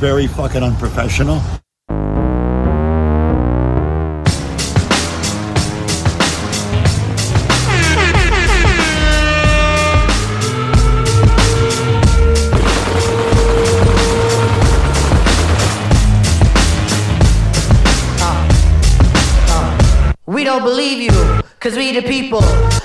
Very fucking unprofessional. We don't believe you, cause we the people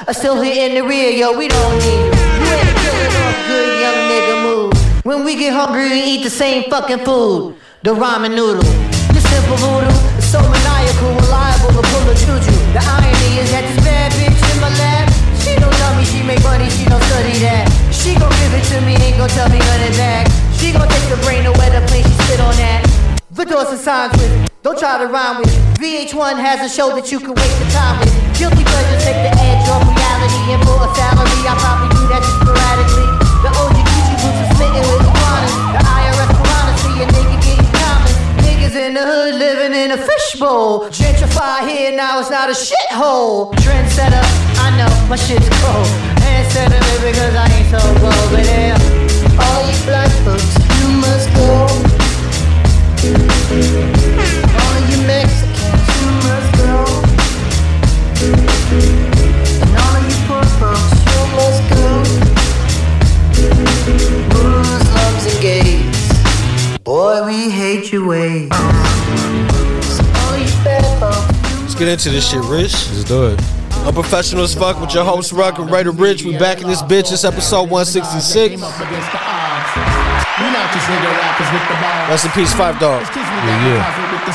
are still here in the rear, yo, we don't need you. You ain't feeling no good young nigga move. When we get hungry, we eat the same fucking food, the ramen noodle. This simple voodoo is so maniacal, reliable to pull a juju. The irony is that this bad bitch in my lap, she don't tell me she make money, she don't study that. She gon' give it to me, ain't gon' tell me nothing back. She gon' take the brain away the place she spit on that. The doors and signs with it. Don't try to rhyme with it. VH1 has a show that you can waste your time with. Guilty pleasures take the edge off reality. And for a salary, I probably do that just sporadically. The OG Gucci boots are smitten with iguanas. The IRS piranhas see a nigga getting common. Niggas in the hood living in a fishbowl. Gentrify here, now it's not a shithole. Trendsetter, I know my shit's cold. And said it because I ain't so bold. But yeah, all you black folks, you must go. All you Mexicans, you must go. And all you poor folks, you must go. Muslims and gays, boy, we hate your ways. So all you bad folks, Let's get into this shit, Rich. Let's do it. I'm professional as fuck with your host, Rock and Raider Rich. We back in this bitch. It's episode 166. We not just nigga rappers with the ball. Rest in peace, Five Dog. Kids me Yeah, down yeah. closet with the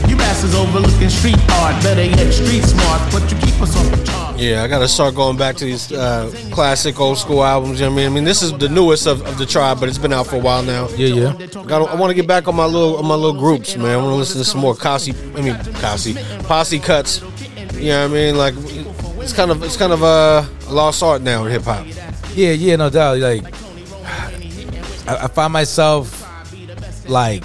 scars. You bastards overlooking street art, better yet street smart, but you keep us off the charts. Yeah, I gotta start going back to these uh, classic old school albums. You know what I mean, I mean, this is the newest of, of the tribe, but it's been out for a while now. Yeah, yeah. Gotta, I want to get back on my little on my little groups, man. I want to listen to some more Kasi. I mean, Kasi posse cuts. You know what I mean? Like it's kind of it's kind of a lost art now in hip hop. Yeah, yeah, no doubt. Like, I, I find myself like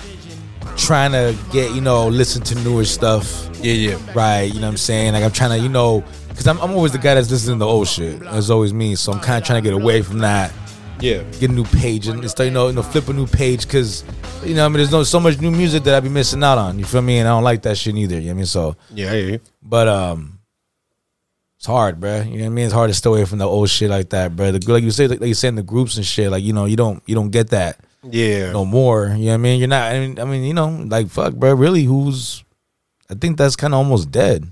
trying to get you know listen to newer stuff. Yeah, yeah. Right, you know what I'm saying? Like I'm trying to, you know, because I'm, I'm always the guy that's listening to old shit. That's always me. So I'm kind of trying to get away from that, Yeah, get a new page and start, you know, you know, flip a new page because, you know, I mean, there's no so much new music that I be missing out on. You feel me? And I don't like that shit either. You know what I mean? So, yeah, I hear you. but um, it's hard, bruh. You know what I mean? It's hard to stay away from the old shit like that, bruh. The, like you say, like, you said in the groups and shit, like you know, you don't you don't get that yeah. no more. You know what I mean? You're not. I mean, I mean, you know, like fuck, bruh. Really, who's? I think that's kind of almost dead.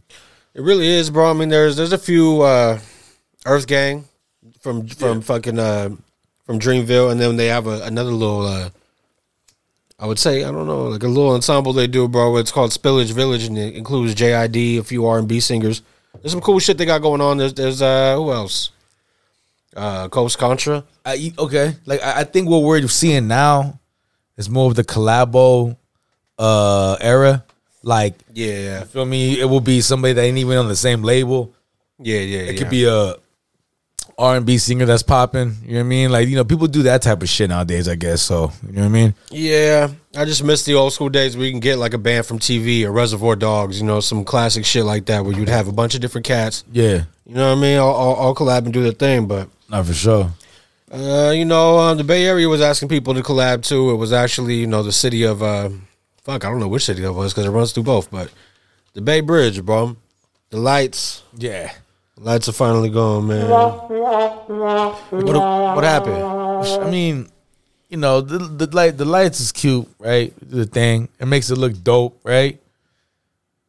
It really is, bro. I mean, there's there's a few uh, Earth Gang from from fucking uh, from Dreamville, and then they have a, another little. Uh, I would say I don't know, like a little ensemble they do, bro. It's called Spillage Village, and it includes JID, a few R and B singers. There's some cool shit they got going on. There's there's uh, who else? Uh, Coast Contra. I, you- okay, like I, I think what we're seeing now is more of the collabo uh era. Like, Yeah, feel me? It will be somebody that ain't even on the same label. yeah, yeah. It It could be a R and B singer that's popping. You know what I mean? Like, you know, people do that type of shit nowadays. I guess so. You know what I mean? Yeah, I just miss the old school days where you can get like a band from TV or Reservoir Dogs, you know, some classic shit like that where you'd have a bunch of different cats. Yeah, You know what I mean? All, all, all collab and do their thing. But, not for sure. uh, you know, um, the Bay Area was asking people to collab too. It was actually, you know, the city of, uh, fuck, I don't know which city that was because it runs through both. But the Bay Bridge, bro. The lights. Yeah, Lights are finally gone, man. What, what happened? I mean, you know, the, the light, the lights is cute, right? The thing it makes it look dope, right?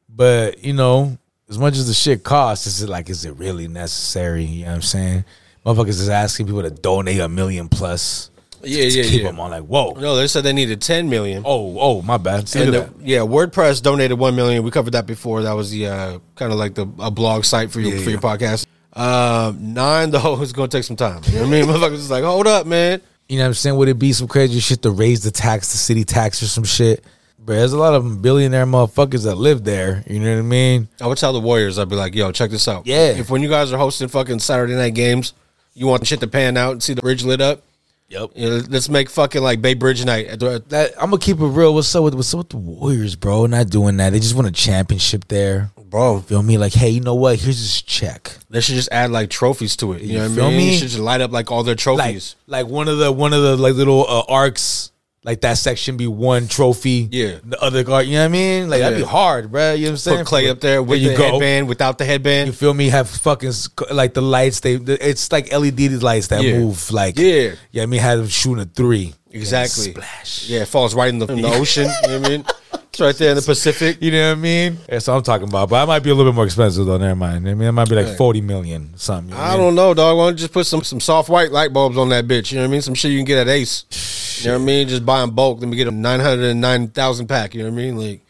But you know, as much as the shit costs, is it like, is it really necessary? You know what I'm saying? Motherfuckers is asking people to donate a million plus. Yeah, to yeah, keep yeah. them on like, whoa, No, they said they needed 10 million. oh, oh, my bad. See And to the- that. yeah, WordPress donated one million. We covered that before. That was the uh, kind of like the a blog site for your for your podcast. Um, nine though is gonna take some time. You know what I mean? Motherfuckers is like, hold up, man. You know what I'm saying? Would it be some crazy shit to raise the tax, the city tax, or some shit? But there's a lot of billionaire motherfuckers that live there. You know what I mean? I would tell the Warriors, I'd be like, yo, check this out. Yeah. If when you guys are hosting fucking Saturday night games, you want shit to pan out and see the bridge lit up. Yep. You know, let's make fucking like Bay Bridge night. At the- That, I'm gonna keep it real. What's up with what's up with the Warriors, bro? Not doing that. They just won a championship there. Bro, Feel me? Like, hey, you know what? Here's this check. they should just add like trophies to it. You, You know what I feel mean? me? You should just light up like all their Like, trophies. like one of the one of the like little uh, arcs like that section be one trophy. Yeah. The other card, you know what I mean? Like that'd be Yeah. hard, bro. You know what I'm saying? Put Clay up there with you the go. headband, without the You headband. feel me? Have fucking s- like the lights. They the- it's like LED lights that Yeah. move. Like Yeah. yeah, I mean, have them shooting a three. Exactly. Splash. Yeah, it falls right in the, in the ocean. You know what I mean? It's right there in the Pacific. You know what I mean? That's what I'm talking about. But I might be a little bit more expensive though. Never mind. I mean, it might be like forty million something. you know what I mean? don't know, dog. Why don't you just put some, some soft white light bulbs on that bitch? You know what I mean? Some shit you can get at Ace. You know what I mean? Just buy in bulk, then we get a 909,000 pack. You know what I mean? Like,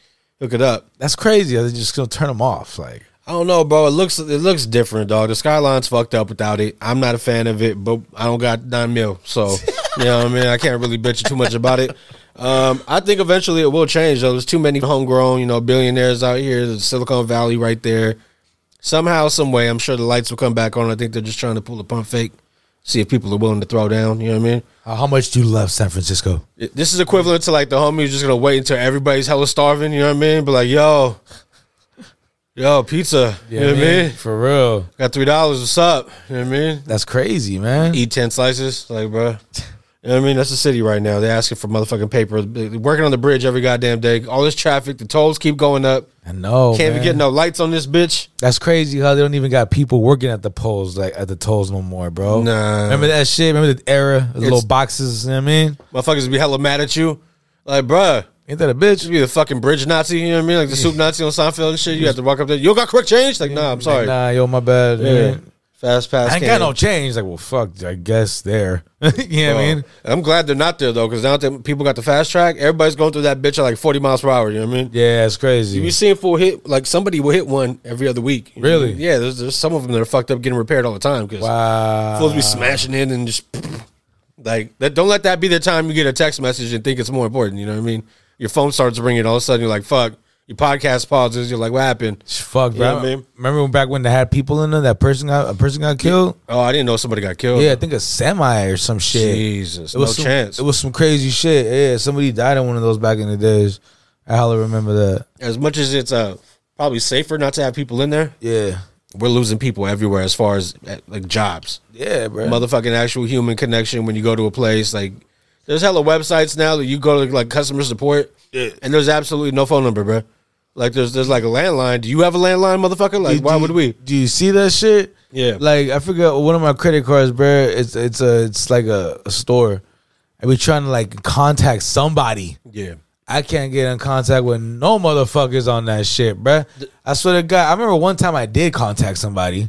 hook it up. That's crazy. They're just gonna turn them off. Like I don't know, bro. It looks it looks different, dog. The skyline's fucked up without it. I'm not a fan of it, but I don't got nine mil, so you know what I mean. I can't really bitch you too much about it. Um, I think eventually it will change, though. There's too many homegrown, you know, billionaires out here. The Silicon Valley right there. Somehow, some way, I'm sure the lights will come back on. I think they're just trying to pull a pump fake, see if people are willing to throw down. You know what I mean? how how much do you love San Francisco? It- This is equivalent to like the homie who's just gonna wait until everybody's hella starving. You know what I mean? But like, yo, yo, pizza. you know what I mean? For real. Got three dollars. What's up? You know what I mean? That's crazy, man. Eat ten slices, like bro. You know what I mean? That's the city right now. They're asking for motherfucking paper. They're working on the bridge every goddamn day. All this traffic. The tolls keep going up. I know. Can't Oh, man. even get no lights on this bitch. That's crazy how they don't even got people working at the polls like at the tolls no more, bro. Nah. Remember that shit? Remember the era? The It's- little boxes, you know what I mean? Motherfuckers be hella mad at you. Like, bruh, Ain't that a you bitch? be the fucking bridge Nazi. You know what I mean? Like the soup Nazi on Seinfeld and shit. You have to walk up there. You don't got quick change? Like, nah, I'm sorry. Nah, yo, my bad. you know what I Yeah. mean? Fast pass. I ain't got can't. no change. Like, well, fuck, I guess there. you know what I mean? Oh, I'm glad they're not there though, because now that people got the fast track, everybody's going through that bitch at like 40 miles per hour. You know what I mean? Yeah, it's You be crazy. seeing full hit like somebody will hit one every other week. Really? Yeah, there's, there's some of them that are fucked up getting repaired all the time because fools Wow. be smashing in and just like that. Don't let that be the time you get a text message and think it's more important. You know what I mean? Your phone starts ringing, all of a sudden you're like, "Fuck!" Your podcast pauses. You're like, "What happened?" Fuck, You know bro. what I mean? Remember when back when they had people in there, that person got a person got killed? Oh, I didn't know somebody got killed. Yeah, I think a semi or some shit. Jesus, It was no some, chance. It was some crazy shit. Yeah, somebody died in one of those back in the days. I hardly remember that. as much as it's uh probably safer not to have people in there. Yeah. We're losing people everywhere as far as uh, like jobs. Yeah, bro. motherfucking actual human connection when you go to a place. Like, there's hella websites now that you go to like customer support, and there's absolutely no phone number, bro. Like, there's there's like a landline. Do you have a landline, motherfucker? Like, Do- why do- would we? Do you see that shit? Yeah. Like I forget one of my credit cards, bro. It's it's a it's like a, a store, and we trying to like contact somebody. Yeah, I can't get in contact with no motherfuckers on that shit, bro. I swear to God, I remember one time I did contact somebody,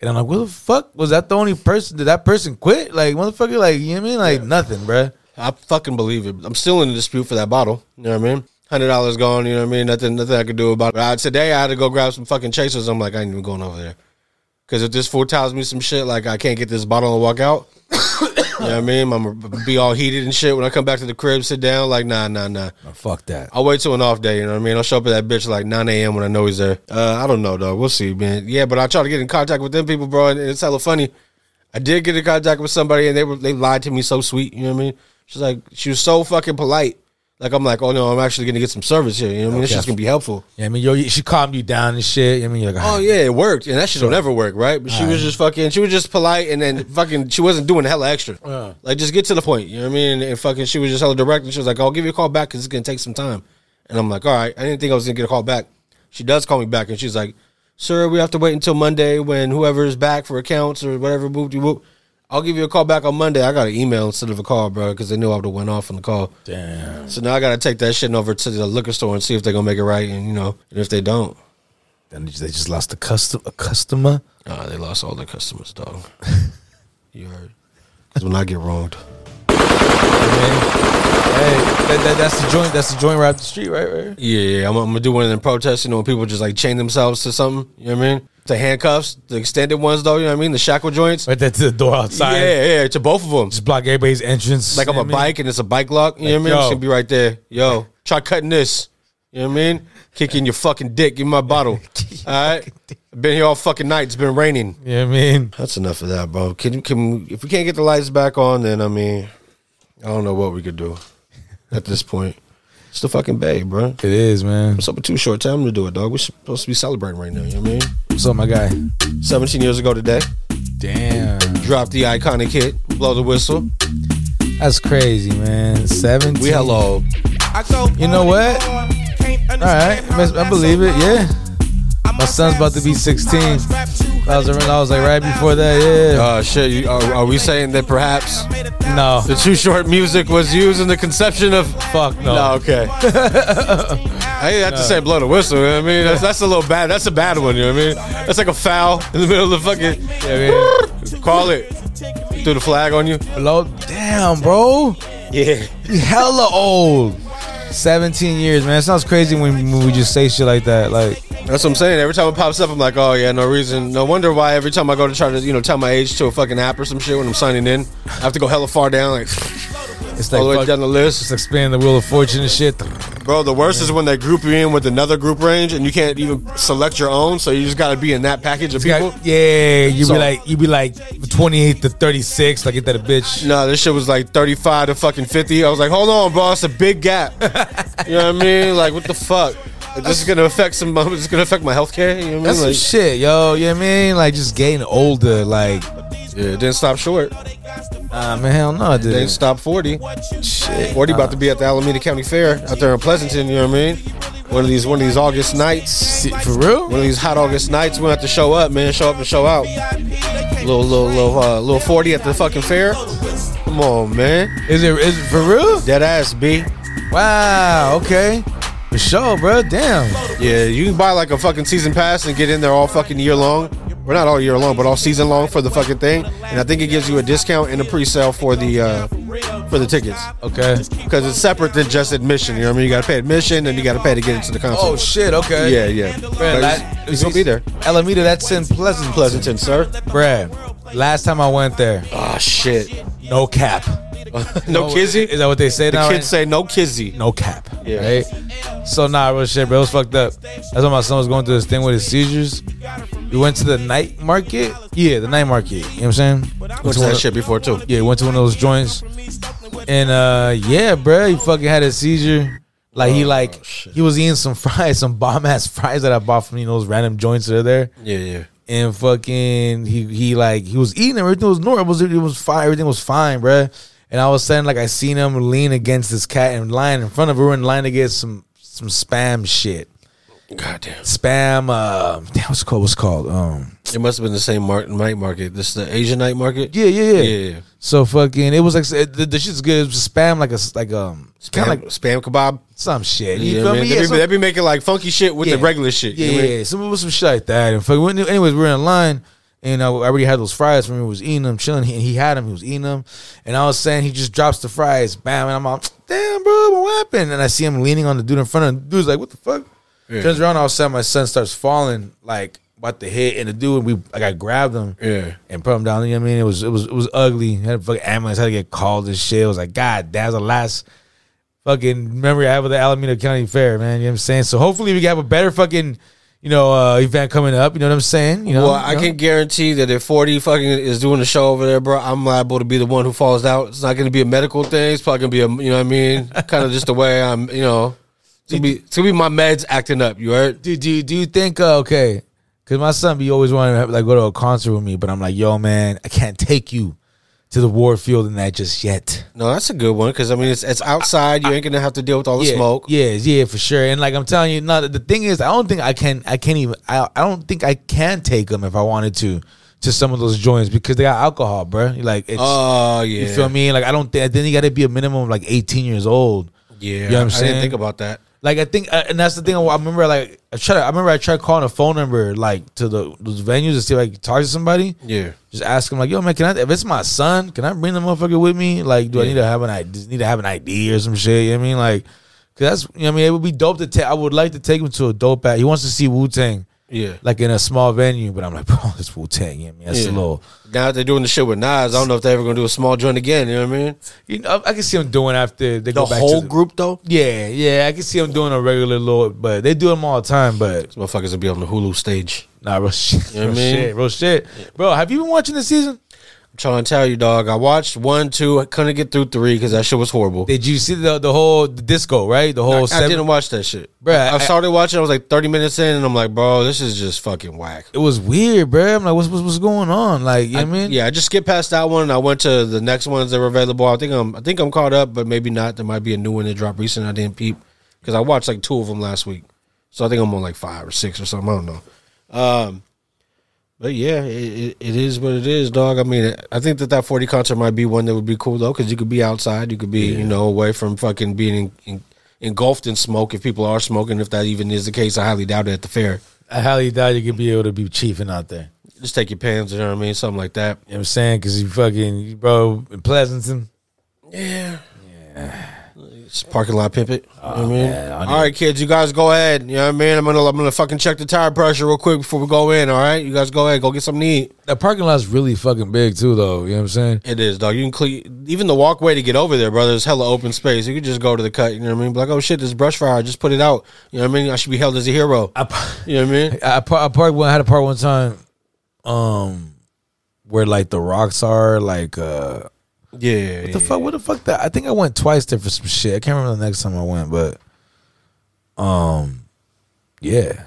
and I'm like, "What the fuck was that? The only person did that person quit? Like motherfucker, like you know what I mean? Like nothing, bro. I fucking believe it. I'm still in a dispute for that bottle. You know what I mean? Hundred dollars gone. You know what I mean? Nothing, nothing I could do about it. I, today I had to go grab some fucking chasers. I'm like, I ain't even going over there. Cause if this fool tells me some shit like I can't get this bottle and walk out, you know what I mean? I'm gonna be all heated and shit when I come back to the crib, sit down. Like, nah, nah, nah. fuck that. I'll wait till an off day. You know what I mean? I'll show up at that bitch like 9 a.m. when I know he's there. Uh, I don't know, though. We'll see, man. Yeah, but I try to get in contact with them people, bro, and it's hella funny. I did get in contact with somebody, and they were they lied to me so sweet. You know what I mean? She's like, she was so fucking polite. Like I'm like, oh no, I'm actually gonna get some service here. You know what I mean? This Okay. shit's gonna be helpful. Yeah, I mean, yo, she calmed you down and shit. I mean, you're like, "Ah, Oh yeah, it worked, and that shit don't ever work, right? But she was just fucking, she was just polite, and then fucking, she wasn't doing hella extra. Yeah. Like just get to the point, you know what I mean? And fucking, she was just hella direct, and she was like, "I'll give you a call back because it's gonna take some time." And I'm like, "All right," I didn't think I was gonna get a call back. She does call me back, and she's like, "Sir, we have to wait until Monday when whoever's back for accounts or whatever." Boop de whoop. I'll give you a call back on Monday. I got an email instead of a call, bro, because they knew I would have went off on the call. damn. So now I got to take that shit over to the liquor store and see if they're gonna make it right, and you know, and if they don't, Then they just lost a custom a customer. Nah, they lost all their customers, dog. you heard? Because when I get wronged, Hey, that, that, that's the joint. That's the joint right up the street, right? Right. yeah, yeah I'm, I'm gonna do one of them protests. You know, when people just like chain themselves to something. You know what I mean? To handcuffs, the extended ones, though. You know what I mean? The shackle joints. Right there to the door outside. Yeah, yeah, to both of them. Just block everybody's entrance. like you I'm know a what I mean? bike and it's a bike lock. You know what I mean? yo. It's gonna be right there. Yo, try cutting this. You know what I mean? Kicking your fucking dick. Give me my bottle. All right. Been here all fucking night. It's been raining. You know what I mean? That's enough of that, bro. Can you can if we can't get the lights back on, then I mean, I don't know what we could do at this point. It's the fucking bay, bro. It is, man. It's up a too short time to do it, dog. We're supposed to be celebrating right now. You know what I mean? What's up, my guy? 17 years ago today, Damn. dropped the iconic hit, blow the whistle. That's crazy, man. Seventeen. We hello. You know what? All right, I I believe it. Yeah. My son's about to be 16. I was around, I was like right before that. Yeah. Uh, shit, you, are, are we saying that perhaps No. the too short music was used in the conception of? Fuck no. No, okay. I ain't have to say blow the whistle. You know what I mean, that's, that's a little bad. That's a bad one. You know what I mean? That's like a foul in the middle of the fucking. Yeah, man. Call it. Threw the flag on you. Below. Damn, bro. Yeah. You hella old. 17 years, man. It sounds crazy when, when we just say shit like that. Like, That's what I'm saying. Every time it pops up, I'm like, oh yeah, no reason, no wonder why. Every time I go to try to, you know, tell my age to a fucking app or some shit when I'm signing in, I have to go hella far down, like it's like, all the way fuck- down the list. just expand the wheel of fortune and shit. Bro, the worst is when they group you in with another group range and you can't even select your own, so you just gotta be in that package of people. Yeah, you So- be like, you be like 28 to 36. Like, get that a bitch. No, this shit was like 35 to fucking 50. I was like, hold on, bro, it's a big gap. you know what I mean? Like, what the fuck? This is gonna affect some. This is gonna affect my healthcare. You know what I That's mean? some Like, shit, yo. You know what I mean? Like, just getting older. Like, yeah, it didn't stop short. nah, man, hell no, I Didn't didn't. stop 40. Shit. 40 about to be at the Alameda County Fair out there in Pleasanton, you know what I mean? One of these one of these August nights. Shit, For real? One of these hot August nights, we have to show up, man. Show up and show out. Little little little uh, little 40 at the fucking fair. Come on, man. Is it, is it for real? Dead ass B. Wow, okay. For sure, bro. Damn. Yeah, you can buy like a fucking season pass and get in there all fucking year long. Well, not all year long, but all season long for the fucking thing. And I think it gives you a discount and a pre-sale for the uh, for the tickets Okay. because it's separate than just admission. You know what I mean? You gotta pay admission and you gotta pay to get into the concert. Oh shit. Okay. Yeah, yeah. Brad, But la- he's, he's gonna be there. Alameda, that's in Pleasant. Pleasanton, sir. Brad, last time I went there, Ah, shit. no cap. no Oh, kizzy. Is that what they say the now? kids right? say no kizzy. no cap. Yeah. Right. So nah, real shit, bro. It was fucked up. That's why my son was going through this thing with his seizures. We went to the night market. Yeah, the night market. You know what I'm saying? Went What's to one that of- shit before too? Yeah, went to one of those joints. And uh yeah, bruh, he fucking had a seizure. Like Oh, he like he was eating some fries, some bomb ass fries that I bought from you know those random joints that are there. Yeah, yeah. And fucking he he like he was eating everything was normal. It was, it was fine, everything was fine, bruh. And all of a sudden, like I seen him lean against this cat and lying in front of her and lying to get some some spam shit. Goddamn. Spam uh damn what's it called what's it called? Um It must have been the same mar- night market. This is the Asian night market. yeah, yeah, yeah. Yeah, yeah. So fucking it was like it, the, the shit's good. It was spam like a s- like um Spam, kind of like spam kebab. some shit. You You know feel what I me? mean? Yeah, they, be, some- they be making like funky shit with the yeah. regular shit. Yeah, you know what I yeah, mean? yeah. Some some shit like that. And fuck, when- anyways, we were in line, and uh, I already had those fries from him. Was eating them, chilling. He, he had them. He was eating them, and I was saying he just drops the fries, bam, and I'm like, damn, bro, what happened? And I see him leaning on the dude in front of him. The dude's like, what the fuck? Turns around, all of a sudden, my son starts falling, like about to hit, and the dude, we like I grabbed him, Yeah. and put him down. You know what I mean? It was it was it was ugly. Had a fucking ambulance, had to get called and shit. It was like, God, that was the last fucking memory I have of the Alameda County Fair, man. You know what I'm saying? So hopefully we can have a better fucking, you know, uh, event coming up. You know what I'm saying? You know, Well, I you know? can guarantee that if 40 fucking is doing a show over there, bro, I'm liable to be the one who falls out. It's not going to be a medical thing. It's probably going to be a, you know what I mean? kind of just the way I'm, you know, it's going to be, it's gonna be my meds acting up. You heard? Do do do you think uh, okay? Because my son be always wanting to have, like go to a concert with me, but I'm like, yo, man, I can't take you to the Warfield and that just yet. No, that's a good one because I mean it's it's outside. You ain't gonna have to deal with all the yeah, smoke. Yeah, yeah, for sure. And like I'm telling you, no, the- the thing is, I don't think I can. I can't even. I, I don't think I can take them if I wanted to to some of those joints because they got alcohol, bro. Like it's. Oh yeah. You feel me? Like I don't think. Then you got to be a minimum of like 18 years old. Yeah. you know what I'm I saying. didn't think about that. Like I think, uh, and that's the thing. I remember, like I tried. I remember I tried calling a phone number, like to the those venues to see if I could talk to somebody. Yeah. Just ask them, like, yo, man, can I? If it's my son, can I bring the motherfucker with me? Like, do I need to have an I just need to have an ID or some shit? You know what I mean? Like, cause that's you know what I mean. It would be dope to take. I would like to take him to a dope at. He wants to see Wu Tang, Yeah. like in a small venue. But I'm like, bro, it's Wu Tang. You know what I mean? That's Yeah. a little. Now that they're doing the shit with Nas, I don't know if they're ever gonna do a small joint again. You know what I mean? You know, I I can see him doing after they The go back whole to the, group though. Yeah, yeah, I can see them doing a regular Lord, but they do them all the time. But These motherfuckers will be on the Hulu stage. nah, real shit, know what real I mean? shit, real shit, bro. Have you been watching the season? trying to tell you, dog. I watched one, two. I couldn't get through three because that shit was horrible. Did you see the the whole the disco right? The I, whole I seven, didn't watch that shit, Bruh, I, I I- started watching. I was like thirty minutes in, and I'm like, bro, this is just fucking whack. it was weird, bro. I'm like, what's what's, what's going on? Like, you know what I mean, Yeah, I just skipped past that one. and I went to the next ones that were available. I think I'm, I think I'm caught up, but maybe not. There might be a new one that dropped recent. I didn't peep because I watched like two of them last week, so I think I'm on like five or six or something. I don't know. Um, but yeah, it, it, it is what it is, dog. I mean, I think that that 40 concert might be one that would be cool though, because you could be outside, you could be, you know, away from fucking being in, in, engulfed in smoke. If people are smoking, if that even is the case, I highly doubt it at the fair. I highly doubt you could be able to be chiefing out there. Just take your pants, you know what I mean, something like that. You know what I'm saying? Because you fucking, you, bro, in Pleasanton. It's parking lot pimp it. You know what Oh, I mean, man, I need- all right, kids, you guys go ahead. You know what I mean? I'm gonna I'm gonna fucking check the tire pressure real quick before we go in. All right, you guys go ahead, go get something to eat. That parking lot's really fucking big too, though. You know what I'm saying? It is dog. You can clean even the walkway to get over there, brother. Is hella open space. You could just go to the cut. You know what I mean? Be like, oh shit, this brush fire. Just put it out. You know what I mean? I should be held as a hero. I, par- You know what I mean? I, I par- I parked one. I had a park one time, um, where like the rocks are like uh Yeah. the fuck. What the fuck? That I think I went twice there for some shit. I can't remember the next time I went, but um, yeah,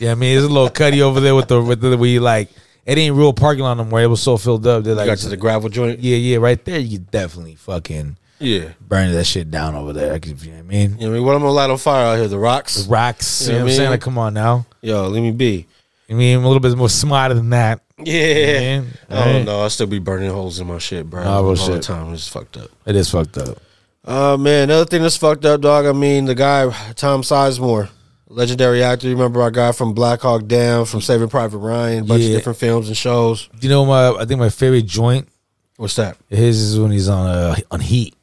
yeah. I mean, there's a little cutty over there with the with the we like it ain't real parking lot anymore. It was so filled up. They're You like, got to the gravel joint. yeah, yeah, right there. You could definitely fucking Yeah. burn that shit down over there. I could, you know what I mean, You know what I mean? What I'm gonna light on fire out here? The rocks. rocks. You know what Yeah, I'm man. saying? Like, come on now. Yo, let me be. I mean, I'm a little bit more smarter than that. Yeah. Man, I don't right. know. I still be burning holes in my shit, bro. Nah, real All the shit. time. It's fucked up. It is fucked up. Oh man, another thing that's fucked up, dog. I mean, the guy Tom Sizemore, legendary actor. You remember our guy from Black Hawk Down, from Saving Private Ryan, bunch Yeah. of different films and shows. You know, my I think my favorite joint What's that? of his is when he's on uh, on Heat.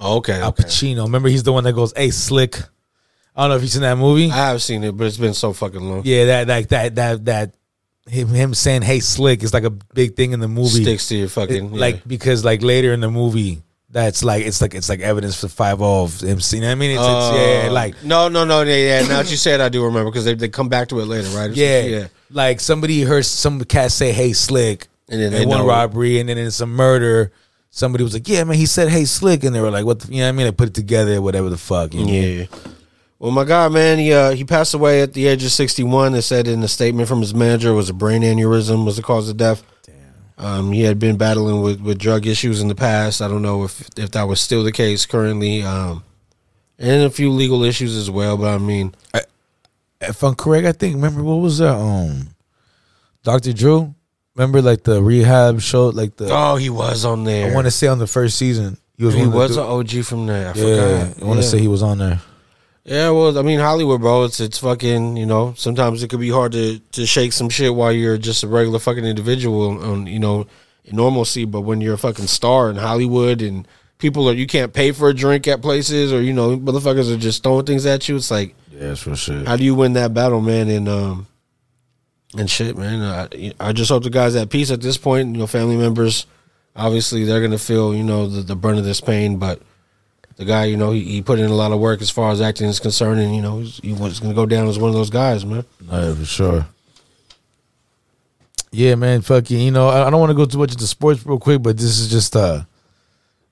Oh, okay, Al okay. Pacino. Remember, he's the one that goes, "Hey, slick." I don't know if you've seen that movie. I have seen it, but it's been so fucking long. yeah, that like that that that him him saying, "Hey, slick" is like a big thing in the movie. Sticks to your fucking It- yeah. like because like later in the movie, that's like it's like it's like evidence for five of him. You know what I mean? It's, Uh, it's yeah, like no, no, no, yeah, yeah. Now that you said, I do remember because they, they come back to it later, right? It's- yeah, yeah. like somebody heard some cat say, "Hey, slick," And then and they one know. robbery, and then it's a murder. Somebody was like, "Yeah, man," he said, "Hey, slick," and they were like, "What?" The, you know what I mean? They put it together, whatever the fuck. You know? Yeah. Well, my guy, man, he uh, he passed away at the age of sixty-one. They said in a statement from his manager it was a brain aneurysm was the cause of death. Um, he had been battling with, with drug issues in the past. I don't know if if that was still the case currently. Um, and a few legal issues as well. But I mean, if I'm correct, I think remember what was that? Um, Doctor Drew. Remember like the rehab show, like the oh, he was on there. I want to say on the first season he was he one of the was du- an OG from there. I yeah. forgot. I want to Yeah. say he was on there. Yeah, well, I mean Hollywood, bro. It's it's fucking. You know, sometimes it could be hard to to shake some shit while you're just a regular fucking individual on you know in normalcy. But when you're a fucking star in Hollywood and people are you can't pay for a drink at places or you know motherfuckers are just throwing things at you. It's like Yeah, that's for sure. how do you win that battle, man? And um and shit, man. I I just hope the guys at peace at this point. You know, family members, obviously they're gonna feel you know the, the brunt of this pain, but the guy, you know, he, he put in a lot of work as far as acting is concerned, and you know he's, he was gonna go down as one of those guys, man. Yeah, for sure. Yeah, man, fucking, you know, I, I don't want to go too much into sports real quick, but this is just uh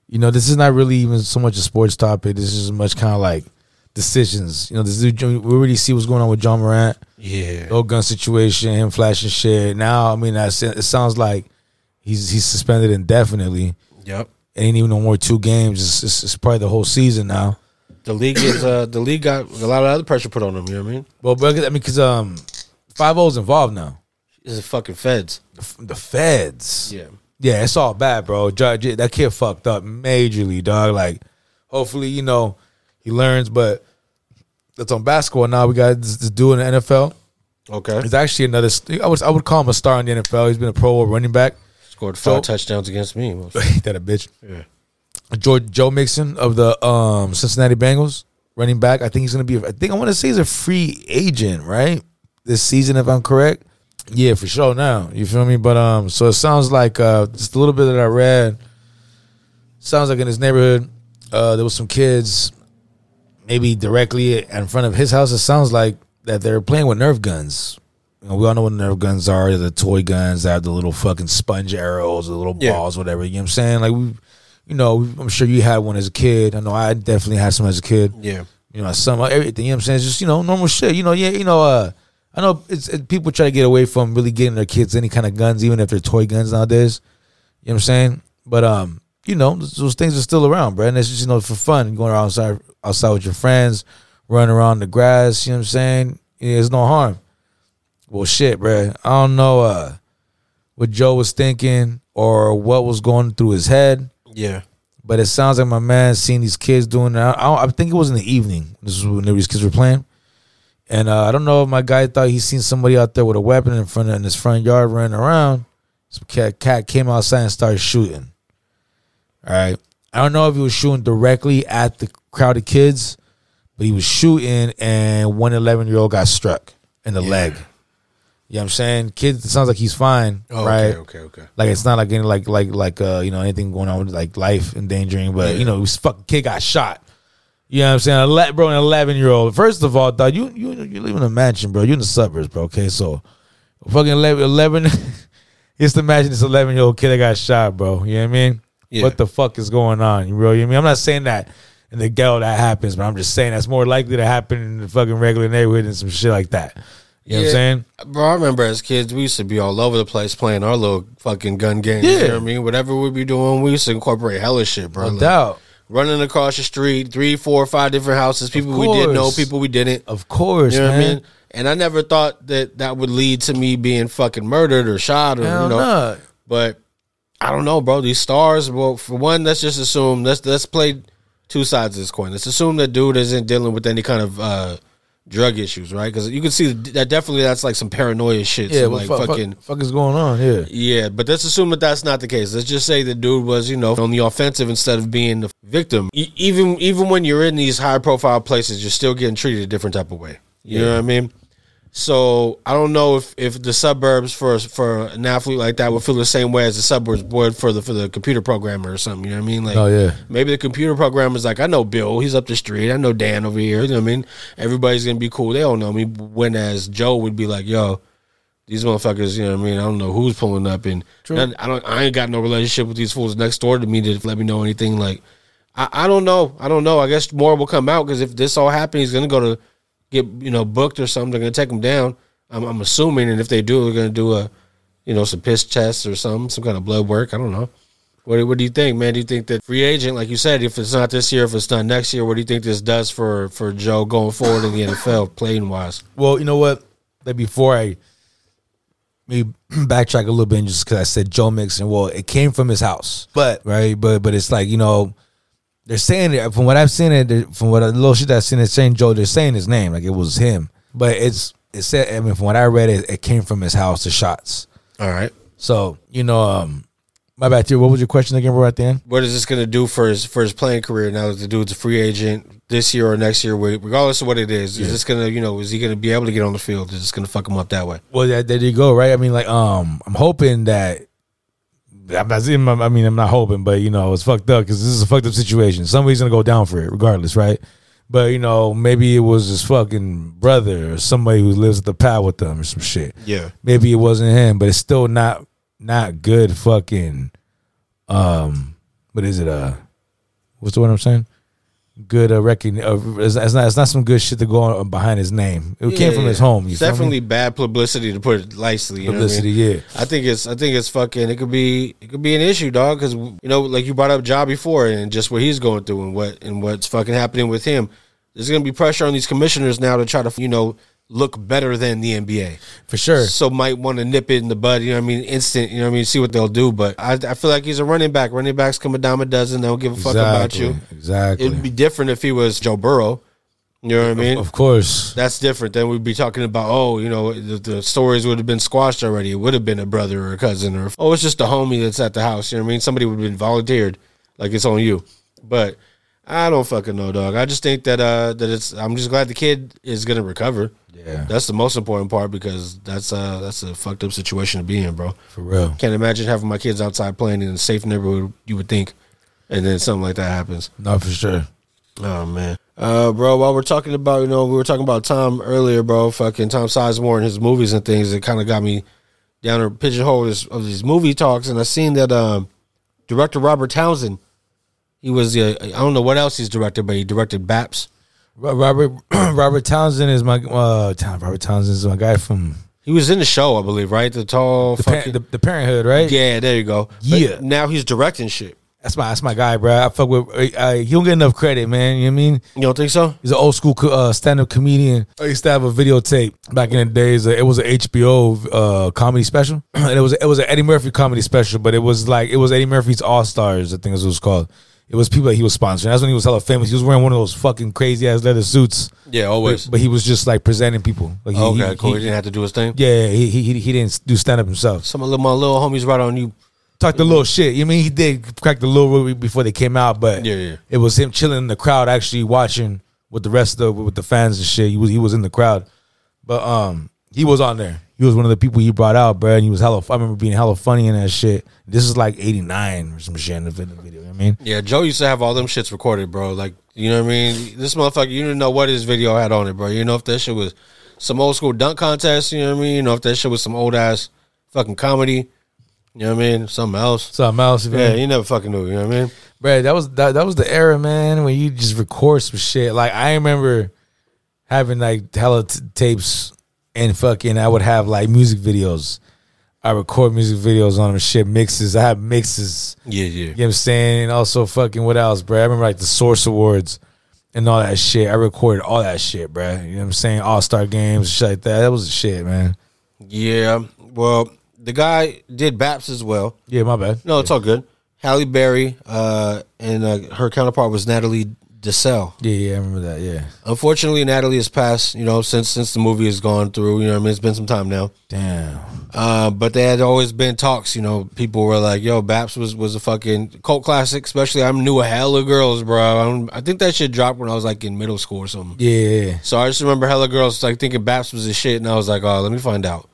you know, this is not really even so much a sports topic. This is much kind of like decisions. You know, this is, we already see what's going on with John Morant. Yeah, the whole gun situation, him flashing shit. Now, I mean, I, s- it sounds like he's he's suspended indefinitely. yep. It ain't even no more two games. It's, it's, it's probably the whole season now. The league is uh the league got a lot of other pressure put on him. You know what I mean? Well, but, I mean, because um, five O's involved now. It's the fucking feds. The, f- the feds. Yeah. Yeah, it's all bad, bro. Judge, that kid fucked up majorly, dog. Like, hopefully, you know, he learns. But that's on basketball now. We got this, this dude in the NFL. Okay. He's actually another. st- I would I would call him a star in the NFL. He's been a Pro Bowl running back. Scored five So- touchdowns against me. Ain't that a bitch? Yeah. Joe, Joe Mixon of the um, Cincinnati Bengals, running back. I think he's gonna be. I think I want to say he's a free agent, right? This season, if I'm correct. Yeah, for sure. Now you feel me, but um, so it sounds like uh, just a little bit that I read. Sounds like in his neighborhood, uh, there was some kids, maybe directly in front of his house. It sounds like that they're playing with Nerf guns. You know, we all know what Nerf guns are. The toy guns that have the little fucking sponge arrows, the little Yeah. balls, whatever. You know what I'm saying? Like we, you know, I'm sure you had one as a kid. I know I definitely had some as a kid. Yeah. You know, some everything. You know what I'm saying? It's just you know normal shit. You know, yeah, you know. uh I know it's it, people try to get away from really getting their kids any kind of guns, even if they're toy guns nowadays. You know what I'm saying? But um, you know, those, those things are still around, bro. And it's just you know for fun, going around outside outside with your friends, running around the grass. You know what I'm saying? Yeah, There's no harm. Well, shit, bro. I don't know uh, what Joe was thinking or what was going through his head. Yeah. But it sounds like my man seeing these kids doing that. I, I- I think it was in the evening. This is when these kids were playing. And uh, I don't know if my guy thought he seen somebody out there with a weapon in front of in his front yard running around. Some cat, cat came outside and started shooting. All right. I don't know if he was shooting directly at the crowd of kids, but he was shooting and one 11 year old got struck in the leg. You know what I'm saying? Kid, it sounds like he's fine. Oh, right. Okay. Okay. Okay. Like it's not like any like like like uh you know anything going on with like life endangering, but you know this fucking kid got shot. You know what I'm saying? Ele- bro, an 11 year old. First of all, dog, you you you live in a mansion, bro. You in the suburbs, bro. Okay, so fucking 11, 11 just imagine this 11 year old kid that got shot, bro. You know what I mean? Yeah. What the fuck is going on? You know what I mean? I'm not saying that in the ghetto that happens, but I'm just saying that's more likely to happen in the fucking regular neighborhood and some shit like that. You know what I'm saying? Bro, I remember as kids, we used to be all over the place playing our little fucking gun games. You Yeah. know what I mean? Whatever we be doing, we used to incorporate hella shit, bro. No Like, doubt. running across the street, three, four, five different houses, people we did know, course. people we didn't. Of course, You know what I man. mean? And I never thought that that would lead to me being fucking murdered or shot or, Hell you know. nah. But I don't know, bro. These stars, well, for one, let's just assume let's let's play two sides of this coin. Let's assume that dude isn't dealing with any kind of uh drug issues, right? Because you can see that definitely that's like some paranoia shit. Yeah, some, what like fuck, fucking fuck, fuck is going on here? yeah. But let's assume that that's not the case. Let's just say the dude was you know on the offensive instead of being the victim. E- even even when you're in these high profile places, you're still getting treated a different type of way. You know what I mean? So I don't know if, if the suburbs for for an athlete like that would feel the same way as the suburbs would for the for the computer programmer or something. You know what I mean? Like, Oh, yeah. Maybe the computer programmer's like, I know Bill, he's up the street. I know Dan over here. You know what I mean? Everybody's gonna be cool. They don't know me. When as Joe would be like, Yo, these motherfuckers. You know what I mean? I don't know who's pulling up and none- I don't. I ain't got no relationship with these fools next door to me to let me know anything. Like, I, I don't know. I don't know. I guess more will come out because if this all happens, he's gonna go to get you know booked or something. They're gonna take him down. I'm, I'm assuming, and if they do, they're gonna do a you know some piss tests or something, some kind of blood work. I don't know. What do- what do you think, man? Do you think that free agent, like you said, if it's not this year, if it's not next year, what do you think this does for for Joe going forward in the NFL, playing wise? Well, you know what? Like before I maybe backtrack a little bit just because I said Joe Mixon. Well, it came from his house, but right, but but it's like you know they're saying it from what I've seen it they're- from what a little shit that I've seen it saying Joe. They're saying his name like it was him, but it's it said. I mean, from what I read, it, it came from his house. The shots. All right, So you know, um, my bad. Dude, what was your question again? Right at the end. what is this gonna do for his for his playing career now that the dude's a free agent this year or next year? wh- Regardless of what it is, is this gonna you know is he gonna be able to get on the field? Is this gonna fuck him up that way? Well, that, there you go, right? I mean, like, um, I'm hoping that I'm not. I'm- I mean, I'm not hoping, but you know, it's fucked up because this is a fucked up situation. Somebody's gonna go down for it, regardless, right? But you know, maybe it was his fucking brother or somebody who lives at the pad with them or some shit. Yeah. Maybe it wasn't him, but it's still not not good. Fucking, um, what is it? Uh, what's the word I'm saying? Good uh, recognition. Uh, it's, it's not. It's not some good shit to go on behind his name. It came from Yeah, his home. You It's feel me? definitely bad publicity to put it nicely. You Publicity, know what I mean? yeah. I think it's I think it's fucking. It could be it could be an issue, dog. Because you know, like you brought up Ja before, and just what he's going through, and what and what's fucking happening with him. There's gonna be pressure on these commissioners now to try to you know look better than the NBA. for sure. So might want to nip it in the bud. You know what I mean? Instant. You know what I mean? See what they'll do. But I, I feel like he's a running back. Running backs come a dime a dozen. They don't give a fuck about you. Exactly. It'd be different if he was Joe Burrow. You know what I mean? of course. that's different. Then we'd be talking about, oh, you know, the, the stories would have been squashed already. It would have been a brother or a cousin or, oh, it's just a homie that's at the house. You know what I mean? Somebody would have been volunteered, like it's on you. But I don't fucking know, dog. I just think that uh that it's. I'm just glad the kid is gonna recover. Yeah. that's the most important part because that's uh that's a fucked up situation to be in, bro. For real. Can't imagine having my kids outside playing in a safe neighborhood. You would think, and then something like that happens. No, for sure. Oh man, uh, bro. While we're talking about, you know, we were talking about Tom earlier, bro. Fucking Tom Sizemore and his movies and things. It kind of got me down a pigeonhole this, of these movie talks, and I seen that um, director Robert Townsend. He was uh, I don't know what else he's directed, but he directed Baps. Ro- Robert Robert Townsend is my uh Town- Robert Townsend is my guy from He was in the show, I believe, right? The tall the, par- fucking the, the Parenthood, right? yeah. There you go. But Yeah. now he's directing shit. that's my that's my guy, bro. I fuck with. I, I, he don't get enough credit, man. You know what I mean? You don't think so? He's an old school co- uh, stand up comedian. I used to have a videotape back in the days. Uh, It was an HBO uh, comedy special, and it was it was an Eddie Murphy comedy special, but it was like it was Eddie Murphy's All Stars. I think is what it was called. It was people that he was sponsoring. That's when he was hella famous. He was wearing one of those fucking crazy ass leather suits. Yeah, always. But, but he was just like presenting people. Like he, okay, he- cool. He, he- didn't have to do his thing. yeah, he, he he- he didn't do stand up himself. Some of the- my little homies right on you. Talk the little shit. You mean he did crack the little ruby before they came out, but Yeah, yeah. it was him chilling in the crowd, actually watching with the rest of the, with the fans and shit. He was he was in the crowd, but um, he was on there. He was one of the people he brought out, bro. And he was hella. I remember being hella funny in that shit. This is like '89 or some shit in the vid- video. You know what I mean, Yeah, Joe used to have all them shits recorded, bro. Like, you know what I mean? This motherfucker, you didn't know what his video had on it, bro. You know if that shit was some old school dunk contest, you know what I mean? You know if that shit was some old ass fucking comedy, you know what I mean? Something else. something else. you feel Yeah, me? you never fucking knew, you know what I mean? Bro, that was that, that was the era, man, when you just record some shit. Like I remember having like hella t- tapes and fucking I would have like music videos. I record music videos on them shit mixes. I have mixes. Yeah, yeah. You know what I'm saying? And also fucking what else, bro? I remember like the Source Awards and all that shit. I recorded all that shit, bro. You know what I'm saying? All Star Games, shit like that. That was the shit, man. Yeah. Well, the guy did Baps as well. Yeah, my bad. No, it's all good. Halle Berry, uh, and uh, her counterpart was Natalie DeSalle. Yeah, yeah, I remember that. Yeah. Unfortunately, Natalie has passed, you know, since since the movie has gone through, you know what I mean? It's been some time now. Damn. Uh, but there had always been talks, you know, people were like, yo, Baps was, was a fucking cult classic, especially I knew a hell of girls, bro. I, don't- I think that shit dropped when I was like in middle school or something. Yeah. So I just remember hella girls like thinking Baps was a shit, and I was like, oh, let me find out.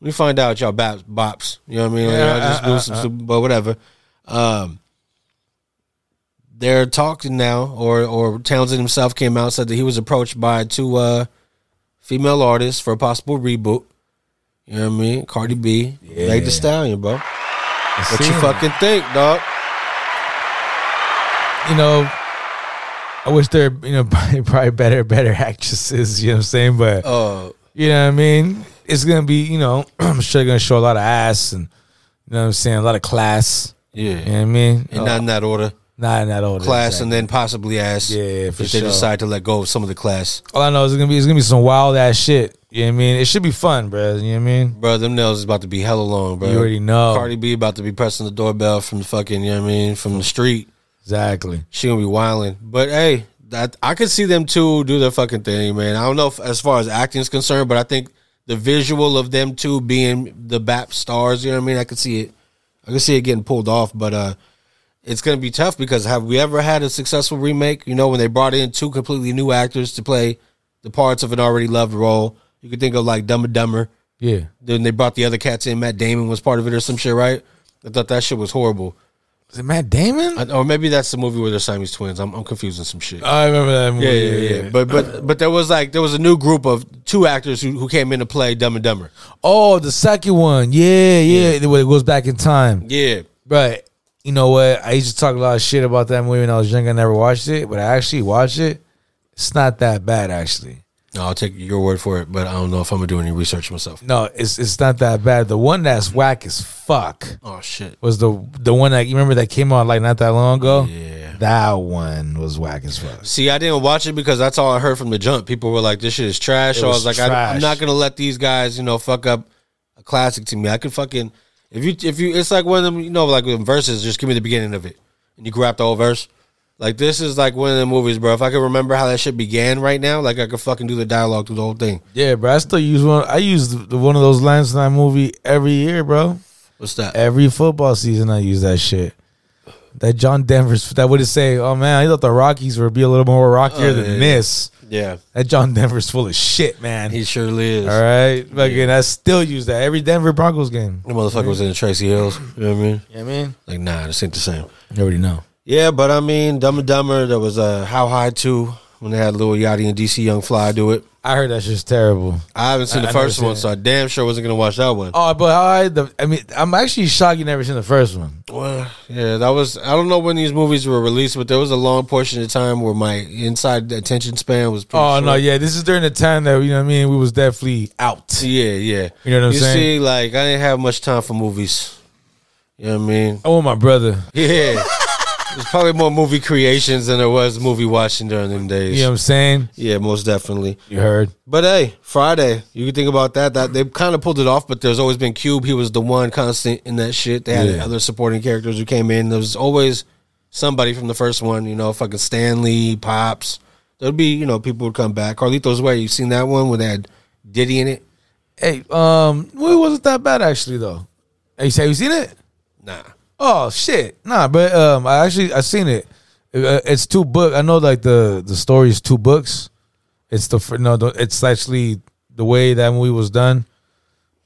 Let me find out y'all Baps bops. You know what I mean? Like, Yeah, I just uh, do uh, some, some- but whatever. Um, they're talking now, or or Townsend himself came out said that he was approached by two uh, female artists for a possible reboot. You know what I mean? Cardi B, Meg Yeah. The Stallion, bro. What you Damn. fucking think, dog? you know, I wish they're you know probably probably better better actresses. You know what I'm saying? But Uh, you know what I mean. It's gonna be you know I'm sure gonna show a lot of ass and you know what I'm saying a lot of class. yeah, You know what I mean? Oh, and not in that order. not in that order. Class exactly. and then possibly ass. Yeah, if for they sure. decide to let go of some of the class. all I know is it's gonna be it's gonna be some wild ass shit. You know what I mean? It should be fun, bro. You know what I mean? Bro, them nails is about to be hella long, bro. You already know. Cardi B about to be pressing the doorbell from the fucking, you know what I mean, from the street. Exactly. She gonna be wilding. But hey, that I could see them two do their fucking thing, man. I don't know if, as far as acting is concerned, but I think the visual of them two being the BAP stars, you know what I mean, I could see it. I could see it getting pulled off, but uh it's gonna be tough because have we ever had a successful remake? You know, when they brought in two completely new actors to play the parts of an already loved role. You could think of like Dumb and Dumber. Yeah. Then they brought the other cats in. Matt Damon was part of it or some shit, right? I thought that shit was horrible. Is it Matt Damon? I, or maybe that's the movie where they're Siamese twins. I'm, I'm confusing some shit. I remember that movie. yeah, Uh, yeah, yeah, But but but there was like there was a new group of two actors who, who came in to play Dumb and Dumber. oh, the second one. Yeah, yeah. yeah. It goes back in time. Yeah, But you know what? I used to talk a lot of shit about that movie when I was younger. I never watched it, but I actually watched it. It's not that bad, actually. I'll take your word for it, but I don't know if I'm gonna do any research myself. No, it's it's not that bad. The one that's whack as fuck Oh shit. was the the one that you remember that came out like not that long ago. Yeah. that one was whack as fuck. See, I didn't watch it because that's all I heard from the jump. People were like, "This shit is trash." so I was was like, I, "I'm trash. not gonna let these guys, you know, fuck up a classic to me." I could fucking if you if you it's like one of them, you know, like with verses. Just give me the beginning of it, and you grab the whole verse. Like this is like one of the movies, bro. If I could remember how that shit began right now, like I could fucking do the dialogue through the whole thing. Yeah, bro. I still use one. I use the, the one of those lines in that movie every year, bro. What's that? Every football season, I use that shit. That John Denver's that would say, "Oh man, I thought the Rockies would be a little more rockier than Oh, yeah. this." yeah, That John Denver's full of shit, man. he surely is. All right, fucking. I still use that every Denver Broncos game. The motherfucker was in the Tracy Hills. You know what I mean? You know what I mean, Like, nah, this ain't the same. you already know. Yeah, but I mean, Dumb and Dumber. There was uh, How High Two when they had Lil Yachty and DC Young Fly do it. I heard that shit's terrible. I haven't seen I- the I never first seen one, it. so I damn sure wasn't gonna watch that one. Oh, but how I, the, I mean, I'm actually shocked you never seen the first one. Well, yeah, that was. I don't know when these movies were released, but there was a long portion of time where my inside attention span was. Pretty Oh no, short. yeah, this is during the time that you know what I mean. We was definitely out. yeah, yeah. You know what I'm you saying? see, like I didn't have much time for movies. You know what I mean? Oh, my brother. Yeah, there's probably more movie creations than there was movie watching during them days. You know what I'm saying? yeah, most definitely. You heard? But hey, Friday, you can think about that. That they kind of pulled it off, but there's always been Cube. He was the one constant in that shit. They had Yeah. other supporting characters who came in. There was always somebody from the first one, you know, fucking Stanley, Pops. There'd be, you know, people would come back. Carlito's Way, you seen that one when they had Diddy in it? Hey, um, well, it wasn't that bad actually though. Hey, you say you seen it? Nah. Oh shit, nah, but um, I actually I seen it. Uh, It's two book. I know like the the story is two books. It's the fir- no, the- it's actually the way that movie was done.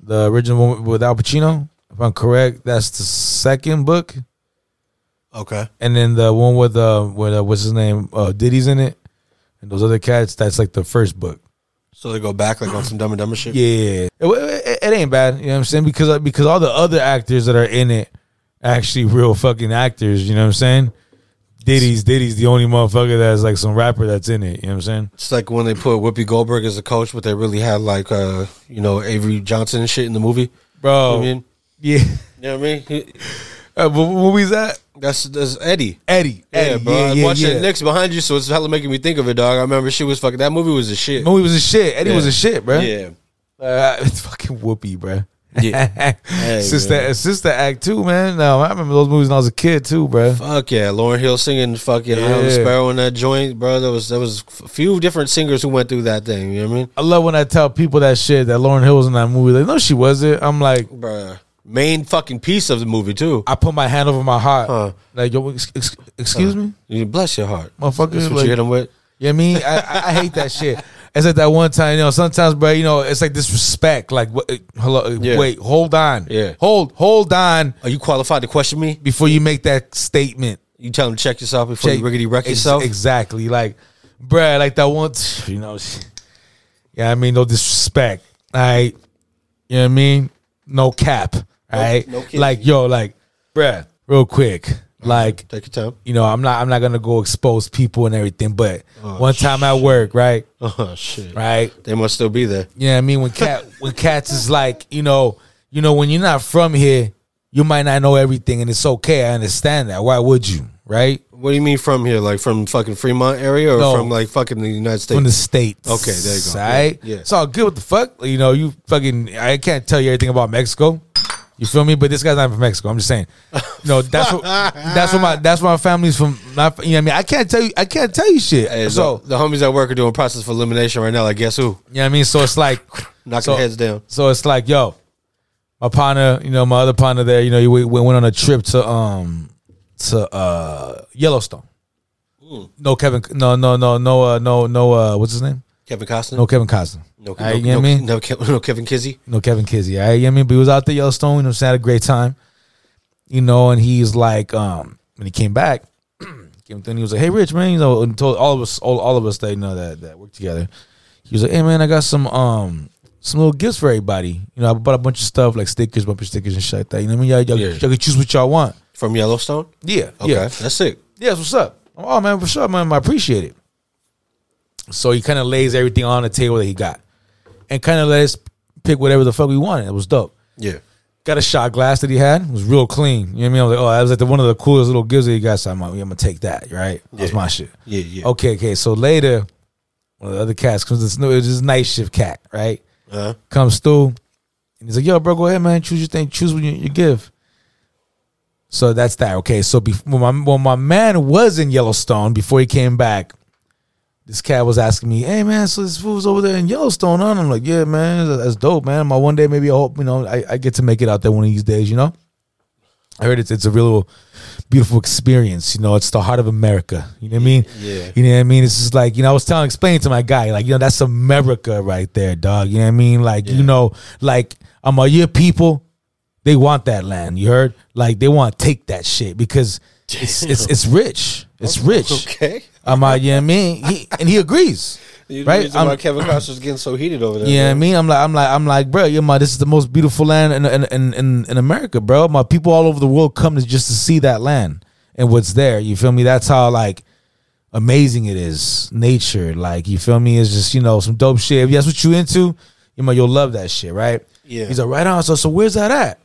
The original one with Al Pacino, if I'm correct, that's the second book, Okay. and then the one with uh with uh, what's his name uh, Diddy's in it, and those other cats. That's like the first book. So they go back like on some Dumb and Dumber shit? Yeah, it, it, it ain't bad. You know what I'm saying? Because because all the other actors that are in it actually real fucking actors. You know what I'm saying? Diddy's Diddy's the only motherfucker that's like some rapper that's in it. You know what I'm saying? It's like when they put Whoopi Goldberg as a coach, but they really had like, uh, you know, Avery Johnson and shit in the movie. You know Bro, what I mean? yeah. You know what I mean? He- Uh, but what movie's that? That's, that's Eddie. Eddie. Yeah, Eddie, bro. I watched that Knicks behind you, so it's hella making me think of it, dog. I remember she was fucking. That movie was a shit. Movie was a shit. Eddie Yeah. was a shit, bro. Yeah. Uh, it's fucking whoopee, bro. Yeah. Hey, since man. that since that act too, man. No, I remember those movies when I was a kid too, bro. Fuck yeah, Lauren Hill singing fucking yeah. Yeah. Sparrow in that joint, bro. There was there was a few different singers who went through that thing. You know what I mean, I love when I tell people that shit that Lauren Hill was in that movie. Like, no, she wasn't. I'm like, bro? Main fucking piece of the movie too. I put my hand over my heart. Huh. Like, yo, ex- ex- excuse me? You bless your heart, Motherfucker, That's what like- you hit him with. You know what I mean? I, I, I hate that shit. It's like that one time, you know, sometimes, bro, you know, it's like disrespect. Like, what, eh, hello, eh, Yeah. wait, hold on. Yeah. Hold, hold on Are you qualified to question me? before you make that statement. You tell him to check yourself before you riggedy wreck Ex- yourself. Exactly. Like, bruh, like that one, t- you know, sh- yeah, I mean, no disrespect. All right. You know what I mean? No cap. All right. no kidding. like, yo, like, bruh, real quick. Like, Take your time. you know, I'm not I'm not gonna go expose people and everything, but one time at work, right? Oh shit, Right. they must still be there. You know what I mean? When cat when cats is like, you know, you know, when you're not from here, you might not know everything and it's okay. I understand that. Why would you? Right? What do you mean from here? Like from fucking Fremont area or No. from like fucking the United States? From the states. Okay, there you go. All right. Yeah, yeah. It's all good. What the fuck? You know, you fucking I can't tell you everything about Mexico. You feel me? But this guy's not from Mexico. I'm just saying. No, that's what that's what my that's what my family's from. Not, you know what I mean? I can't tell you I can't tell you shit. Hey, so the, the homies at work are doing process for elimination right now. Like, guess who? You know what I mean? So it's like Knocking so, heads down. So it's like, yo, my partner, you know, my other partner there, you know, he went, went on a trip to um to uh Yellowstone. Mm. No Kevin no no no no uh no no uh what's his name? Kevin Costner. No Kevin Costner. no, All right, you know no, what I mean? no, Ke- no Kevin Kizzy. No Kevin Kizzy. I you know what I mean, but he was out there Yellowstone, you know, just had a great time. You know, and he's like, um, when he came back, came through and he was like, Hey Rich, man, you know, and told all of us all, all of us that you know that that work together. He was like, Hey man, I got some um some little gifts for everybody. You know, I bought a bunch of stuff like stickers, bumper stickers and shit like that. You know what I mean? Y'all, y'all, Yeah. y'all can choose what y'all want. From Yellowstone? Yeah. Okay. Yeah. That's sick. Yes, what's up? Oh man, what's up, man? I appreciate it. So he kind of lays everything on the table that he got, and kind of lets pick whatever the fuck we wanted. It was dope. Yeah. Got a shot glass that he had. It was real clean. You know what I mean? I was like, oh, that was like the, one of the coolest little gifts that he got. So I'm like, yeah, I'm gonna take that, right? That's Yeah. my shit. Yeah, yeah. Okay, okay. So later, one of the other cats comes. This new, it was this night shift cat, right? Uh-huh. Comes through, and he's like, yo, bro, go ahead, man. Choose your thing. Choose what you, you give. So that's that. Okay. So bef- when my when my man was in Yellowstone before he came back, this cat was asking me, "Hey man, so this fool's over there in Yellowstone, huh?" And I'm like, "Yeah, man, that's- that's dope, man. My one day, maybe I hope you know I, I get to make it out there one of these days, you know." I heard it's it's a real beautiful experience, you know. It's the heart of America, you know what I mean? Yeah. You know what I mean? It's just like you know, I was telling, explaining to my guy, like you know, that's America right there, dog. You know what I mean? Like you know, like um, are your people? They want that land. You heard? Like they want to take that shit because It's it's, it's rich. It's rich. Um, uh, Okay. I'm like, yeah, I mean, he, and he agrees. You the right? Um, reason why I'm, Kevin Costner's getting so heated over there. yeah, I bro. mean, I'm like, I'm like, I'm like, bro, yeah, my, this is the most beautiful land in in, in in in America, bro. My people all over the world come to just to see that land and what's there. You feel me? That's how like amazing it is. Nature, like you feel me, It's just you know some dope shit. If that's what you into, you know you'll love that shit, right? Yeah. He's like, right on. So so where's that at?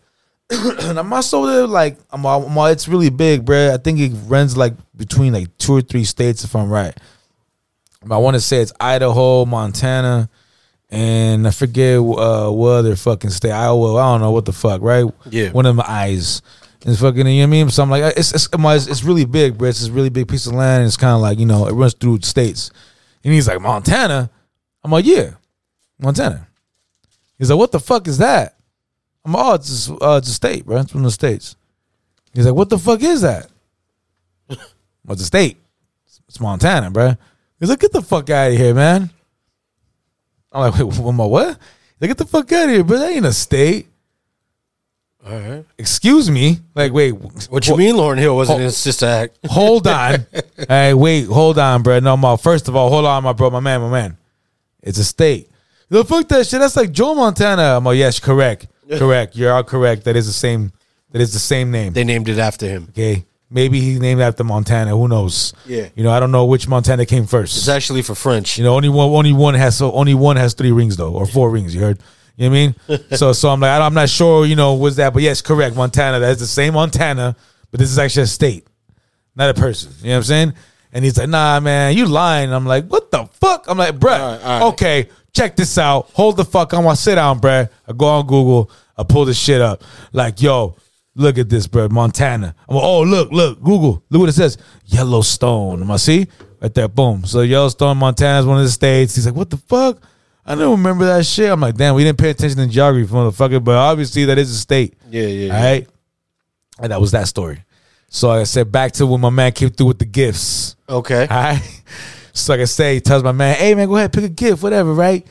and I'm also there, like I'm, all- I'm all- it's really big, bro. I think it runs like between like two or three states, if I'm right. I want to say it's Idaho, Montana, and I forget uh, what other fucking state. Iowa, I don't know what the fuck, right? Yeah. One of my eyes. It's fucking, you know what I mean? So I'm like, it's, it's, it's, it's really big, bro. It's this really big piece of land. And it's kind of like, you know, it runs through states. And he's like, Montana? I'm like, yeah, Montana. He's like, what the fuck is that? I'm like, oh, it's, just, uh, it's a state, bro. It's from the states. He's like, what the fuck is that? What's the state? It's Montana, bro. He's like, get the fuck out of here, man. I'm like, wait, what? my what? He's like, get the fuck out of here, bro. That ain't a state. All right. Excuse me. Like, wait, What you mean Lauren Hill Oh. wasn't in Sister Act? hold on. hey, wait, hold on, bro. No, my first of all, hold on, my bro, my man, my man. It's a state. The fuck that shit. That's like Joe Montana. I'm like, yes, correct, correct. You're all correct. That is the same. That is the same name. They named it after him. Okay, maybe he's named after Montana. Who knows? Yeah. you know, I don't know which Montana came first. It's actually for French. You know, only one, only one has so only one has three rings though, or four rings. You heard? You know what I mean? so, so I'm like, I don't- I'm not sure. You know, was that? But yes, correct. Montana. That's the same Montana, but this is actually a state, not a person. You know what I'm saying? And he's like, Nah, man, you lying. I'm like, What the fuck? I'm like, Bruh, All right, all right. okay, check this out. Hold the fuck on. I sit down, bruh. I go on Google. I pull this shit up. Like, yo. Look at this, bruh. Montana. I'm like, oh, look, look, Google. Look what it says. Yellowstone. Am I see? Right there, boom. So Yellowstone, Montana is one of the states. He's like, what the fuck? I don't remember that shit. I'm like, damn, we didn't pay attention to geography, motherfucker. But obviously, that is a state. Yeah, yeah, yeah. All right. And that was that story. So like I said, back to when my man came through with the gifts. Okay. All right. So like I say, he tells my man, hey man, go ahead, pick a gift, whatever, right?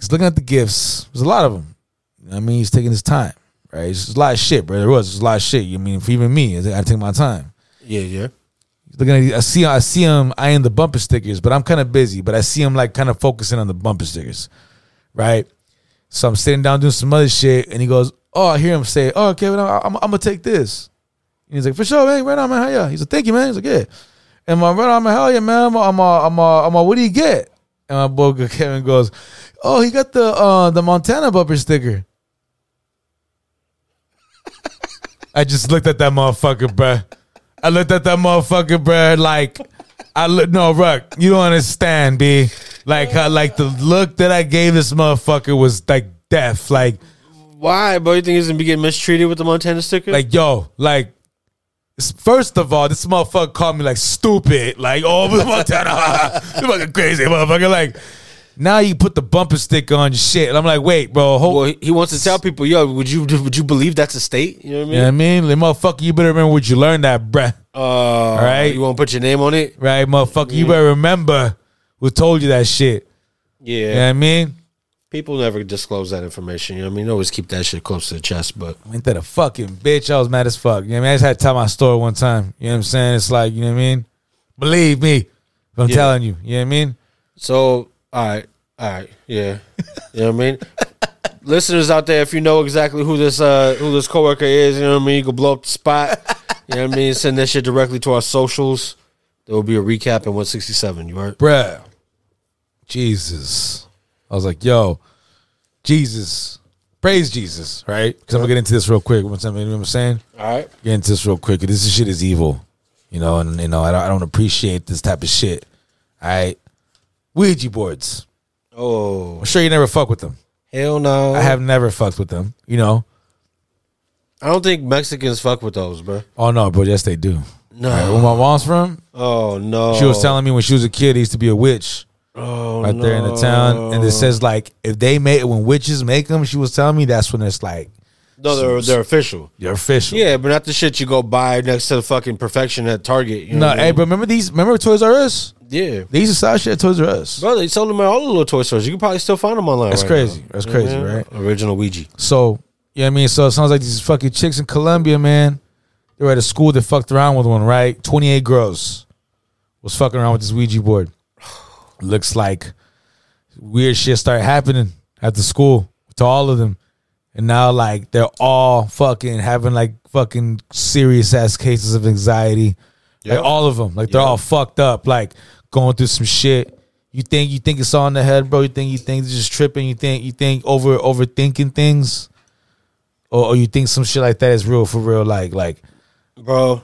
He's looking at the gifts. There's a lot of them. You know what I mean, he's taking his time, right? It's just a lot of shit, bro. There was just a lot of shit. You mean, for even me, I take my time. Yeah, yeah. He's looking at, I see, I see him eyeing the bumper stickers, but I'm kind of busy. But I see him like kind of focusing on the bumper stickers, right? So I'm sitting down doing some other shit, and he goes, "Oh, I hear him say, oh, Kevin, I, I'm, I'm gonna take this." And he's like, "For sure, man, right on, man, hell yeah." He's like, "Thank you, man." He's like, "Yeah," and my right on, man, hell yeah, man. I'm, a, I'm, a, I'm, a, I'm a, what do you get? And my boy Kevin goes, "Oh, he got the uh, the Montana bumper sticker." I just looked at that motherfucker, bruh. I looked at that motherfucker, bruh. Like, I look no, Ruck. You don't understand, b. Like, how, like the look that I gave this motherfucker was like death. Like, Why, bro? You think he's gonna be getting mistreated with the Montana sticker? like yo, like. s- First of all, this motherfucker called me like stupid, like oh, this Montana, you fucking crazy motherfucker. Like now you put the bumper sticker on your shit, and I'm like, wait, bro, hold, well, he- he wants to tell people, yo, would you would you believe that's a state? You know what I you know mean? what I mean, like, motherfucker, you better remember what you learned that, bruh. Uh, All right. You won't put your name on it? right, motherfucker? You better remember who told you that shit. Yeah. You know what I mean? People never disclose that information. You know what I mean? Always keep that shit close to the chest, but Ain't that a fucking bitch? I was mad as fuck. You know what I mean? I just had to tell my story one time. You know what I'm saying? It's like, you know what I mean? Believe me. if I'm Yeah. telling you. You know what I mean? so all right, all right, yeah. You know what I mean? Listeners out there, if you know exactly who this uh who this coworker is, you know what I mean, you can blow up the spot. You know what I mean? Send that shit directly to our socials. There will be a recap in 167, you heard? Bruh. Jesus. I was like, yo, Jesus. Praise Jesus, right? Because I'm going to get into this real quick. You know what I'm saying? You know what I'm saying? All right. get into this real quick. This shit is evil, you know, and you know I don't, I don't appreciate this type of shit. All right, Ouija boards. Oh, I'm sure you never fuck with them. hell no. I have never fucked with them. You know? I don't think Mexicans fuck with those, bro. Oh no, bro. Yes, they do. No. All right, Uh, where my mom's from, Oh no. she was telling me when she was a kid, there used to be a witch oh, right there in the town, and it says like if they make when witches make them, she was telling me that's when it's like No, they're they're official. you're official. Yeah, but not the shit you go buy next to the fucking perfection at Target. You know No, what I hey, mean? bro. Remember these? Remember Toys R Us? Yeah. They used to sell shit at Toys R Us. Bro, they sold them at all the little toy stores. You can probably still find them online. That's right crazy. now. That's You know what crazy, I mean? right? Uh, Original Ouija. So, you know what I mean? So it sounds like these fucking chicks in Colombia, man, They were at a school that fucked around with one, right? 28 girls was fucking around with this Ouija board. Looks like weird shit started happening at the school to all of them. And now, like, they're all fucking having, like, fucking serious ass cases of anxiety. Yeah. Like, all of them. Like, they're Yeah. all fucked up, like, going through some shit. You think you think it's all in the head, bro. You think you think it's just tripping. You think you think over overthinking things, or, or you think some shit like that is real for real. Like like bro.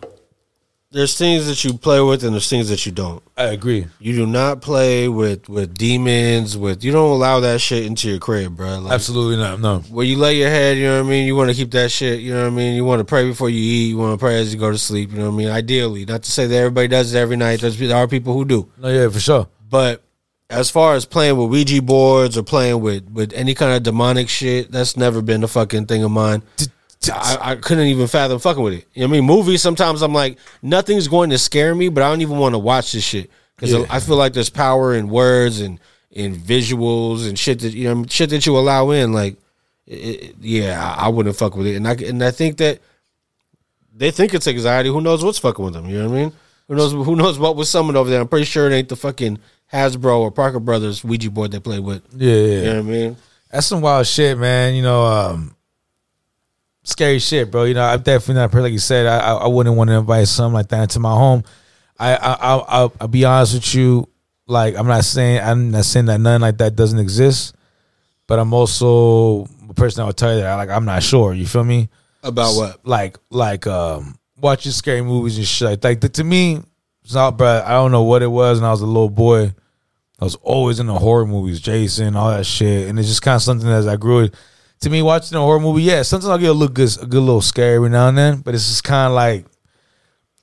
There's things that you play with, and there's things that you don't. I agree. You do not play with with demons. With you don't allow that shit into your crib, bro. Like, Absolutely not. No. where you lay your head, you know what I mean? You want to keep that shit, you know what I mean? You want to pray before you eat, you want to pray as you go to sleep, you know what I mean? Ideally, not to say that everybody does it every night. There's, there are people who do. No. Yeah. For sure. But as far as playing with Ouija boards or playing with, with any kind of demonic shit, that's never been a fucking thing of mine. I, I couldn't even fathom fucking with it. You know what I mean? Movies, sometimes I'm like, nothing's going to scare me, but I don't even want to watch this shit. Because Yeah. I feel like there's power in words and in visuals and shit that, you know, shit that you allow in. Like, it, it- yeah, I, I wouldn't fuck with it. And I, and I think that they think it's anxiety. Who knows what's fucking with them? You know what I mean? Who knows? Who knows what was summoned over there? I'm pretty sure it ain't the fucking Hasbro or Parker Brothers Ouija board they play with. Yeah. Yeah. You know what I mean? That's some wild shit, man. You know, um, scary shit, bro. You know, I'm definitely not a person like you said. I I, I wouldn't want to invite something like that into my home. I I I I'll, I'll be honest with you. Like I'm not saying I'm not saying that nothing like that doesn't exist, but I'm also a person that would tell you that like I'm not sure. You feel me? About what? Like like um watching scary movies and shit. Like, like to me, it's not bro. I don't know what it was when I was a little boy. I was always into horror movies, Jason, all that shit, and it's just kind of something that as I grew. To me, watching a horror movie, yeah, sometimes I'll get a look good, a good little scary every now and then, but it's just kind of like,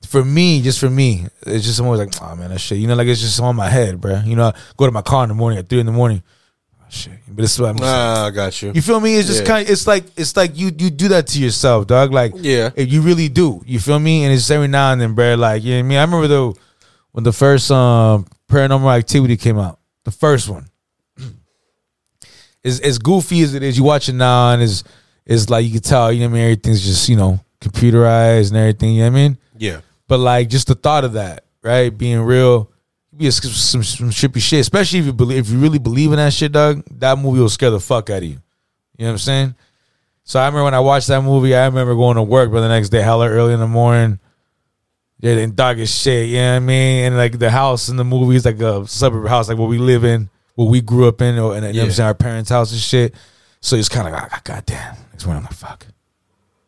for me, just for me, it's just almost like, oh man, that shit, you know, like it's just on my head, bro. You know, I go to my car in the morning at three in the morning, oh, shit. But it's what I'm just- Ah, I got you. you feel me? It's just Yeah. kind. Of, it's like it's like you you do that to yourself, dog. Like Yeah. if you really do. You feel me? And it's every now and then, bro. Like you know what I mean? I remember though when the first um Paranormal Activity came out, the first one. As as goofy as it is, you watch it now and it's it's like you can tell. You know what I mean? Everything's just you know computerized and everything. You know what I mean? Yeah. But like just the thought of that, right? Being real, be a, some some trippy shit. Especially if you believe, if you really believe in that shit, dog. That movie will scare the fuck out of you. You know what I'm saying? So I remember when I watched that movie, I remember going to work, but the next day, hella early in the morning. Yeah, then dark as shit. You know what I mean? And like the house in the movie is like a suburb house, like what we live in, what we grew up in, or and, you know what I'm Yeah. saying our parents' house and shit. So it's kind of like, ah, goddamn. Next morning, I'm like, fuck.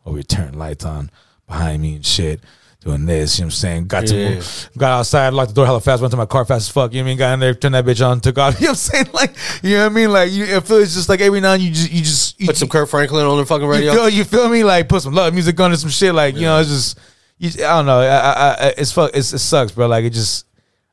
Or we turn lights on behind me and shit, doing this. You know what I'm saying? Got to Yeah. move, got outside, locked the door hella fast, went to my car fast as fuck. You know what I mean? Got in there, turned that bitch on, took off. You know what I'm saying? Like, you know what I mean? Like, you, I feel it's just like every now and you just, you just, you, Put some Kurt Franklin on the fucking radio. you feel, you feel me? Like put some love music on and some shit. Like you know, it's just you, I don't know. I, I, I, it's fuck. It's, it sucks, bro. Like it just.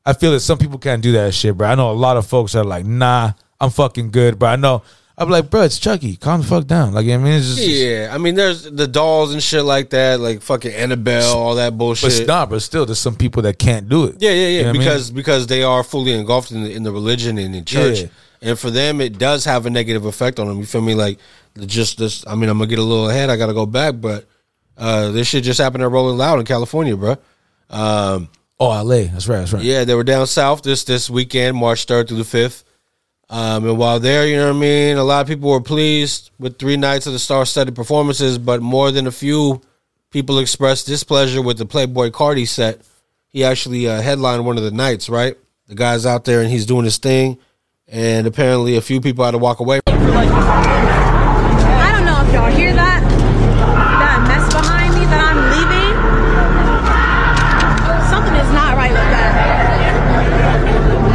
I feel that some people can't do that shit, bro. I know a lot of folks are like, nah, I'm fucking good, bro. I know. I'm like, bro, it's Chucky. Calm the fuck down. Like I mean, it's just. Yeah, I mean, there's the dolls and shit like that, like fucking Annabelle, all that But bullshit. it's not, but still, there's some people that can't do it. Yeah, yeah, yeah. You know what I mean? because because they are fully engulfed in the, in the religion and in church, Yeah. and for them it does have a negative effect on them. You feel me? Like just this. I mean, I'm gonna get a little ahead. I gotta go back, but uh, this shit just happened at Rolling Loud in California, bro. Um, oh, LA. That's right. That's right. yeah, they were down south this this weekend, March third through the fifth. Um, and while there, you know what I mean, a lot of people were pleased with three nights of the star-studded performances, but more than a few people expressed displeasure with the Playboy Cardi set. He actually uh, headlined one of the nights, right? The guy's out there and he's doing his thing, and apparently a few people had to walk away. I don't know if y'all hear that. That mess behind me that I'm leaving. Something is not right with that.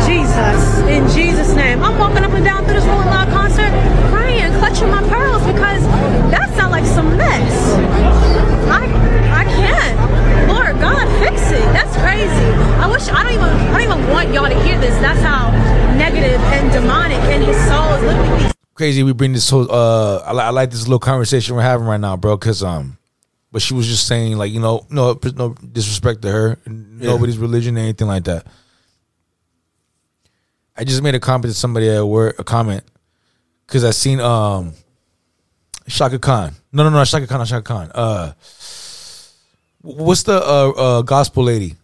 Jesus. In Jesus' name. I'm walking up and down through this Rolling Loud concert crying, clutching my pearls because that sounds like some mess. I, I can't. Lord God, fix it. That's crazy. I wish I don't even I don't even want y'all to hear this. That's how negative and demonic and his soul is living these crazy we bring this whole uh I, li- I like this little conversation we're having right now bro because um but she was just saying like you know no no disrespect to her nobody's religion or anything like that i just made a comment to somebody at work a comment because i seen um Shaka Khan no no no not Shaka Khan not Shaka Khan uh What's the uh, uh, gospel lady?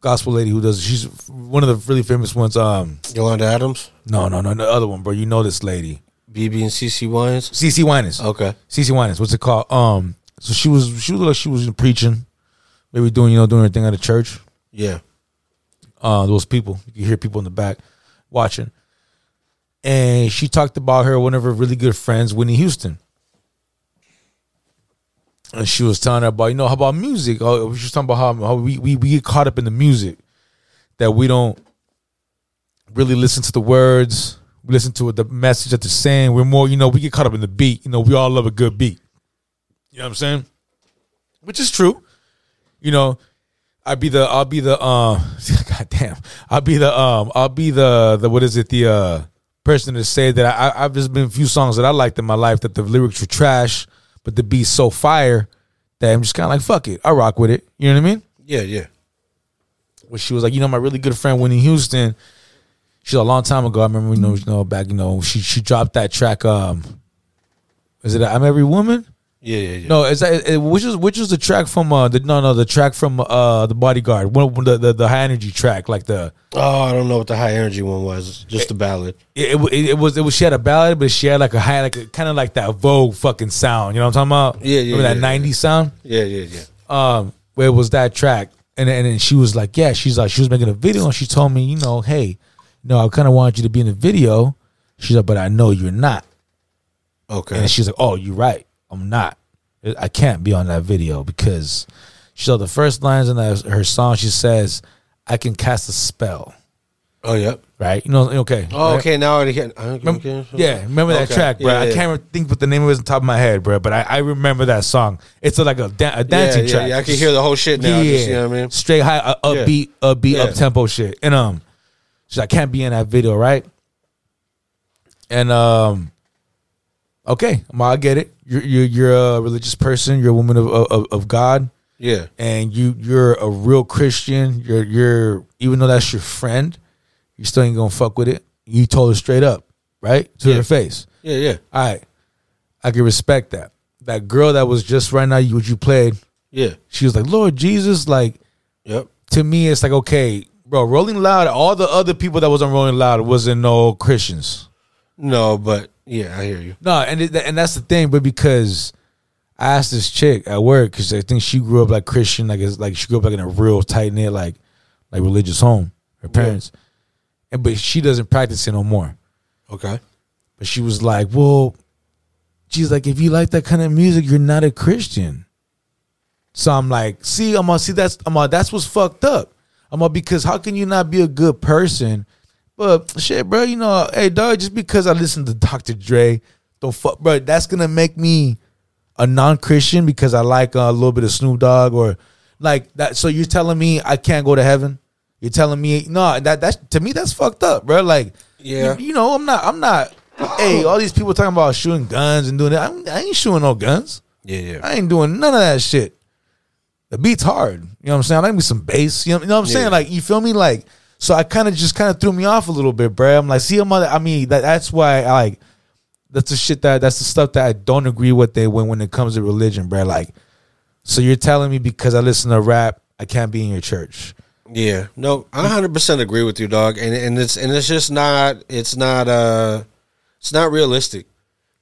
Gospel lady who does? She's one of the really famous ones. Um, Yolanda Adams, no, no, no, the other one, bro. You know this lady, BB and CC Wines. CC Winans. Okay. CC Winans. What's it called? Um, so she was she was like she was preaching, maybe doing you know doing her thing at the church. Yeah. uh, those people. You could hear people in the back watching. And she talked about her one of her really good friends, Whitney Houston. And she was telling her about, you know, how about music? Oh, she was talking about how, how we, we we get caught up in the music that we don't really listen to the words. We listen to the message that they're saying. We're more, you know, we get caught up in the beat. You know, we all love a good beat. You know what I'm saying? Which is true. You know, I'd be the I'll be the um god damn. I'll be the um I'll be the the what is it, the uh person to say that I I- I've just been a few songs that I liked in my life that the lyrics were trash, but the beat's so fire that I'm just kinda like, fuck it, I rock with it. You know what I mean? Yeah. Yeah. where she was like, you know, my really good friend Winnie Houston. She's a long time ago. I remember, you know, you know, back, you know, she she dropped that track. Um, is it "I'm Every Woman"? Yeah. Yeah. Yeah. No, is that it, which is which is the track from uh the no no the track from uh the Bodyguard one of the the, the high energy track like the Oh, I don't know what the high energy one was. Just a ballad. it, it, it was it was she had a ballad but she had like a high like kind of like that Vogue fucking sound you know what I'm talking about Yeah, yeah, Remember that yeah, yeah. '90s sound Yeah. Yeah. Yeah. um, where it was that track, and and then she was like, yeah, she's like, she was making a video, and she told me, you know, hey, no, I kind of wanted you to be in the video. She's like, but I know you're not, Okay. and she's like, oh, you're right, I'm not, I can't be on that video because she saw the first lines in that, her song. She says, I can cast a spell, Oh, yeah. right? You know, okay, Oh, right? okay. Now I already can. Okay. Yeah, remember that Okay. track, bro. Yeah, I yeah. can't re- think what the name of it was on top of my head, bro. But I, I remember that song. It's a, like a, da- a dancing yeah, track. Yeah, I can hear the whole shit now. Just, you know what I mean? Straight high, uh, Yeah. upbeat, upbeat, Yeah. up tempo shit. And um, she's like, can't be in that video, right? And um, okay, Ma, I get it. You're you're, you're a religious person. You're a woman of of, of God, Yeah. and you you're a real Christian. You're you're even though that's your friend, you still ain't gonna fuck with it. You told her straight up, right to Yeah. her face. Yeah, yeah. All right, I can respect that. That girl that was just right now, you what you played. Yeah. She was like, Lord Jesus, like Yep. to me, it's like okay, bro. Rolling Loud, all the other people that was on Rolling Loud wasn't no Christians. No, but yeah, I hear you. No, and it, and that's the thing, but because I asked this chick at work because I think she grew up like Christian, like it's, like she grew up like in a real tight knit like like religious home, her parents, and but she doesn't practice it no more. Okay. But she was like, well, she's like, if you like that kind of music, you're not a Christian. So I'm like, see, I'm gonna see that's I'm gonna, that's what's fucked up. I'm gonna because how can you not be a good person? But shit, bro, you know, hey dog, just because I listen to Dr. Dre, don't fuck, bro. That's gonna make me a non-Christian because I like uh, a little bit of Snoop Dogg or like that. So you're telling me I can't go to heaven? You're telling me no? That that's to me that's fucked up, bro. Like, Yeah. you, you know, I'm not, I'm not. Hey, all these people talking about shooting guns and doing that. I'm- I ain't shooting no guns. Yeah, yeah. I ain't doing none of that shit. The beat's hard. You know what I'm saying? I need me some bass. You know, you know what I'm saying? Yeah. Like, you feel me? Like, so I kind of just kind of threw me off a little bit, bruh. I'm like, see, I'm I mean, that, that's why I like, that's the shit that, that's the stuff that I don't agree with they when, when it comes to religion, bruh. Like, so you're telling me because I listen to rap, I can't be in your church. Yeah. No, I 100% agree with you, dog. And and it's and it's just not it's not uh it's not realistic.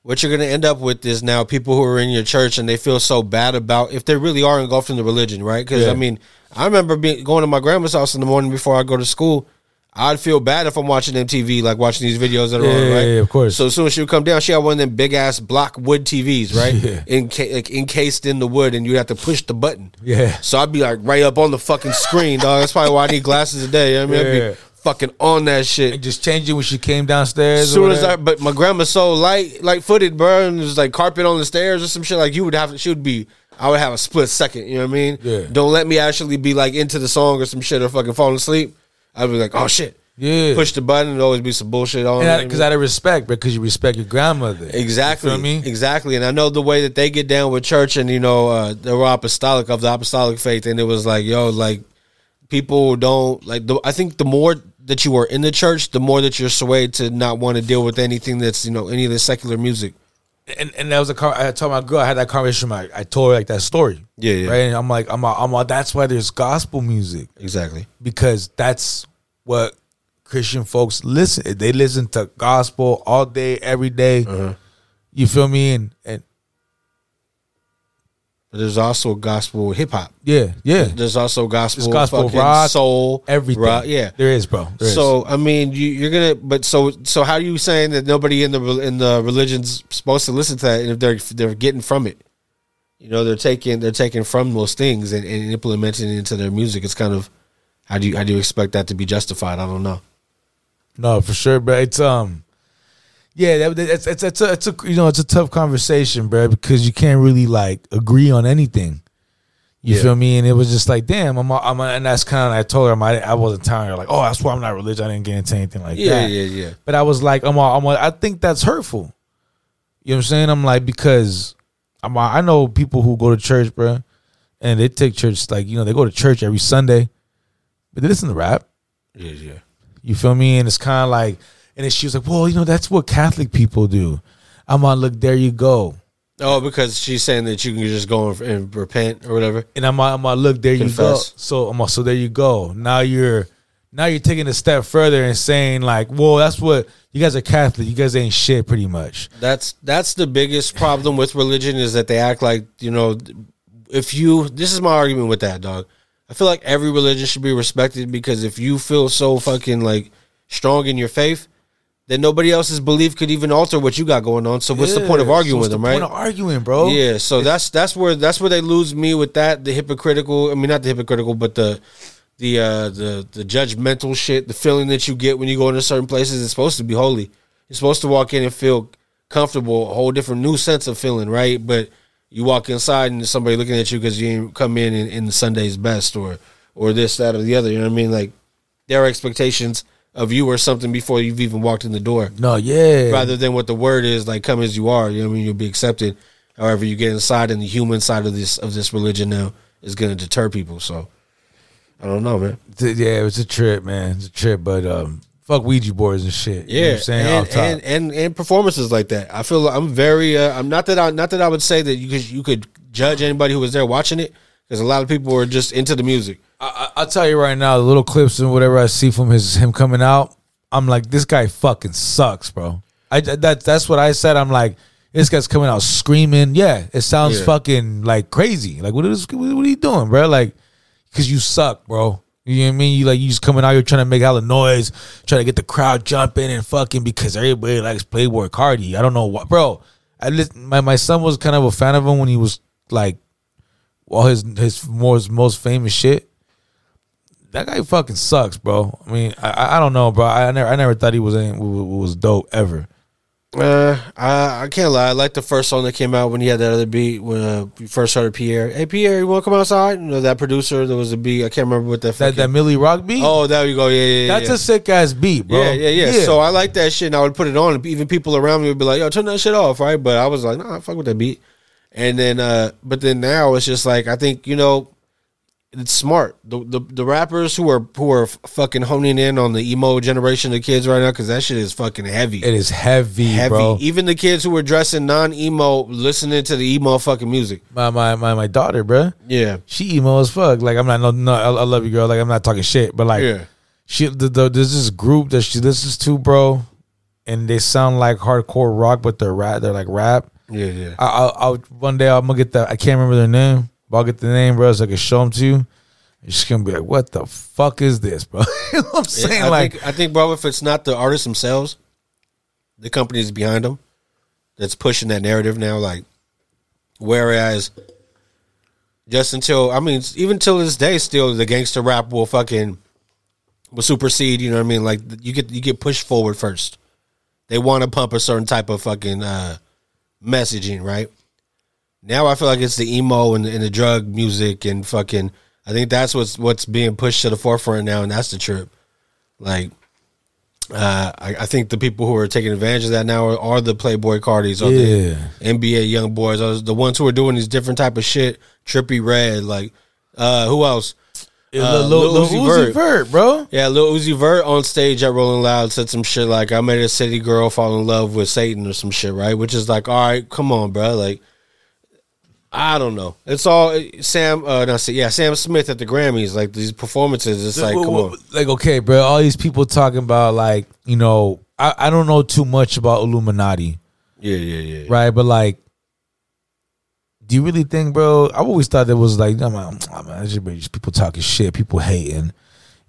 What you're going to end up with is now people who are in your church and they feel so bad about if they really are engulfed in the religion, right? Cuz Yeah. I mean, I remember being, going to my grandma's house in the morning before I go to school. I'd feel bad if I'm watching MTV, like watching these videos that are on, Yeah, right? yeah, of course. So as soon as she would come down, she had one of them big ass block wood TVs, right? Yeah. Enca- like encased in the wood, and you have to push the button. Yeah. So I'd be like right up on the fucking screen, dog. That's probably why I need glasses today. You know what I mean, I'd Yeah. be fucking on that shit. And just change it when she came downstairs. As soon as I, but my grandma's so light, light footed, bro, and there's like carpet on the stairs or some shit. Like you would have, she would be. I would have a split second. You know what I mean? Yeah. Don't let me actually be like into the song or some shit or fucking falling asleep. I'd be like, oh shit. Yeah. Push the button. It'd always be some bullshit on. you know what I because mean? out of respect, because you respect your grandmother. Exactly. You feel me? Exactly. And I know the way that they get down with church and, you know, uh, they were apostolic of the apostolic faith. And it was like, yo, like, people don't, like, the, I think the more that you are in the church, the more that you're swayed to not want to deal with anything that's, you know, any of the secular music. and and that was a car. I told my girl I had that conversation. with My I told her like that story. Yeah, yeah. Right. And I'm like, I'm, a, I'm. A, that's why there's gospel music Exactly. because that's what Christian folks listen. They listen to gospel all day, every day. Uh-huh. You feel me? And and But there's also gospel hip hop. yeah, yeah. There's also gospel, It's gospel, fucking rock, soul, Everything. rock, yeah. there is, bro. There is. So I mean, you, you're gonna, but so so how are you saying that nobody in the rel- in the religion's supposed to listen to that, and if they're if they're getting from it, you know, they're taking they're taking from those things and, and implementing it into their music. It's kind of how do you how do you expect that to be justified? I don't know. No, for sure, bro. It's um, yeah, that, that's it's it's a, it's a you know it's a tough conversation, bro, because you can't really like agree on anything. You Yeah. feel me? And it was just like, damn, I'm, I'm, and that's kind of I told her I, I wasn't telling her like, oh, that's why I'm not religious. I didn't get into anything like Yeah, that. yeah, yeah. But I was like, I'm, all, I'm, all, I think that's hurtful. You know what I'm saying? I'm like because I'm, all- I know people who go to church, bro, and they take church like you know they go to church every Sunday, but they listen to rap. Yeah, yeah. You feel me? And it's kind of like, and then she was like, well, you know, that's what Catholic people do. I'm on, look, there you go. Oh, because she's saying that you can just go and, and repent or whatever. And I'm on, I'm on, look, there Confess. you go. So I'm on, so there you go. Now you're, now you're taking a step further and saying like, well, that's what you guys are Catholic. You guys ain't shit pretty much. That's that's the biggest problem with religion is that they act like you know, if you this is my argument with that dog. I feel like every religion should be respected because if you feel so fucking like strong in your faith, then nobody else's belief could even alter what you got going on. So what's the point of Yeah, arguing so with what's them, the right? Point of arguing, bro. Yeah, so that's that's where that's where they lose me with that the hypocritical. I mean, not the hypocritical, but the the uh, the the judgmental shit. The feeling that you get when you go into certain places it's supposed to be holy. You're supposed to walk in and feel comfortable, a whole different new sense of feeling, right? But you walk inside and there's somebody looking at you because you didn't come in in, in the Sunday's best or or this that or the other. You know what I mean? Like their expectations of you or something before you've even walked in the door No, yeah. rather than what the word is like come as you are you know what i mean you'll be accepted however you get inside and the human side of this of this religion now is going to deter people so i don't know man It's a- yeah, it's a trip, man. It's a trip, but um, fuck Ouija boards and shit. You know what I'm saying and, Off top. and and and performances like that i feel i'm very uh, i'm not that i not that i would say that you could you could judge anybody who was there watching it because a lot of people were just into the music I, I- I'll tell you right now, the little clips and whatever I see from his him coming out, I'm like, this guy fucking sucks, bro. I that that's what I said. I'm like, this guy's coming out screaming. Yeah, it sounds Yeah. fucking like crazy. Like, what is what, what are you doing, bro? Like, because you suck, bro. You know what I mean? You like you just coming out, you're trying to make hella noise, trying to get the crowd jumping and fucking because everybody likes Playboy Cardi. I don't know what, bro. I listen, my my son was kind of a fan of him when he was like all his his more his most famous shit. That guy fucking sucks, bro. I mean, I- I, I don't know, bro. I never I never thought he was any, w- w- was dope ever. Uh, I, I can't lie. I like the first song that came out when he had that other beat when uh, you first heard of Pierre. Hey, Pierre, you want to come outside? You know, that producer, there was a beat. I can't remember what that. That fucking- that Millie Rock beat, oh, there you go. Yeah, yeah, yeah. that's yeah. a sick ass beat, bro. Yeah, yeah, yeah, So I like that shit, and I would put it on. and Even people around me would be like, "Yo, turn that shit off," right? But I was like, "Nah, fuck with that beat." And then, uh, but then now it's just like I think you know, it's smart. The the, the rappers who are who are fucking honing in on the emo generation of kids right now because that shit is fucking heavy it is heavy, heavy. e- bro. Even the kids who were dressing non emo listening to the emo fucking music. My my my my daughter, bro. Yeah. She emo as fuck. Like I'm not no no. I, I love you, girl. Like I'm not talking shit, but like Yeah. she the, the, there's this group that she listens to, bro, and they sound like hardcore rock, but they're rap. They're like rap. Yeah, yeah. I, I, I'll one day I'm gonna get the I can't remember their name, but I'll get the name, bro, so I can show them to you. You're just gonna be like, what the fuck is this, bro? you know what I'm saying? I like, think I think bro, if it's not the artists themselves, the companies behind them that's pushing that narrative now, like whereas just until I mean even till this day still the gangster rap will fucking will supersede, you know what I mean? Like you get you get pushed forward first. They want to pump a certain type of fucking uh messaging, right? Now I feel like it's the emo and, and the drug music and fucking. I think that's what's what's being pushed to the forefront now, and that's the trip. Like, uh, I, I think the people who are taking advantage of that now are, are the Playboy Cardis, or the NBA young boys, or the ones who are doing these different type of shit. Trippy Red, like, uh, who else? Lil, Lil, Lil Uzi, Vert. bro. Yeah, Lil Uzi Vert on stage at Rolling Loud said some shit like, "I made a city girl fall in love with Satan" or some shit, right? Which is like, all right, come on, bro. Like, I don't know. It's all Sam. Uh, not Sa- yeah, Sam Smith at the Grammys. Like these performances, it's like, Wha- come wha- on. like, okay, bro. All these people talking about like you know, I, I don't know too much about Illuminati, Yeah, yeah, yeah. right? But like, do you really think, bro? I've always thought it was like, I'm like, "Oh, man, it's just- just people talking shit, people hating.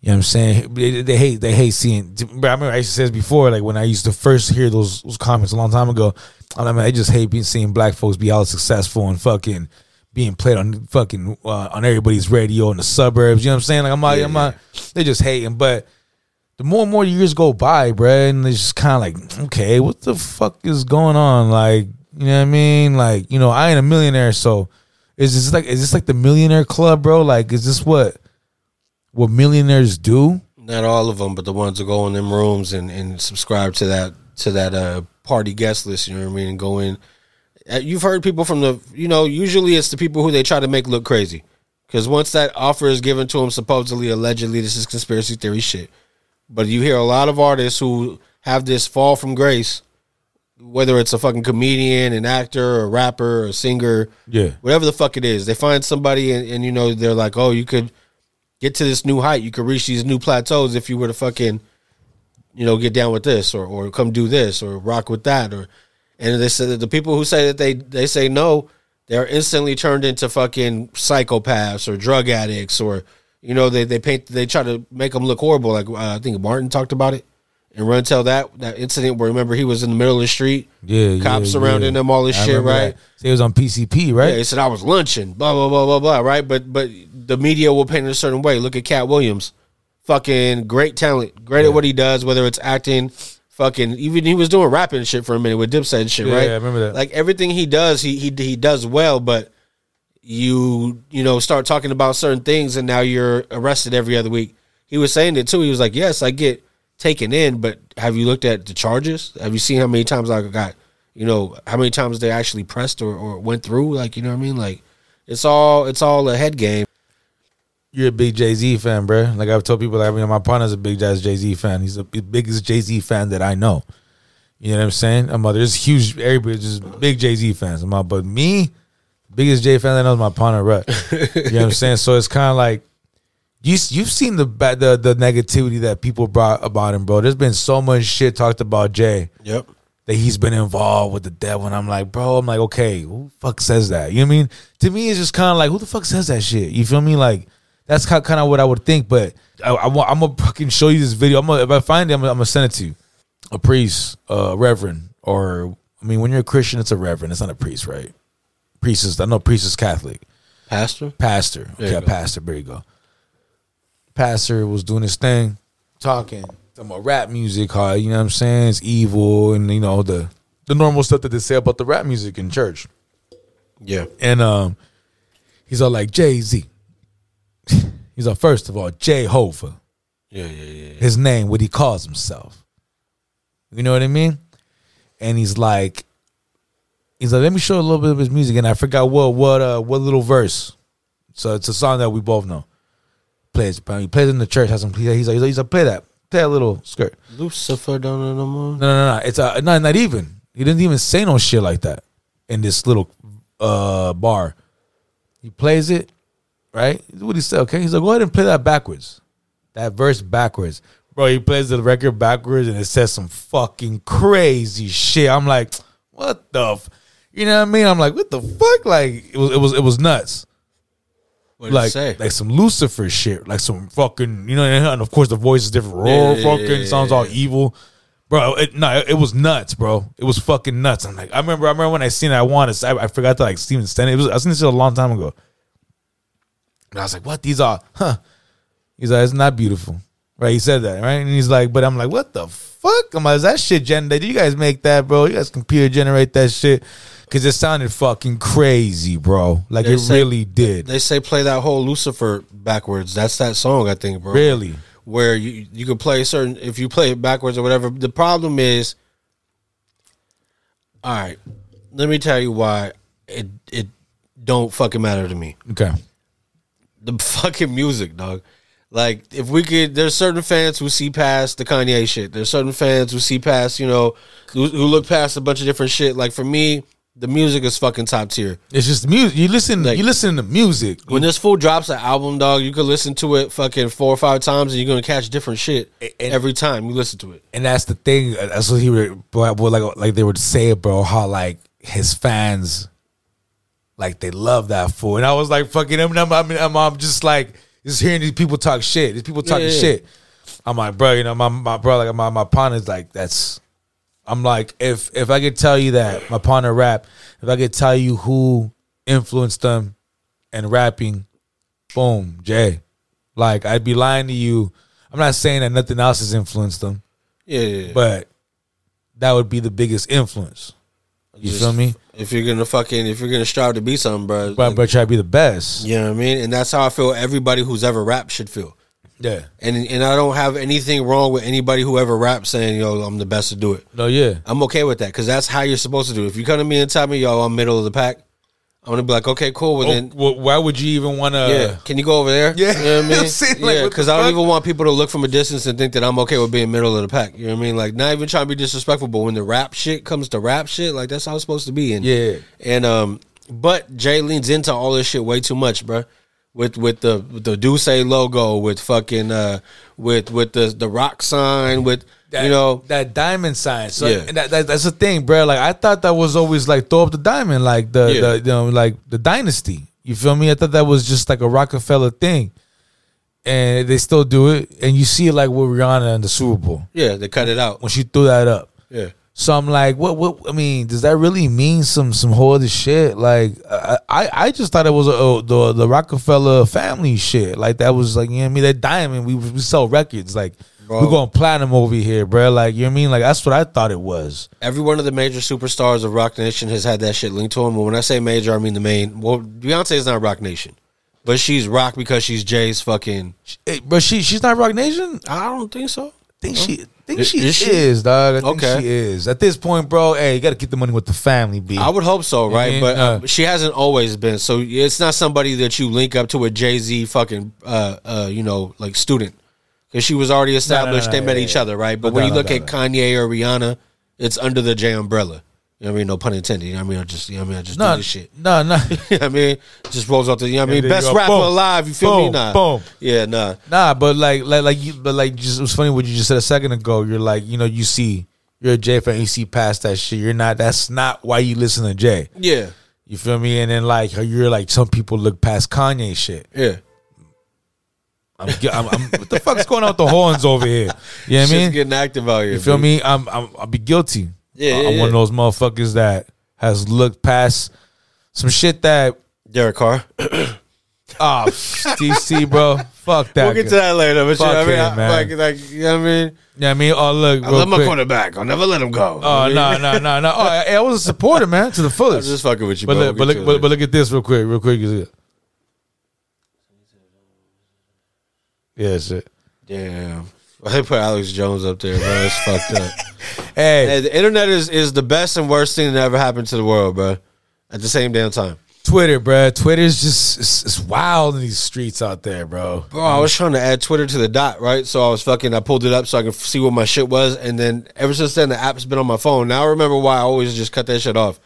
You know what I'm saying? They, they hate they hate seeing. Bro, I remember I used to say this before, like when I used to first hear those, those comments a long time ago. I'm like, man, I just hate being seeing black folks be all successful and fucking being played on fucking uh, on everybody's radio in the suburbs. You know what I'm saying? Like I'm like, I'm like, they just hating. But the more and more years go by, bro, and it's just kind of like, okay, what the fuck is going on? Like, you know what I mean? Like, you know, I ain't a millionaire, so is this like is this like the millionaire club, bro? Like, is this what what millionaires do? Not all of them, but the ones that go in them rooms and, and subscribe to that to that uh, party guest list. You know what I mean? And go in. Uh, You've heard people from the. You know, usually it's the people who they try to make look crazy. Because once that offer is given to them, supposedly, allegedly, this is conspiracy theory shit. But you hear a lot of artists who have this fall from grace, whether it's a fucking comedian, an actor, a rapper, a singer, Yeah. whatever the fuck it is. They find somebody and, and you know they're like, oh, you could get to this new height. You could reach these new plateaus if you were to fucking, you know, get down with this or or come do this or rock with that or, and they said that the people who say that they they say no, they're instantly turned into fucking psychopaths or drug addicts or you know they they paint they try to make them look horrible. Like uh, I think Martin talked about it. And run tell that that incident where remember he was in the middle of the street, Yeah, cops yeah, surrounding yeah. him, all this I shit, remember right? that. Say it was on PCP, right? Yeah, he said I was lunching, blah blah blah blah blah. Right, but but the media will paint it a certain way. Look at Cat Williams, fucking great talent, great at what he does, whether it's acting, fucking even he was doing rapping and shit for a minute with Dipset and shit, Yeah, right? yeah, I remember that. Like everything he does, he he he does well, but you you know start talking about certain things and now you're arrested every other week. He was saying it too. He was like, "Yes, I get taken in, but have you looked at the charges? Have you seen how many times I got, you know, how many times they actually pressed or, or went through? Like, you know what I mean? Like, it's all it's all a head game. You're a big Jay Z fan, bro. Like I've told people, like I mean, my partner's a big Jay Z fan. He's the biggest Jay Z fan that I know. You know what I'm saying? I'm like, there's huge, everybody's just big Jay Z fans. I'm like, but me, biggest Jay fan that I know is my partner, Rut. you know what I'm saying? So it's kind of like you you've seen the ba- the the negativity that people brought about him, bro. There's been so much shit talked about Jay Yep. that he's been involved with the devil. And I'm like, bro, I'm like, okay, who the fuck says that? You know what I mean? To me, it's just kind of like, who the fuck says that shit? You feel me? Like, that's kind of what I would think. But I, I, am going to fucking show you this video. I'm gonna, If I find it, I'm going to send it to you. A priest, a reverend, or, I mean, when you're a Christian, it's a reverend. It's not a priest, right? Priest is, I know priest is Catholic Pastor. pastor. you Okay, a go. pastor. There you go. Pastor was doing his thing, talking talking about rap music. How you know what I'm saying? It's evil, and you know the the normal stuff that they say about the rap music in church. Yeah. And um, he's all like Jay Z. he's all first of all Jehovah Yeah. Yeah. Yeah. his name, what he calls himself. You know what I mean? And he's like, he's like, let me show a little bit of his music, and I forgot what what uh, what little verse. So it's a song that we both know. Plays, he plays in the church. Has some. He's like, he's like, he's like, play that, play that little skirt. Lucifer down in the moon. No, no, no. It's uh, not not even. He didn't even say no shit like that in this little uh bar. He plays it, right? What he said, okay? He's like, go ahead and play that backwards, that verse backwards, bro. He plays the record backwards, and it says some fucking crazy shit. I'm like, what the, f-? you know what I mean? I'm like, what the fuck? Like it was, it was, it was nuts What like say? like some Lucifer shit, like some fucking you know. And of course, the voice is different. Yeah, Roar, yeah, fucking yeah, yeah, sounds all evil, bro. It, no, it, it was nuts, bro. It was fucking nuts. I'm like, I remember, I remember when I seen it. I wanted, I, I forgot to like Steven Stanley. It was I seen this shit a long time ago, and I was like, what these are? Huh? He's like, it's not beautiful, right? He said that, right? And he's like, but I'm like, what the fuck? I'm like, is that shit generated? You guys make that, bro? You guys computer generate that shit? Cause it sounded fucking crazy, bro. Like They it say- really did. they say play that whole Lucifer backwards. That's that song, I think, bro. Really? where you you could play certain if you play it backwards or whatever. The problem is, all right, let me tell you why it it don't fucking matter to me. Okay. The fucking music, dog. Like if we could, there's certain fans who see past the Kanye shit. There's certain fans who see past, you know, who, who look past a bunch of different shit. Like for me, the music is fucking top tier. It's just music. You listen. Like- you listen to music. When this fool drops an album, dog, you can listen to it fucking four or five times, and you're gonna catch different shit and- every time you listen to it. and that's the thing. uh, That's what he were boy, boy, like like they would say, bro. How like his fans, like they love that fool. And I was like, fucking him. I'm, I'm, I'm, I'm just like just hearing these people talk shit. These people talking yeah, yeah. shit. I'm like, bro. You know, my my bro, like my my partner's like that's. I'm like, if if I could tell you that my partner rap, if I could tell you who influenced them and rapping, boom, Jay. Like I'd be lying to you. I'm not saying that nothing else has influenced them Yeah, yeah, yeah. but that would be the biggest influence. You Just feel me? If you're gonna fucking, if you're gonna strive to be something, bro, But but try to be the best. you know what I mean. And that's how I feel. Everybody who's ever rapped should feel. Yeah. And and I don't have anything wrong with anybody who ever raps saying, "Yo, I'm the best to do it." No, yeah. I'm okay with that because that's how you're supposed to do. it. If you come to me and tell me, "Yo, I'm middle of the pack," I'm gonna be like, "Okay, cool." Oh, Well, then, well, why would you even want to? yeah, Uh, can you go over there? Yeah. you know what I I'm mean. saying, like, yeah, what the because I don't fuck? even want people to look from a distance and think that I'm okay with being middle of the pack. You know what I mean? Like, not even trying to be disrespectful, but when the rap shit comes to rap shit, like that's how it's supposed to be. And Yeah. and um, but Jay leans into all this shit way too much, bruh. With with the with the Duce logo, with fucking uh, with with the the rock sign, with That, you know, that diamond sign. So Yeah. and that, that, that's the thing, bro. Like I thought that was always like throw up the diamond, like the, Yeah. the you know, like the dynasty. You feel me? I thought that was just like a Rockefeller thing, and they still do it. And you see it like with Rihanna and the Super Bowl yeah, they cut it out. when she threw that up. Yeah, So I'm like, what? What? I mean, does that really mean some some whole other shit? Like, I I, I just thought it was uh the the Rockefeller family shit. Like that was like you know what I mean. That diamond, we we sell records. Like Bro. we're going platinum over here, bro. Like you know what I mean. Like that's what I thought it was. every one of the major superstars of Rock Nation has had that shit linked to him. But when I say major, I mean the main. Well, Beyonce is not Rock Nation, but she's Rock because she's Jay's fucking. Hey, but she she's not Rock Nation. I I don't think so. think she. Think Is- she is is, she? dog. I think Okay. she is. At this point, bro, hey, you gotta keep the money with the family, B. I would hope so, right? mean, but uh, uh, she hasn't always been. So it's not somebody that you link up to a Jay Z fucking, uh, uh, you know, like student. Because she was already established. no, they no, met yeah, each yeah. other, right? But No, when you no, look no, at no. Kanye or Rihanna, it's under the Jay umbrella. You know what I mean? No pun intended. You know what I mean? I just, you know what I mean? I just do no, this shit. no, no, You know what I mean? Just rolls off the, you know what I mean? And then you Best go, rapper boom, alive. You feel me? boom, Nah. boom. Yeah, nah. Nah, but like, like, like you, but like, just it was funny what you just said a second ago. You're like, you know, you see, you're a Jay fan, you see past that shit. You're not. That's not why you listen to Jay. Yeah, You feel me? And then like, you're like, some people look past Kanye shit. yeah. I'm, ge- I'm, I'm what the fuck's going on with the horns over here? You know what Shit's I mean? getting active out here. You feel me? I'm, I'm, I'll be guilty. Yeah, I- yeah, I'm yeah. one of those motherfuckers that has looked past some shit that. Derek Carr. Oh, DC, bro, fuck that. We'll get to that later. But you know what I Fuck mean? him, I- man. Like, like, you know what I mean? Yeah, I mean, oh look, I real love my quick. quarterback. I'll never let him go. Oh no no no no! Oh, I, I was a supporter, man, to the I was fullest. just fucking with you, but bro. look, We'll get to but look, but, it but look at this real quick, real quick. Yeah, shit. later. damn. Well, they put Alex Jones up there, bro. It's fucked up. Hey, Hey, the internet is, is the best and worst thing that ever happened to the world, bro. At the same damn time, Twitter, bro. Twitter's just it's, it's wild in these streets out there, bro. bro. I was trying to add Twitter to the dot, right? So I was fucking. I pulled it up so I could f- see what my shit was, and then ever since then, the app's been on my phone. Now I remember why I always just cut that shit off.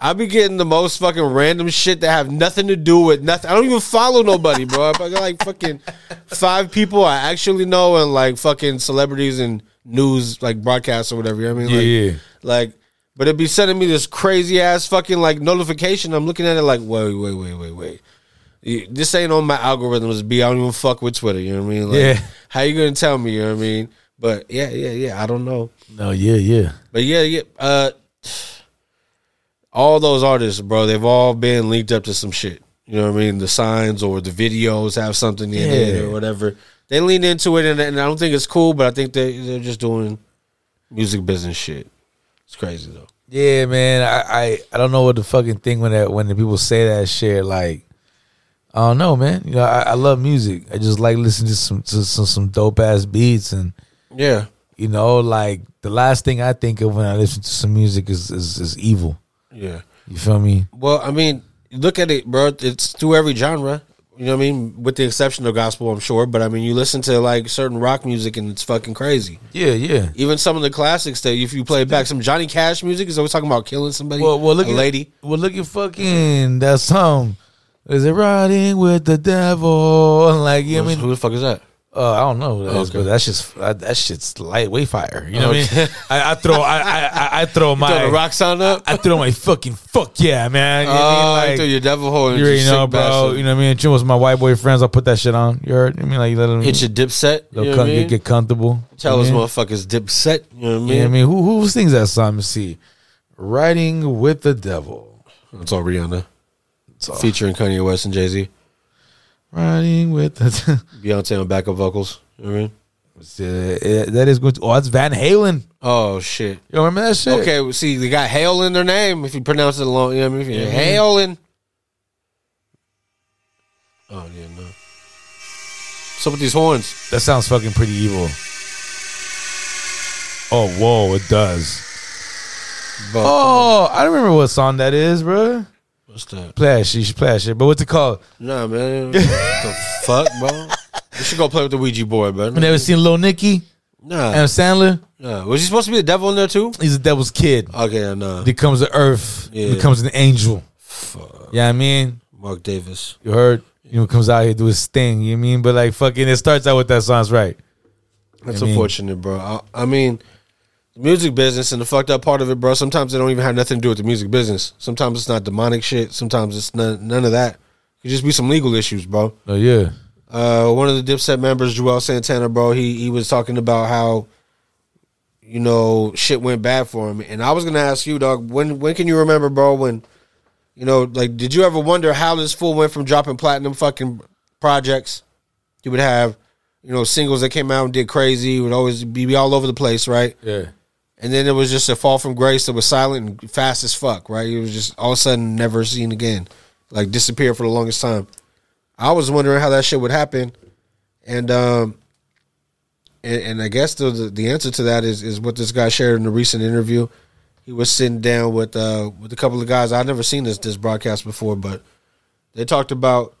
I be getting the most fucking random shit that have nothing to do with nothing. I don't even follow nobody, bro. I got like fucking five people I actually know and like fucking celebrities and news like broadcasts or whatever. You know what I mean? Like, Yeah, yeah. Like, but it be sending me this crazy ass fucking like notification. I'm looking at it like, wait, wait, wait, wait, wait. You- This ain't on my algorithms, B. I don't even fuck with Twitter. You know what I mean? Like, Yeah. How you gonna tell me? You know what I mean? But yeah, yeah, yeah. I don't know. No, yeah, yeah. But yeah, yeah. Uh, all those artists, bro, they've all been linked up to some shit. You know what I mean? The signs or the videos have something in it Yeah. or whatever. They lean into it, and, and I don't think it's cool, but I think they they're just doing music business shit. It's crazy though. Yeah, man. I, I I don't know what the fucking thing when that when the people say that shit. Like, I don't know, man. You know, I, I love music. I just like listening to some to some, some dope ass beats and Yeah, you know, like the last thing I think of when I listen to some music is is, is evil. yeah. You feel me? Well, I mean, look at it, bro. It's through every genre. You know what I mean? With the exception of gospel, I'm sure, but I mean, you listen to like certain rock music and it's fucking crazy. Yeah, yeah. Even some of the classics that if you play back, some Johnny Cash music is always talking about killing somebody. Well, well, look a at lady. Well, look at fucking that song. Is it riding with the devil? And Like, you know what I Who mean, the fuck is that? uh, I don't know, who that is, Okay. but that's just that, that shit's lightweight fire. You know what I mean? I, I throw, I, I, I- I throw my, Throw the rock sound up. I throw my fucking fuck yeah, man. You know what I mean? oh, Like, through your devil hole. And you already know, bro. You know what I mean? Chill with my white boy friends. I'll put that shit on. You heard? I mean, like, let them hit your dip set. You they'll know come- what I mean? get, get comfortable. Tell us yeah. motherfuckers dip set. You know what I mean? Yeah, I mean, who who sings that song? Let me see. Riding with the devil. It's all Rihanna. It's all- Featuring Kanye West and Jay Z. Riding with the. Beyonce on backup vocals. You know what I mean? It's, uh, it- that is going to. Oh, that's Van Halen. Oh, shit. You remember that shit? Okay, well, see, they got Hale in their name if you pronounce it alone. You know what I mean? If you Yeah. Hale in. Oh, yeah, no. What's up with these horns? That sounds fucking pretty evil. Oh, whoa, it does. But Oh, I don't remember what song that is, bro. what's that? Play that shit. You should play that shit. But what's it called? Nah, man. what the fuck, bro? You should go play with the Ouija board, man. You never seen Lil Nicky? Adam Nah, Sandler? nah. Was he supposed to be the devil in there, too? He's the devil's kid. Okay, nah. Becomes the earth. Yeah. Becomes an angel. Yeah, I mean? Mark Davis. You heard? You know, comes out here do his thing. You know what I mean? But like fucking it starts out with that song's right. That's I mean- unfortunate, bro. I, I mean, the music business and the fucked up part of it, bro. Sometimes they don't even have nothing to do with the music business. Sometimes it's not demonic shit. Sometimes it's none, none of that. It could just be some legal issues, bro. Oh yeah. Uh, one of the Dipset members, Joel Santana, bro. He he was talking about how, you know, shit went bad for him. And I was gonna ask you, dog, when when can you remember, bro? When, you know, like, did you ever wonder how this fool went from dropping platinum fucking projects? You would have, you know, singles that came out and did crazy. Would always be, be all over the place, right? Yeah. And then it was just a fall from grace that was silent and fast as fuck, right? It was just all of a sudden never seen again, like disappeared for the longest time. I was wondering how that shit would happen, and um, and, and I guess the the answer to that is is what this guy shared in a recent interview. He was sitting down with uh with a couple of guys. I've never seen this this broadcast before, but they talked about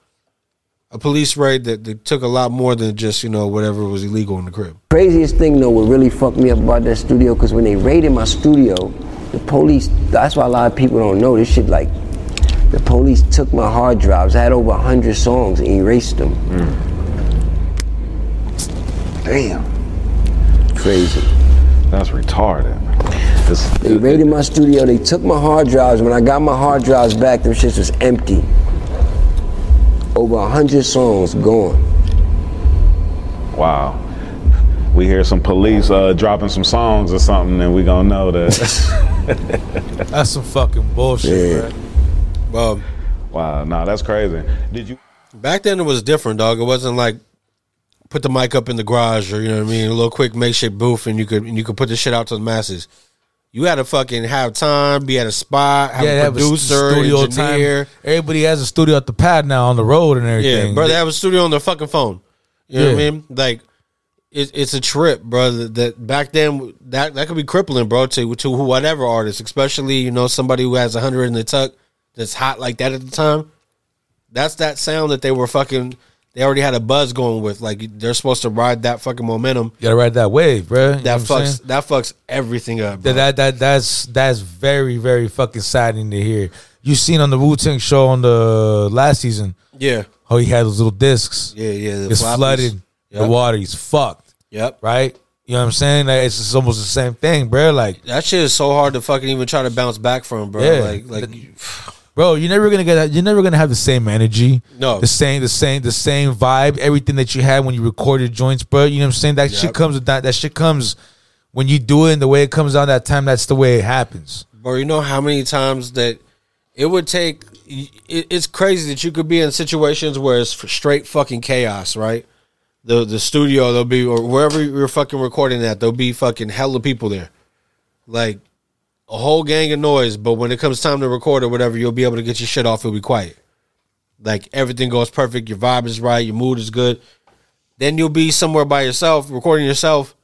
a police raid that, that took a lot more than just you know whatever was illegal in the crib. Craziest thing though, what really fucked me up about that studio, because when they raided my studio, the police, that's why a lot of people don't know this shit, like, the police took my hard drives. I had over 100 songs and erased them. Damn, Crazy. that's retarded. This, They raided my studio, they took my hard drives. When I got my hard drives back, them shits was empty. Over 100 songs gone. wow. We hear some police uh, dropping some songs or something, and we gonna know that. That's some fucking bullshit, bro. Well, wow, nah, that's crazy. Did you? Back then it was different, dog. It wasn't like put the mic up in the garage or you know what I mean, a little quick makeshift booth, and you could and you could put the shit out to the masses. You had to fucking have time, be at a spot, have Yeah, a that was producer, studio engineer. time. Everybody has a studio at the pad now on the road and everything. Yeah, bro, they have a studio on their fucking phone. You know what Yeah. I mean? Like, it, it's a trip, bro. That, that back then that that could be crippling, bro, to to whatever artist, especially you know somebody who has a hundred in the tuck that's hot like that at the time. That's that sound that they were fucking. They already had a buzz going with. Like they're supposed to ride that fucking momentum. You gotta ride that wave, bro. You know That what I'm saying? fucks. That fucks everything up. Bro. That, that that that's that's very very fucking saddening to hear. You seen on the Wu Tang show on the last season yeah. how he had those little discs. Yeah. Yeah. the it's floppies. flooded. The Yep. water, he's fucked. Yep. Right. You know what I'm saying? Like, it's just almost the same thing, bro. Like, That shit is so hard to fucking even try to bounce back from, bro. Yeah. Like, like bro, you're never gonna get. You're never gonna have the same energy. No. The same, the same, the same vibe. Everything that you had when you recorded joints, bro. You know what I'm saying? That shit Yep. comes with that. That shit comes when you do it and the way it comes out that time. That's the way it happens. Bro, you know how many times that it would take. It, it's crazy that you could be in situations where it's f- straight fucking chaos, right? The the studio, there'll be or wherever you're fucking recording at, there'll be fucking hella people there, like a whole gang of noise. But when it comes time to record or whatever, you'll be able to get your shit off. It'll be quiet. Like everything goes perfect. Your vibe is right. Your mood is good. Then you'll be somewhere by yourself, recording yourself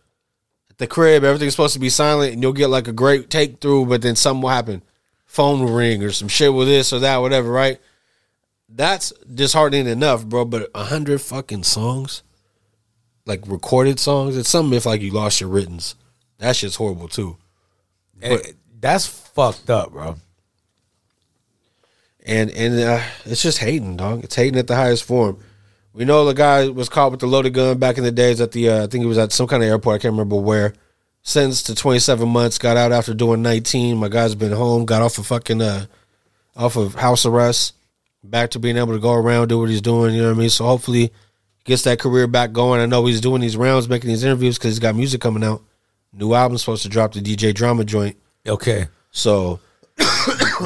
the crib, everything's supposed to be silent, and you'll get like a great take through, but then something will happen. Phone will ring or some shit with this or that, whatever, right? that's disheartening enough, bro. But a hundred fucking songs, like recorded songs, it's something if like you lost your writtens. That shit's horrible too. And that's fucked up, bro. and and uh, it's just hating, dog. It's hating at the highest form. We know the guy was caught with the loaded gun back in the days at the uh, I think he was at some kind of airport. I can't remember where. Sentenced to 27 months, got out after doing 19. My guy's been home, got off of fucking uh, off of house arrest, back to being able to go around do what he's doing. You know what I mean? So hopefully, gets that career back going. I know he's doing these rounds, making these interviews because he's got music coming out. New album's supposed to drop the DJ Drama joint. Okay. So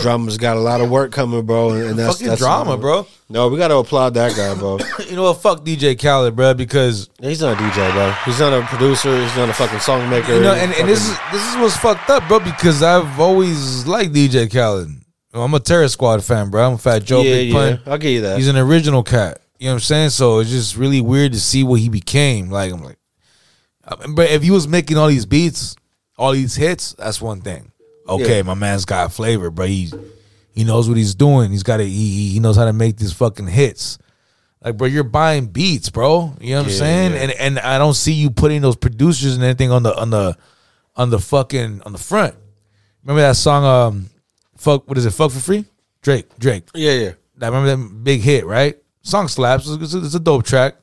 drama's got a lot of work coming, bro. And, and that's, Fucking that's drama, bro. No, we got to applaud that guy, bro. You know what? Fuck DJ Khaled, bro, because he's not a DJ, bro. He's not a producer. He's not a fucking song maker. you know, and, and this is this is what's fucked up, bro, because I've always liked DJ Khaled. I'm a Terror Squad fan, bro. I'm a Fat Joe yeah, Big yeah. Pun. I'll give you that. He's an original cat. You know what I'm saying? So it's just really weird to see what he became. Like I'm like, I- but if he was making all these beats, all these hits, that's one thing. Okay, Yeah. my man's got flavor, but he he knows what he's doing. He's got to he, he knows how to make these fucking hits. Like, bro, you're buying beats, bro. You know what I'm Yeah, saying? yeah. And and I don't see you putting those producers and anything on the on the on the fucking on the front. Remember that song? Um, fuck, what is it? Fuck for free? Drake, Drake. yeah, yeah. I remember that big hit, right? Song slaps. It's a, it's a dope track.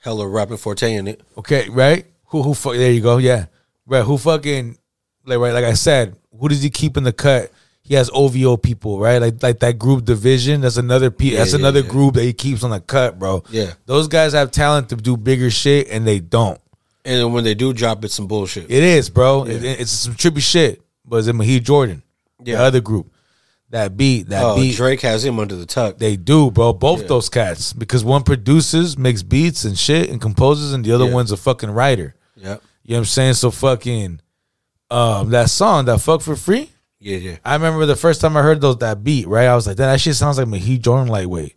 Hella rapping forte in it. Okay, right? Who who fuck? There you go. Yeah, right. Who fucking like right? Like I said, who does he keep in the cut? He has OVO people, right? Like like that group division. That's another pe- That's yeah, another yeah. group that he keeps on the cut, bro. Yeah. those guys have talent to do bigger shit, and they don't. And then when they do drop, it's some bullshit. It is, bro. It- it's some trippy shit. But it's in Mahee Jordan, yeah. Yeah. the other group. That beat, that Oh, beat. Drake has him under the tuck. They do, bro. Both those cats, because one produces, makes beats and shit, and composes, and the other Yeah. one's a fucking writer. Yep. You know what I'm saying? So fucking, um, that song, that fuck for free. Yeah, yeah. I remember the first time I heard those that beat, right? I was like, that, that shit sounds like Mahee Jordan lightweight.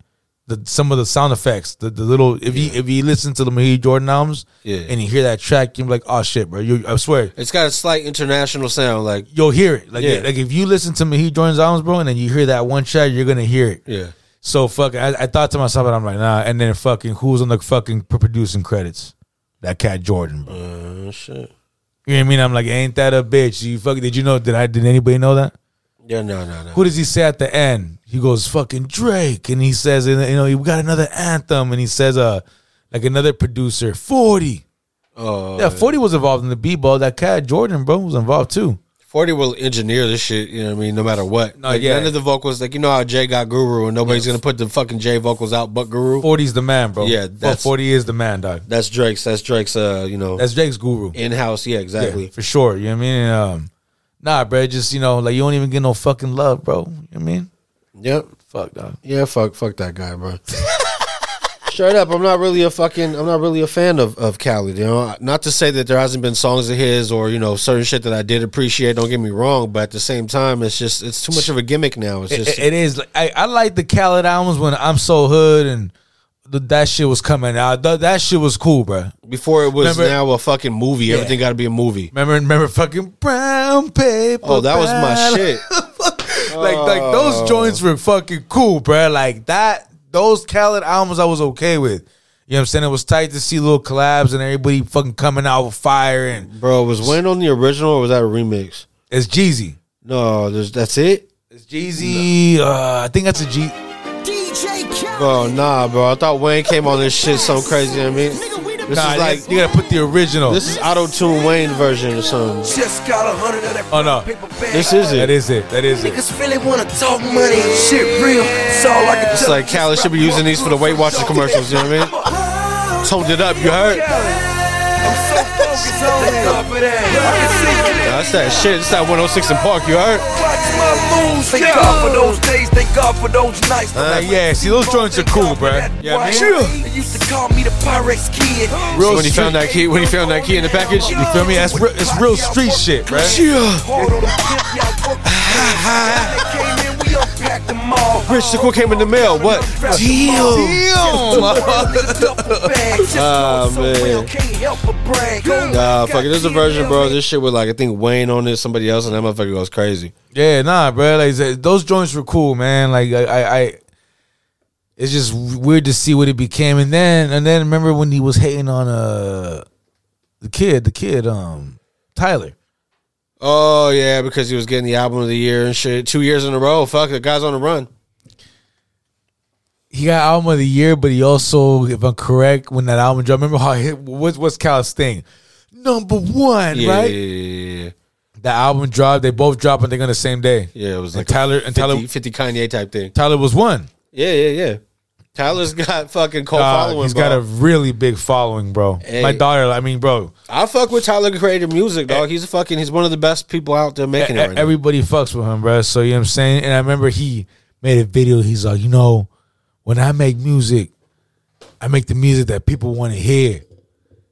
The some of the sound effects, the, the little if you if you listen to the Mahee Jordan albums, Yeah. and you hear that track, you're like, oh shit, bro. You, I swear, It's got a slight international sound, like you'll hear it. Like Yeah. like if you listen to Mahee Jordan's albums, bro, and then you hear that one track, you're gonna hear it. yeah. So fuck, I, I thought to myself, and I'm like, nah. And then fucking, who's on the fucking pr- producing credits? That cat Jordan, bro. Oh shit. You know what I mean? I'm like, ain't that a bitch? You fuck. Did you know? Did I? Did anybody know that? Yeah, no, no, no. Who does he say at the end? He goes fucking Drake, and he says, and, you know, we got another anthem, and he says, uh, like another producer, forty. Oh, Yeah, forty was involved in the b ball. That cat Jordan, bro, was involved too. 40 will engineer this shit, you know what I mean, no matter what. No, like, yeah. None of the vocals, like, you know how Jay got Guru and nobody's going to put the fucking Jay vocals out but Guru? 40's the man, bro. Yeah, Fuck, that's- forty is the man, dog. That's Drake's. That's Drake's. Uh, you know, That's Drake's guru. in house. Yeah, exactly. Yeah, for sure. You know what I mean? Um, nah, bro. Just you know, like you don't even get no fucking love, bro. You know what I mean? Yep. Fuck, dog. Yeah. Fuck. Fuck that guy, bro. Straight up, I'm not really a fucking. I'm not really a fan of of Khaled. You know, not to say that there hasn't been songs of his or you know certain shit that I did appreciate. Don't get me wrong, but at the same time, it's just it's too much of a gimmick now. It's It, just it is. Like, I, I like the Khaled albums when I'm so hood and the, that shit was coming out. Th- that shit was cool, bro. before it was Remember- now a fucking movie. Everything got to be a movie. Remember, remember, fucking brown paper. Oh, that was my bag. shit. Oh. like, like those joints were fucking cool, bro. Like that, those Khaled albums I was okay with. You know what I'm saying? It was tight to see little collabs and everybody fucking coming out with fire and Bro, was Wayne on the original or was that a remix? it's Jeezy. No, there's, that's it. It's Jeezy. Uh, I think that's a G. Bro, nah, bro. I thought Wayne came on this shit so crazy. You know what I mean, this Nah, is you like gotta- you gotta put the original. This is auto tune Wayne version or something. Just got a hundred of that oh no, This is that it. is it. That is it. Niggas really wanna talk money. Shit real. It's all I can It's tell. like Khaled should be using these for the Weight Watchers commercials. You know what I mean? Toned it up. You heard? That's that shit. It's that 106 in Park. You heard? Thank God for those days, thank God for those nights. Uh, yeah, see those joints are cool, bruh. Yeah, Yeah, I man. mean- They used to call me the Pyrex kid. So when he found that key, when he found that key in the package, You feel me? That's real, it's real street shit, bruh. Hard on them pimp, y'all work the same. When they came in, we unpacked them all. Rich the Cool came in the mail. What? Ah, Oh man. Nah, fuck it. There's a version, bro. This shit with like I think Wayne on it, somebody else, and that motherfucker goes crazy. Yeah, nah, bruh. Like I said, those joints were cool, man. Like I, I, I it's just weird to see what it became. And then and then remember when he was hating on uh the kid, the kid um Tyler. Oh yeah, because he was getting the album of the year and shit two years in a row. Fuck, the guy's on the run. He got album of the year, but he also, if I'm correct, when that album dropped, remember how he, what's what's Cal's thing? Number one, Yeah, right? yeah, yeah, yeah. The album dropped. They both dropped, and they're gonna same day. Yeah, it was And like Tyler- 50, and Tyler- 50 Kanye type thing. Tyler was one. Yeah, yeah, yeah. Tyler's got fucking cold Dog, Oh, following. he's bro. got a really big following, bro. Hey. My daughter, I mean, bro, I fuck with Tyler creating music, Eh, dog. He's a fucking. He's one of the best people out there making e- it. Right everybody fucks with him, bro. So you know what I'm saying? And I remember he made a video. He's like, you know, when I make music, I make the music that people want to hear.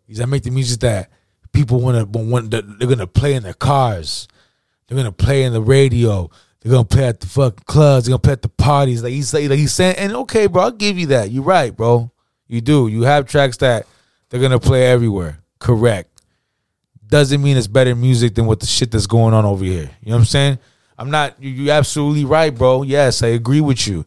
He's I make the music that people want to want. that They're gonna play in their cars. They're gonna play in the radio. They're gonna play at the fucking clubs. They're gonna play at the parties. Like he's like, he's saying, and okay, bro, I'll give you that. You're right, bro. You do. You have tracks that they're gonna play everywhere. Correct doesn't mean it's better music than what the shit that's going on over here. You know what I'm saying? I'm not. You, you absolutely right, bro. Yes, I agree with you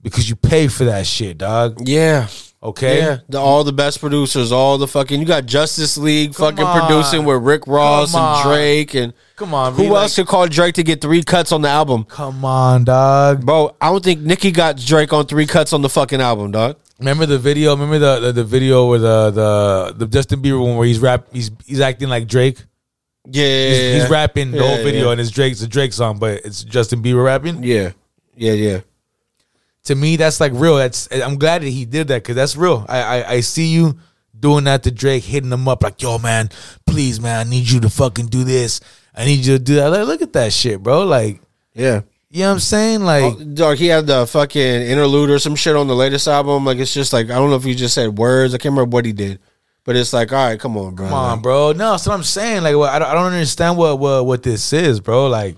because you pay for that shit, dog. now. Yeah, Okay. yeah. The, all the best producers, all the fucking. You got Justice League Come fucking on. producing with Rick Ross Come and on. Drake and. Come on. Who be like- else could call Drake to get three cuts on the album? come on, dog. Bro, I don't think Nicki got Drake on three cuts on the fucking album, dog. Remember the video? Remember the the, the video with the, the the Justin Bieber one where he's rap he's he's acting like Drake. Yeah, He's, he's rapping the Yeah, whole video yeah. and it's Drake's a Drake song, but it's Justin Bieber rapping. Yeah, yeah, yeah. to me that's like real that's i'm glad that he did that because that's real I, I i see you doing that to drake hitting him up like yo man please man i need you to fucking do this i need you to do that like look at that shit bro like Yeah. you know what i'm saying like Oh, Dog, he had the fucking interlude or some shit on the latest album. Like it's just like I don't know if he just said words. I can't remember what he did, but it's like, all right, come on, bro. come on bro no that's what i'm saying like what, I, don't, I don't understand what, what what this is bro like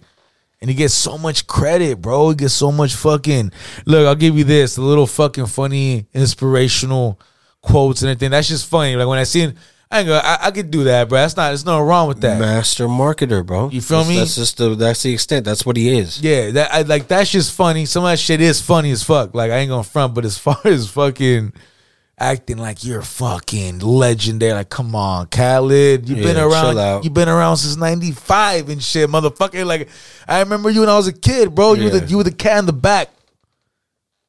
and he gets so much credit bro he gets so much fucking look i'll give you this the little fucking funny inspirational quotes and everything that's just funny like when i see it I, ain't gonna, I I could do that, bro. That's not. There's nothing wrong with that. master marketer, bro. You feel That's- me? That's just the that's the extent. That's what he is. Yeah, that I, like that's just funny. Some of that shit is funny as fuck. Like I ain't gonna front, but as far as fucking acting like you're fucking legendary, like come on, Khaled, you've been Yeah, chill around, out. you've been around since '95 and shit, motherfucker. Like I remember you when I was a kid, bro. You were Yeah. the you were the cat in the back.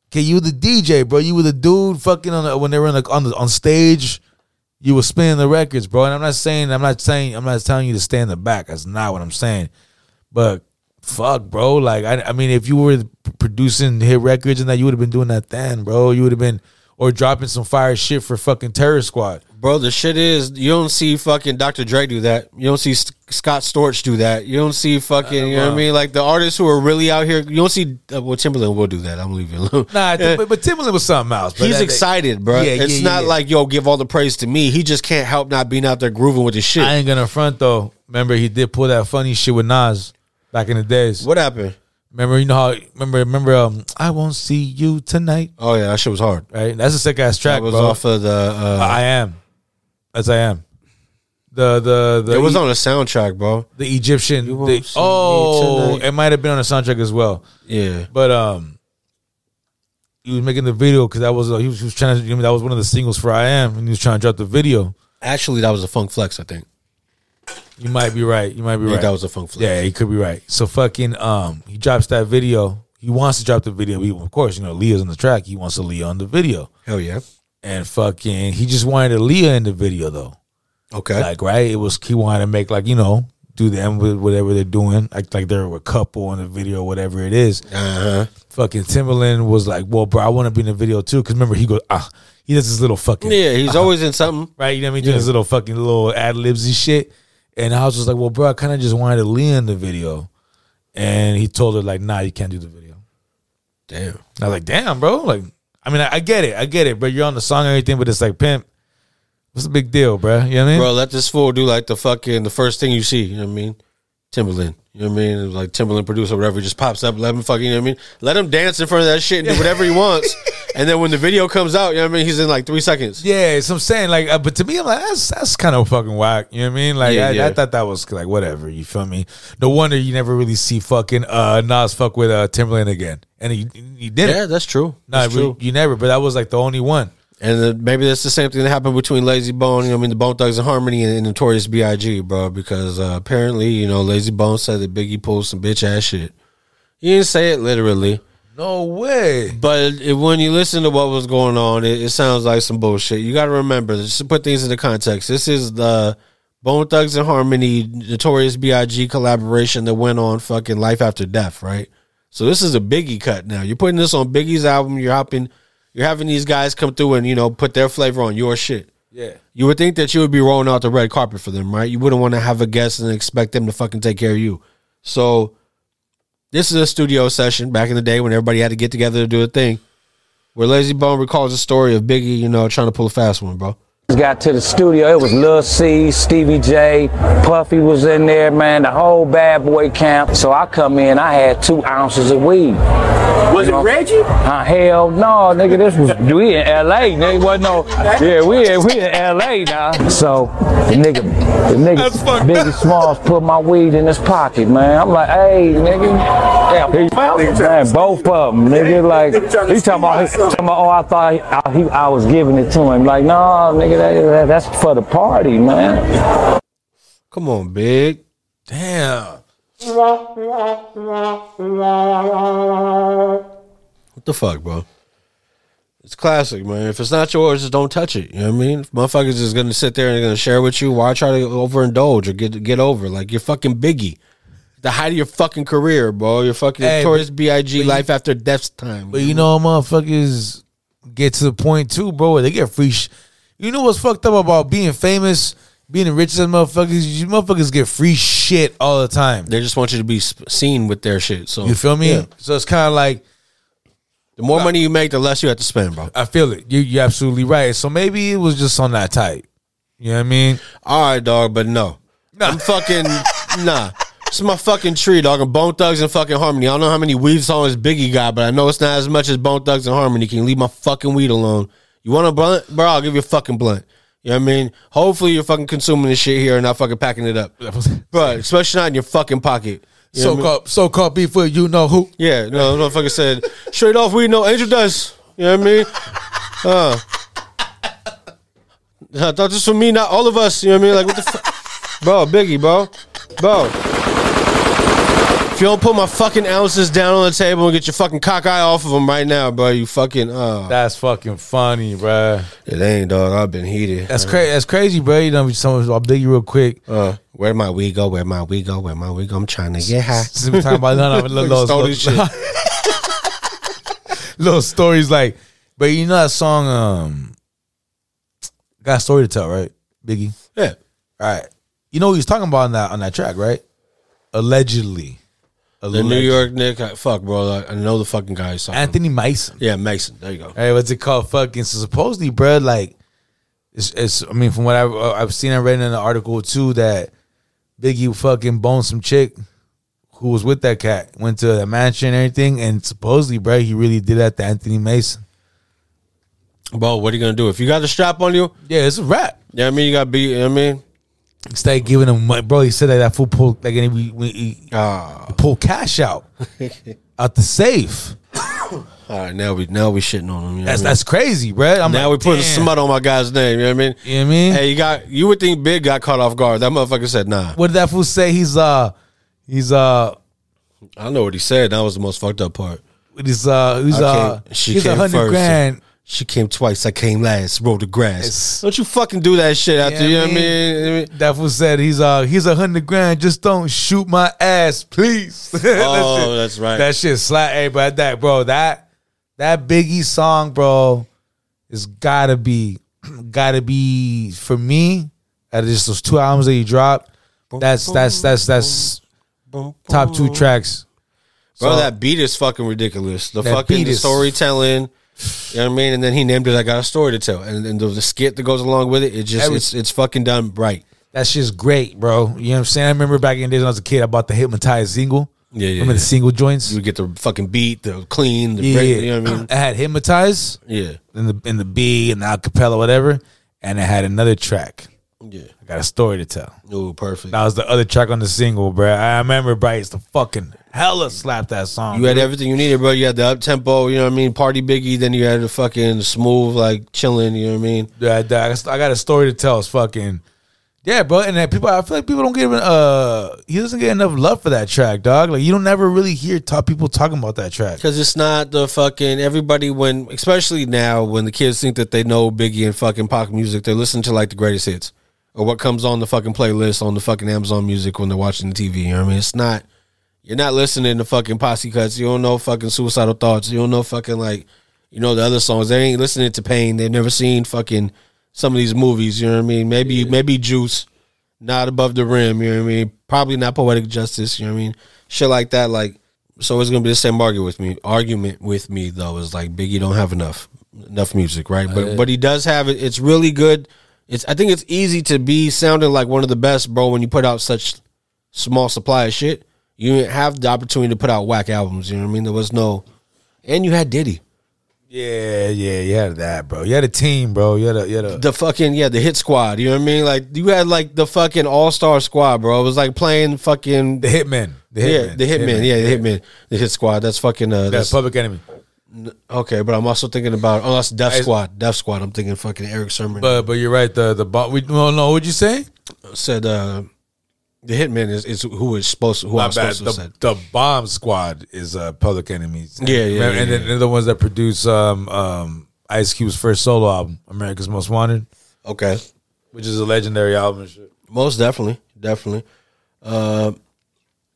Okay, you were the DJ, bro. You were the dude fucking on the, when they were on the, on the on stage. You were spinning the records, bro. And I'm not saying I'm not saying I'm not telling you to stay in the back. That's not what I'm saying. But fuck, bro. Like I, I mean, if you were p- producing hit records and that, you would have been doing that then, bro. You would have been or dropping some fire shit for fucking Terror Squad. Bro, the shit is you don't see fucking Dr. Dre do that. You don't see S- Scott Storch do that. You don't see fucking you know what I mean. Like the artists who are really out here, you don't see. Uh, well, Timberland will do that. I'm leaving alone. Nah, I think- but, but Timbaland was something else. But He's that- excited, bro. Yeah, it's yeah, not yeah. like yo give all the praise to me. He just can't help not being out there grooving with his shit. I ain't gonna front though. Remember, he did pull that funny shit with Nas back in the days. what happened? Remember, you know how? Remember, remember. Um, I won't see you tonight. Oh yeah, that shit was hard. Right, that's a sick ass track, That was bro. off of the. Uh, I am, as I am. The the the it was E- on a soundtrack, bro. the Egyptian. You won't the- see me oh, tonight. it might have been on the soundtrack as well. Yeah, But um, he was making the video because that was uh, he, was he was trying to. You know, that was one of the singles for I Am, and he was trying to drop the video. actually, that was a funk flex. I think. You might be right. You might be I think right. that was a funk flex. yeah, he could be right. So fucking um, he drops that video. He wants to drop the video. He, of course, you know Leah's on the track. He wants to Leah on the video, Hell yeah. and fucking he just wanted a Leah in the video though. Okay. Like right, it was he wanted to make like you know do them with whatever they're doing, act like they're a couple in the video, whatever it is. uh huh. fucking Timberland was like, "Well, bro, I want to be in the video too." Because remember, he goes, "Ah, he does his little fucking Yeah, he's always in something. right." You know what I mean? Doing his Yeah. little fucking little ad libs and shit. And I was just like, "Well, bro, I kind of just wanted to lean in the video," and he told her like, "Nah, you can't do the video." Damn. And I was like, "Damn, bro!" Like, I mean, I, I get it, I get it, but you're on the song and everything, but it's like, pimp, what's the big deal, bro? You know what I mean? Bro, let this fool do like the fucking the first thing you see. You know what I mean? Timberland. You know what I mean? It was Like Timberland producer, whatever, just pops up. Let him fucking. You know what I mean? Let him dance in front of that shit and do whatever he wants. And then when the video comes out, you know what I mean? He's in like three seconds. Yeah, so I'm saying like, uh, but to me, I'm like, that's that's kind of fucking whack. You know what I mean? Like, Yeah, I, I yeah. thought that was like whatever. You feel me? No wonder you never really see fucking uh Nas fuck with uh Timberland again, and he he didn't. Yeah, that's true. no, That's you- true. you never. But that was like the only one. And then maybe that's the same thing that happened between Lazy Bone, you know, I mean, the Bone Thugs and Harmony and, and Notorious B.I.G., bro, because uh, apparently, you know, Lazy Bone said that Biggie pulled some bitch ass shit. He didn't say it literally, No way. but it, when you listen to what was going on, it, it sounds like some bullshit. You got to remember, just to put things into context, this is the Bone Thugs and Harmony Notorious B.I.G. collaboration that went on fucking Life After Death, right? So this is a Biggie cut now. You're putting this on Biggie's album, you're hopping. You're having these guys come through and you know put their flavor on your shit. Yeah. You would think that you would be rolling out the red carpet for them, right? You wouldn't want to have a guest and expect them to fucking take care of you. So, this is a studio session back in the day when everybody had to get together to do a thing. Where Lazy Bone recalls the story of Biggie, you know, trying to pull a fast one, bro. got to the studio. It was Lil C, Stevie J, Puffy was in there, man, the whole bad boy camp. So I come in, I had two ounces of weed. Was it Reggie? Uh, hell no, nigga, this was, we in LA, nigga, wasn't no, yeah, we in, we in LA now. So the nigga, the nigga, Biggie Smalls put my weed in his pocket, man. I'm like, hey, nigga. Yeah, he, man, both of them, nigga, like, he talking about, he talking about, oh, I thought I, he, I was giving it to him. Like, no, nigga, that, that's for the party, man. Come on, Big. Damn. What the fuck, bro? It's classic, man. If it's not yours, just don't touch it. You know what I mean? If motherfuckers is gonna sit there and gonna share with you, why try to overindulge or get get over? Like you're fucking Biggie. The height of your fucking career, bro. You're fucking Hey, notorious B.I.G. life after death's time. But you know, motherfuckers get to the point too, bro. Where they get free. Sh- you know what's fucked up about being famous, being the richest motherfuckers? You motherfuckers get free shit all the time. They just want you to be sp- seen with their shit. So You feel me? Yeah. So it's kind of like The more money you make, the less you have to spend, bro. I feel it. You you're absolutely right. So maybe it was just on that type. You know what I mean? All right, dog, but no. I'm fucking nah. This is my fucking tree, dog. And Bone Thugs and fucking Harmony. I don't know how many weed songs Biggie got, but I know it's not as much as Bone Thugs and Harmony. Can you leave my fucking weed alone? You want a blunt, bro? I'll give you a fucking blunt. You know what I mean? Hopefully you're fucking consuming this shit here and not fucking packing it up, bro. Especially not in your fucking pocket. You know So what I mean? called so called beef with you know who? Yeah, no, the motherfucker said straight off. We know angel dust. You know what I mean? Uh, I thought this was me, not all of us. You know what I mean? Like what the fuck, bro? Biggie, bro, bro. If you don't put my fucking ounces down on the table and get your fucking cock eye off of them right now, bro, you fucking uh, That's fucking funny, bruh. it ain't dog. I've been heated. That's crazy. That's crazy, bro. You know, someone I'll dig you real quick. Uh, where my we go? Where my we go? Where my we go? I'm trying to get high. Since we're talking about none of little, Stole little, this shit. little, little stories like, but you know that song, um, got a story to tell, right, Biggie? Yeah, All right, you know what he was talking about on that on that track, right? Allegedly, the New York Nick. Fuck, bro. I, I know the fucking guy. So Anthony Mason. yeah, Mason. There you go. Hey, what's it called? Fucking so supposedly, bro. Like, it's, it's I mean, from what I've uh, I've seen, I read in an article too that Biggie fucking boned some chick who was with that cat, went to the mansion and everything, and supposedly, bro, he really did that to Anthony Mason. Bro, what are you gonna do if you got the strap on you? Yeah, it's a wrap. Yeah, I mean you got beat. You know what I mean, It's like giving him money, bro. He said that that fool pulled like and he, when he he pulled cash out out the safe. all right, now we now we shitting on him. You know That's what I mean? that's crazy, bro. I'm now we like, putting damn. smut on my guy's name. You know what I mean? You know what I mean? Hey, you got you would think Big got caught off guard. That motherfucker said, "Nah, What did that fool say? He's uh, he's uh, I know what he said. That was the most fucked up part. he's uh, he's I uh, came- she he's a came hundred first. grand. She came twice. I came last. Rolled the grass. It's- Don't you fucking do that shit after. you know what I mean? You know what I mean? That fool said he's uh he's a hundred grand. Just don't shoot my ass, please. That Oh, shit- that's right. That shit slap. Hey, but that bro, that that Biggie song, bro, is gotta be, gotta be for me. Out of just those two albums that he dropped, that's that's that's that's top two tracks. Bro, So- that beat is fucking ridiculous. The That fucking beat the is- storytelling. You know what I mean? And then he named it "I Got a Story to Tell," and, and the, the skit that goes along with it. It just Every- it's it's fucking done right. That shit's great, bro. You know what I'm saying? I remember back in the days when I was a kid, I bought the Hypnotized single. Yeah, yeah. Remember the single joints? You would get the fucking beat, the clean, the yeah, break, yeah. you know what I mean? I had hypnotize Yeah. in the in the B and the acapella, whatever, and I had another track. Yeah. I got a story to tell. Ooh, perfect. That was the other track on the single, bro. I remember Bryce the fucking hella slapped that song. You had bruh. everything you needed, bro. You had the up tempo, you know what I mean? Party biggie, then you had the fucking smooth, like chilling, you know what I mean? Yeah, I, I- I got a story to tell. It's fucking yeah, bro. And that people, I feel like people don't give uh he doesn't get enough love for that track, dog. Like you don't never really hear top people talking about that track. Because it's not the fucking everybody when, especially now when the kids think that they know Biggie and fucking pop music, they listen to like the greatest hits or what comes on the fucking playlist on the fucking Amazon Music when they're watching the TV. You know what I mean? It's not. You're not listening to fucking posse cuts. You don't know fucking suicidal thoughts. You don't know fucking like, you know the other songs. They ain't listening to pain. They've never seen fucking some of these movies. You know what I mean? Maybe maybe Juice, not above the rim. You know what I mean? Probably not poetic justice. You know what I mean? Shit like that. Like so it's gonna be the same argument with me. Argument with me though is like Biggie don't have enough enough music, right? But but he does have it. It's really good. It's I think it's easy to be sounding like one of the best, bro, when you put out such small supply of shit. You didn't have the opportunity to put out whack albums. You know what I mean? There was no, and you had Diddy, Yeah, yeah, you had that, bro. You had a team, bro. You had a you had a the fucking yeah, the hit squad. You know what I mean? Like you had like the fucking all star squad, bro. It was like playing fucking the hitmen. The yeah, hitmen. the hitman, yeah, the hitman, the hit squad. That's fucking uh, That's that's public enemy. Okay, but I'm also thinking about oh that's Def Hey. Squad, Def Squad. I'm thinking fucking Eric Sermon But but you're right, the the bomb we no no, what'd you say? said uh, the Hitman is, is who is supposed to, who I'm supposed to have The, said. the bomb squad is uh public enemies. Yeah, yeah, Remember- And yeah, then they're the ones that produce um um Ice Cube's first solo album, America's Most Wanted, Okay, which is a legendary album and shit. most definitely, definitely. Uh,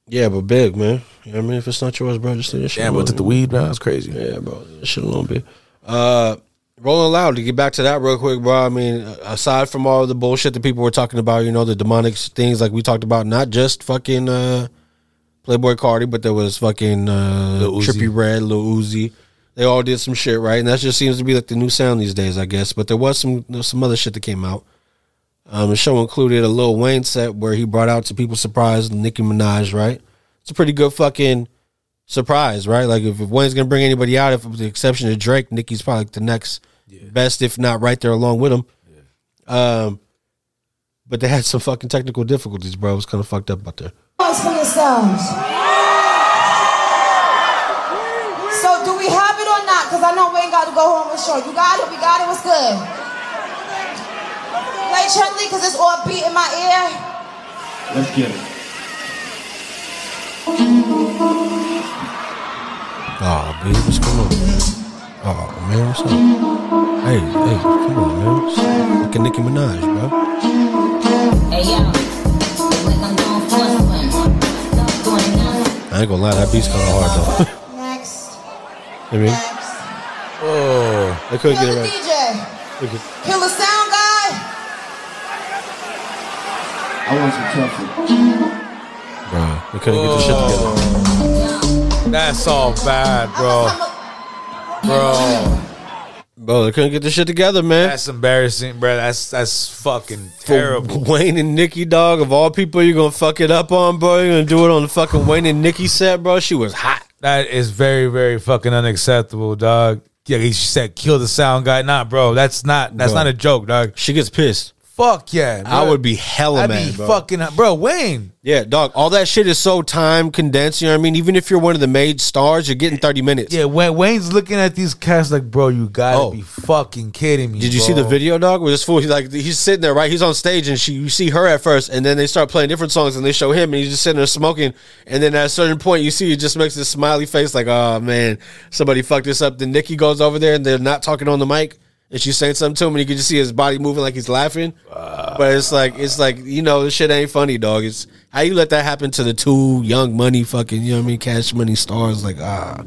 yeah, but big man. You know what I mean? If it's not yours, bro, just leave this shit. Damn, alone. but took the weed, bro. That's crazy. Yeah, bro. leave this Shit alone, bit. Uh, Rolling Loud. To get back to that real quick, bro. I mean, aside from all the bullshit that people were talking about, you know, the demonic things like we talked about, not just fucking uh, Playboy Cardi, but there was fucking uh, Lil Uzi. Trippy Red, Lil Uzi. They all did some shit, right? And that just seems to be like the new sound these days, I guess. But there was some there was some other shit that came out. Um, the show included a Lil Wayne set where he brought out to people's surprise Nicki Minaj, right? It's a pretty good fucking surprise, right? Like if, if Wayne's gonna bring anybody out, if with the exception of Drake, Nicki's probably the next best, if not right there along with him. Um, but they had some fucking technical difficulties, bro. It was kind of fucked up out there. for yourselves. So do we have it or not? Because I know we ain't got to go home and show. You got it? We got it? What's good? Play gently because it's all beat in my ear. Let's get it. Oh, baby, what's going on? Oh man, what's up? Hey, hey, come on, man. It's Fucking Nicki Minaj, bro. Hey, yo. Like I'm going for one. I ain't gonna lie, that beat's kind of hard though. Next. I mean, Next. Oh, I couldn't get Kill it the right. DJ. Kill the sound guy. I want some tough Bro, I couldn't get this shit together. Oh. that's all bad, I bro. must come up- Bro, Bro, they couldn't get this shit together, man. that's embarrassing, bro. That's that's fucking terrible. For Wayne and Nikki, dog. Of all people, you're gonna fuck it up on, bro. You're gonna do it on the fucking Wayne and Nikki set, bro. She was hot. That is very very fucking unacceptable, dog. Yeah, he said kill the sound guy. Nah, bro, that's not that's Bro. not a joke, dog. She gets pissed. Fuck yeah, I bro. would be hella I'd mad, be bro. fucking bro. Wayne, Yeah, dog. All that shit is so time condensed. You know what I mean? Even if you're one of the made stars, you're getting 30 minutes. yeah, Wayne, Wayne's looking at these cats like, bro, you gotta Oh. be fucking kidding me. Did you bro. see the video, dog? Where this fool, he's like, he's sitting there, right? He's on stage, and she, you see her at first, and then they start playing different songs, and they show him, and he's just sitting there smoking. And then at a certain point, you see he just makes this smiley face, like, oh man, somebody fucked this up. Then Nikki goes over there, and they're not talking on the mic, and she's saying something to him, and you can just see his body moving like he's laughing. Uh, but it's like, it's like, you know, this shit ain't funny, dog. It's how you let that happen to the two young money fucking, you know what I mean, cash money stars, like, ah,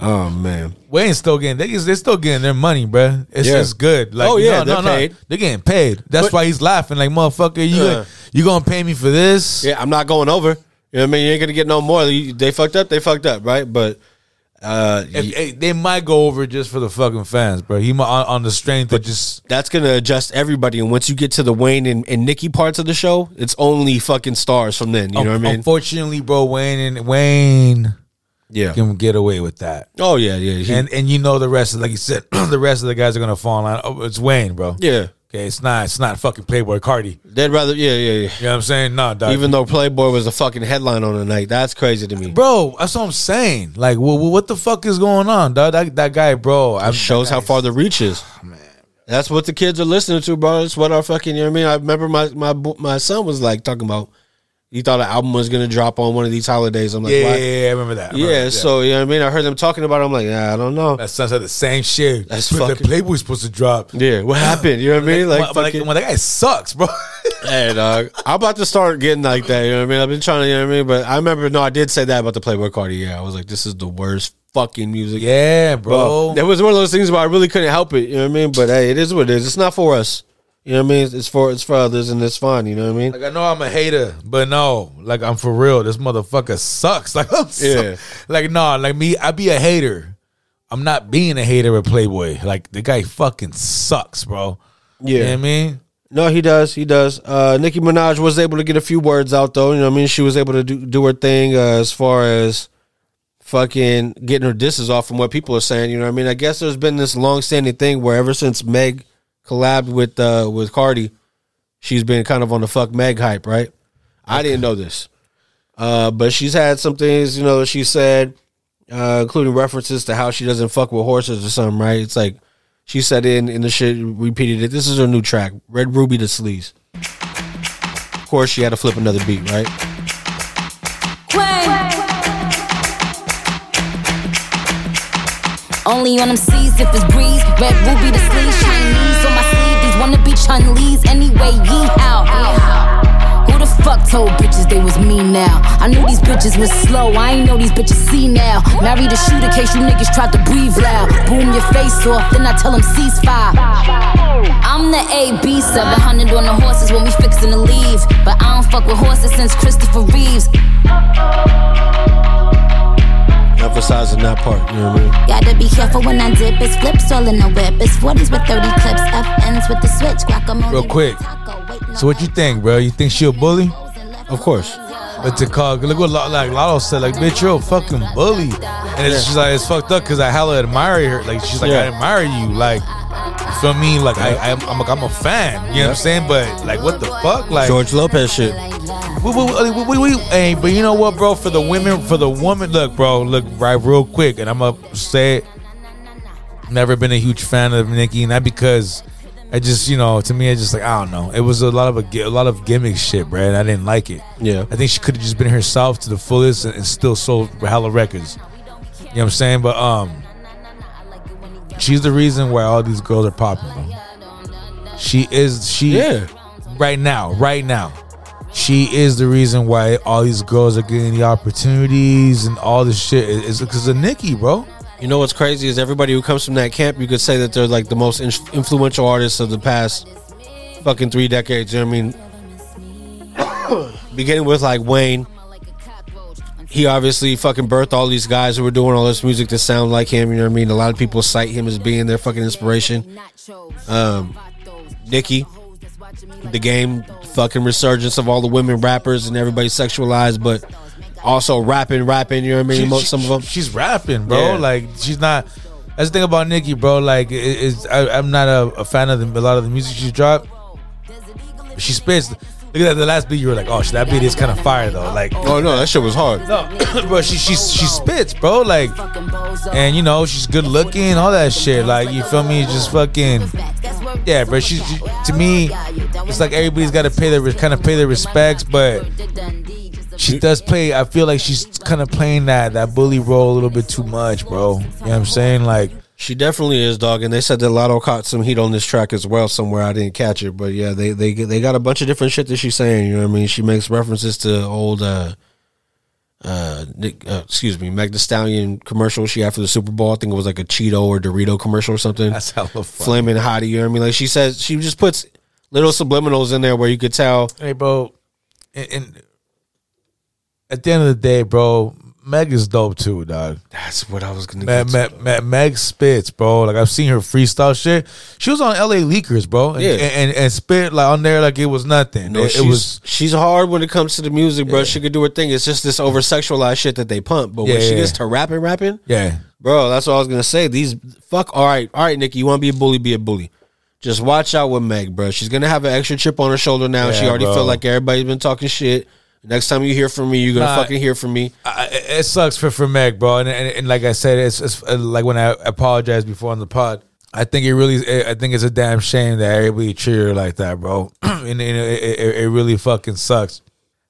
oh man. Wayne's still getting they they're still getting their money, bruh. It's Yeah. just good. Like, Oh, yeah, they're paid. They're getting paid. That's But- why he's laughing. Like motherfucker, you Uh. you gonna pay me for this? Yeah, I'm not going over. You know what I mean? You ain't gonna get no more. You- They fucked up. They fucked up, right? But Uh, If- eh, they might go over just for the fucking fans, bro. He might on, on the strength of just that's gonna adjust everybody. And once you get to the Wayne and, and Nikki parts of the show, it's only fucking stars from then. You Oh, know what I mean? Unfortunately, bro, Wayne and Wayne, Yeah. can get away with that. Oh yeah, yeah. He- and and you know the rest of like you said, the rest of the guys are gonna fall in line. Oh, it's Wayne, bro. Yeah. Okay, it's not it's not fucking Playboy Cardi. They'd rather, yeah, yeah, yeah. You know what I'm saying? Nah, dog. Even though Playboy was a fucking headline on the night, that's crazy to me. Bro, that's what I'm saying. Like, wha- wha- what the fuck is going on, dog? That, that guy, bro. I, Oh, shows how far the reach is. That's what the kids are listening to, bro. That's what our fucking. You know what I mean? I remember my my bo- my son was like talking about. He thought an album was gonna drop on one of these holidays. I'm like, yeah, why? yeah, yeah, I remember that. I Yeah, remember that. so you know what I mean. I heard them talking about. it. I'm like, nah, I don't know. That son said the same shit. That's But fucking- The Playboy's supposed to drop. Yeah, what happened? You know what I mean? Like, Like, like, fucking- well, that guy sucks, bro. hey, dog. I'm about to start getting like that. You know what I mean? I've been trying to. You know what I mean? But I remember, no, I did say that about the Playboy Cardi. Yeah, I was like, this is the worst fucking music. Yeah, bro. It was one of those things where I really couldn't help it. You know what I mean? But hey, it is what it is. It's not for us. You know what I mean? It's- It's for it's for others, and it's fine. You know what I mean? Like I know I'm a hater, but no, like I'm for real. This motherfucker sucks. Like I'm so- Yeah. like nah, like me, I be a hater. I'm not being a hater with Playboy. Like the guy fucking sucks, bro. Yeah. You know what I mean? No, he does. He does. Uh, Nicki Minaj was able to get a few words out, though. You know what I mean? She was able to do, do her thing uh, as far as fucking getting her disses off from what people are saying. You know what I mean? I guess there's been this long-standing thing where ever since Meg collabed with uh, with Cardi, she's been kind of on the fuck Meg hype, right? I didn't know this. Uh, but she's had some things, you know, that she said, uh, including references to how she doesn't fuck with horses or something, right? It's like she said in in the shit repeated it. This is her new track, Red Ruby to Sleaze. Of course, she had to flip another beat, right? Only on them seas if it's breeze. Red ruby to sleeve, Chinese on my sleeve. These wanna be Chun Lees anyway. Yee how? Who the fuck told bitches they was me now? I knew these bitches was slow. I ain't know these bitches see now. Married a shooter case you niggas tried to breathe loud. Boom your face off, then I tell them cease fire. I'm the AB 700 on the horses when we fixin' to leave. But I don't fuck with horses since Christopher Reeves. Emphasizing that part, you know what I mean? Gotta be careful when I dip. It's flips all in the whip. It's 40s with 30 clips. FNs with the switch. Guacamole. Real quick. So what you think, bro? You think she a bully? Of course. But to call, look what Lo- like Lotto said, like bitch, you're a fucking bully, and it's Yeah. she's like it's fucked up because I hella admire her. Like she's like I Yeah. admire you, like you feel me? Like I, I'm, I'm, a, I'm a fan. You know what I'm saying? But like what the fuck, like George Lopez shit. We, we, we, we, we- hey, but you know what, bro? For the women, for the woman, look, bro, look right real quick, and I'm gonna say it. Never been a huge fan of Nicki, not because I just, you know, to me, I just like I don't know. It was a lot of a, gi- a lot of gimmick shit, bro, and I didn't like it. Yeah. I think she could have just been herself to the fullest and, and still sold hella records. You know what I'm saying? But um, she's the reason why all these girls are popping. bro. She is she Yeah. right now, right now. She is the reason why all these girls are getting the opportunities and all this shit. It- It's because of Nicki, bro. You know what's crazy is everybody who comes from that camp, you could say that they're like the most in- influential artists of the past fucking three decades. You know what I mean? Beginning with like Wayne, he obviously fucking birthed all these guys who were doing all this music that sound like him. You know what I mean? A lot of people cite him as being their fucking inspiration. Um, Nicki, the game, fucking resurgence of all the women rappers and everybody sexualized, but also rapping, rapping. You know what I mean? She- Most- she- Some of them. She's rapping, bro. Yeah. Like she's not. That's the thing about Nicki, bro. Like it, it's, I, I'm not a, a fan of the, a lot of the music she dropped. But she spits. Look at that. The last beat, you were like, "Oh, shit, that beat is kind of fire, though." Like, Oh no, that shit was hard. No, bro, she she she spits, bro. Like, and you know she's good looking, all that shit. Like, you feel me? Just fucking, yeah, bro. She, she to me, it's like everybody's got to pay their kind of pay their respects, but she does play. I feel like she's kind of playing that that bully role a little bit too much, bro. You know what I'm saying? Like, She definitely is, dog. And they said that Lotto caught some heat on this track as well somewhere. I didn't catch it, but yeah, they they they got a bunch of different shit that she's saying. You know what I mean? She makes references to old, uh, uh, Nick, uh excuse me, Meg Thee Stallion commercial she had for the Super Bowl. I think it was like a Cheeto or Dorito commercial or something. That's hella funny. flaming hottie. You know what I mean? Like she says, she just puts little subliminals in there where you could tell. hey, bro, and, and at the end of the day, bro, Meg is dope too, dog. That's what I was gonna Meg, get Meg, Meg, Meg spits, bro. Like I've seen her freestyle shit. She was on LA Leakers, bro. And, Yeah. and, and, and spit like on there like it was nothing. No, it, she's, it was she's hard when it comes to the music, bro. She could do her thing. It's just this over sexualized shit that they pump. But when Yeah, she yeah, gets yeah. to rapping, rapping, yeah. bro, that's what I was gonna say. These fuck. All right, all right, Nikki, you want to be a bully? Be a bully. Just watch out with Meg, bro. She's gonna have an extra chip on her shoulder now. she Yeah, already bro. felt like everybody's been talking shit. Next time you hear from me, you're gonna Nah. fucking hear from me. I, it- it sucks for for Meg, bro. And, and, and like I said, it's, it's uh, like when I apologized before on the pod. I think it really, I think it's a damn shame that everybody cheer her like that, bro. and and it, it, it really fucking sucks.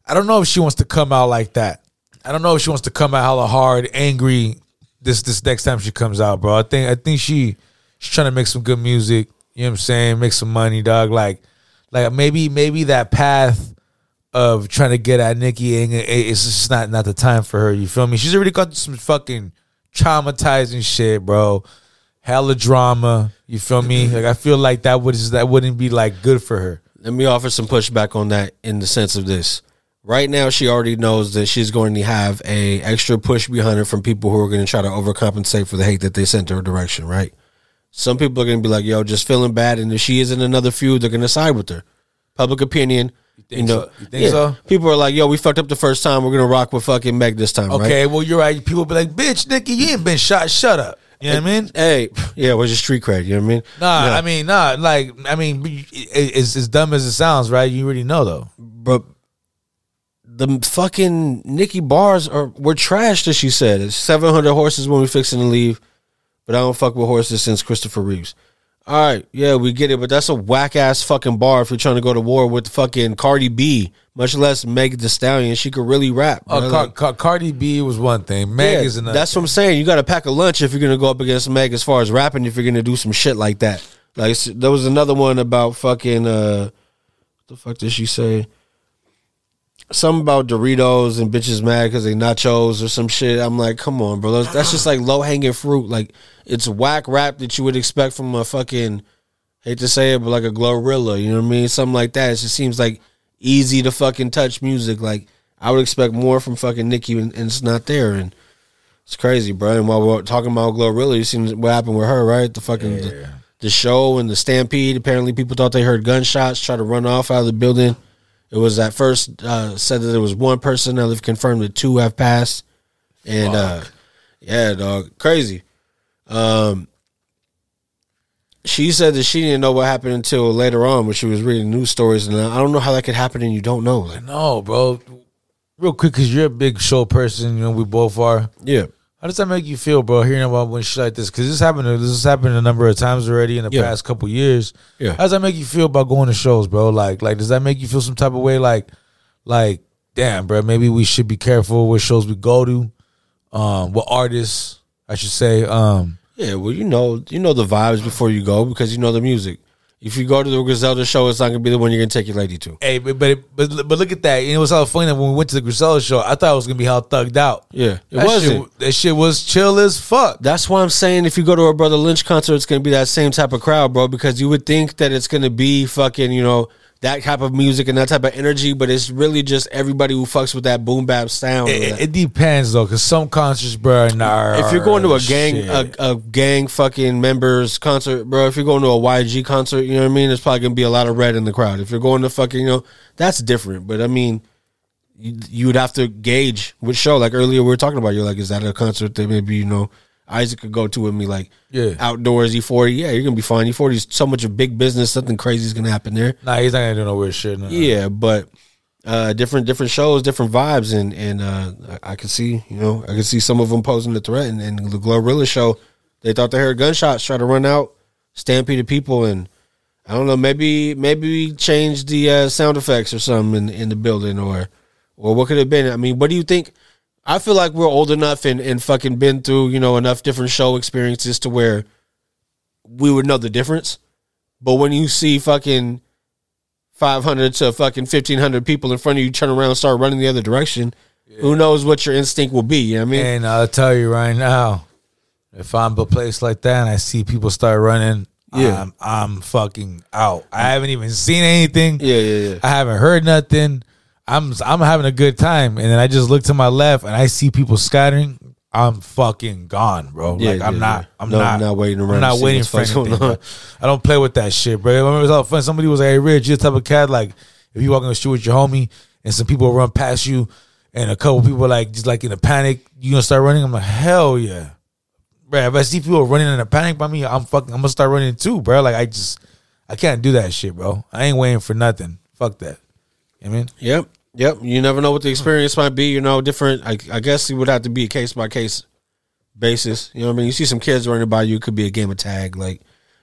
I don't know if she wants to come out like that. I don't know if she wants to come out hella hard, angry. This this next time she comes out, bro. I think I think she she's trying to make some good music. You know what I'm saying? Make some money, dog. Like like maybe maybe that path of trying to get at Nikki and it- it's just not not the time for her. You feel me? She's already gone through some fucking traumatizing shit, bro. Hella drama. You feel me? Mm-hmm. Like I feel like that would that wouldn't be like good for her. Let me offer some pushback on that in the sense of this. Right now, she already knows that she's going to have a extra push behind her from people who are going to try to overcompensate for the hate that they sent her direction. Right? Some people are going to be like, "Yo, just feeling bad," and if she is in another feud, they're going to side with her. Public opinion. You, think know, so? You think so? People are like, "Yo, we fucked up the first time. We're going to rock with fucking Meg this time." right? Okay, well you're right. People be like, "Bitch, Nikki, you ain't been shot. Shut up." You know what I mean? Hey, yeah, where's your street cred? You know what I mean? Nah, Yeah. I mean, nah. Like, I mean, it, it's as dumb as it sounds, right? You already know though. but the fucking Nikki bars are were trash that she said. It's 700 horses when we fixing to leave, but I don't fuck with horses since Christopher Reeves. All right, yeah, we get it, but that's a whack ass fucking bar if you're trying to go to war with fucking Cardi B, much less Meg The Stallion. She could really rap. Uh, bro. Car- Like, Car- Cardi B was one thing. Meg yeah, is another. That's what I'm saying. You got to pack a lunch if you're gonna go up against Meg as far as rapping. If you're gonna do some shit like that, like s- there was another one about fucking uh, the fuck did she say? Something about Doritos and bitches mad because they nachos or some shit. I'm like, come on, bro. That's, that's just like low hanging fruit. Like it's whack rap that you would expect from a fucking hate to say it, but like a Glorilla. You know what I mean? Something like that. It just seems like easy to fucking touch music. Like I would expect more from fucking Nicki, and, and it's not there. And it's crazy, bro. And while we're talking about Glorilla, you seen what happened with her, right? The fucking the, the show and the stampede. Apparently, people thought they heard gunshots, try to run off out of the building. It was at first uh, said that there was one person. Now they've confirmed that two have passed. And uh, yeah, dog, crazy. Um, she said that she didn't know what happened until later on when she was reading news stories. And I don't know how that could happen and you don't know. Like, no, bro. Real quick, because you're a big show person. You know, we both are. Yeah. How does that make you feel, bro? Hearing about when shit like this, because this happened. This has happened a number of times already in the Yeah. past couple years. Yeah. How does that make you feel about going to shows, bro? Like, like, does that make you feel some type of way? Like, like, damn, bro. Maybe we should be careful what shows we go to. Um, what artists I should say. Um, Yeah, well, you know, you know the vibes before you go because you know the music. If you go to the Griselda show, it's not gonna be the one you're gonna take your lady to. Hey, but but but, but look at that. You know, it's all funny that when we went to the Griselda show, I thought it was gonna be how thugged out. Yeah, it That wasn't. shit- that shit was chill as fuck. That's why I'm saying if you go to a Brother Lynch concert, it's gonna be that same type of crowd, bro. Because you would think that it's gonna be fucking, you know, that type of music and that type of energy, but it's really just everybody who fucks with that boom bap sound. It, it- it depends though, because some concerts, bro, and are if you're going to a gang shit. a, a gang fucking members concert, bro, if you're going to a YG concert, you know what I mean? There's probably gonna be a lot of red in the crowd. If you're going to fucking, you know, that's different. But I mean, you, you would have to gauge which show. Like earlier, we were talking about. You're like, is that a concert that maybe you know Isaac could go to with me? Like, Yeah. outdoors E40. Yeah, you're gonna be fine. E40 is so much of big business. Nothing crazy is gonna happen there. nah, he's not gonna do no weird shit. no. Yeah, but uh, different different shows, different vibes, and and uh, I, I could see you know I could see some of them posing the threat, and, and the Glorilla show, they thought they heard gunshots, try to run out, stampede of people, and I don't know, maybe maybe change the uh, sound effects or something in, in the building, or or what could it have been? I mean, what do you think? I feel like we're old enough and, and fucking been through you know enough different show experiences to where we would know the difference. But when you see fucking 500 to fucking 1500 people in front of you turn around and start running the other direction who knows what your instinct will be you know what i mean And I'll tell you right now, if I'm a place like that and I see people start running, Yeah. I'm, I'm fucking out. I haven't even seen anything. Yeah, yeah, yeah. I haven't heard nothing. I'm I'm having a good time, and then I just look to my left and I see people scattering. I'm fucking gone, bro. Yeah, like I'm yeah, not, yeah. I'm No, not, not waiting I'm around to not see waiting what's for fucking anything. going on. bro. I don't play with that shit, bro. I remember it was all fun. Somebody was like, "Hey, Rich, you the type of cat like if you walk in the street with your homie and some people run past you, and a couple people like just like in a panic, you gonna start running?" I'm like, "Hell yeah, bro." If I see people running in a panic by me, I'm fucking, I'm gonna start running too, bro. Like I just, I can't do that shit, bro. I ain't waiting for nothing. Fuck that. You know what I mean, Yep. Yep. You never know what the experience might be. You know, different. I, I guess it would have to be a case by case basis. You know what I mean? You see some kids running by you, it could be a game of tag. Like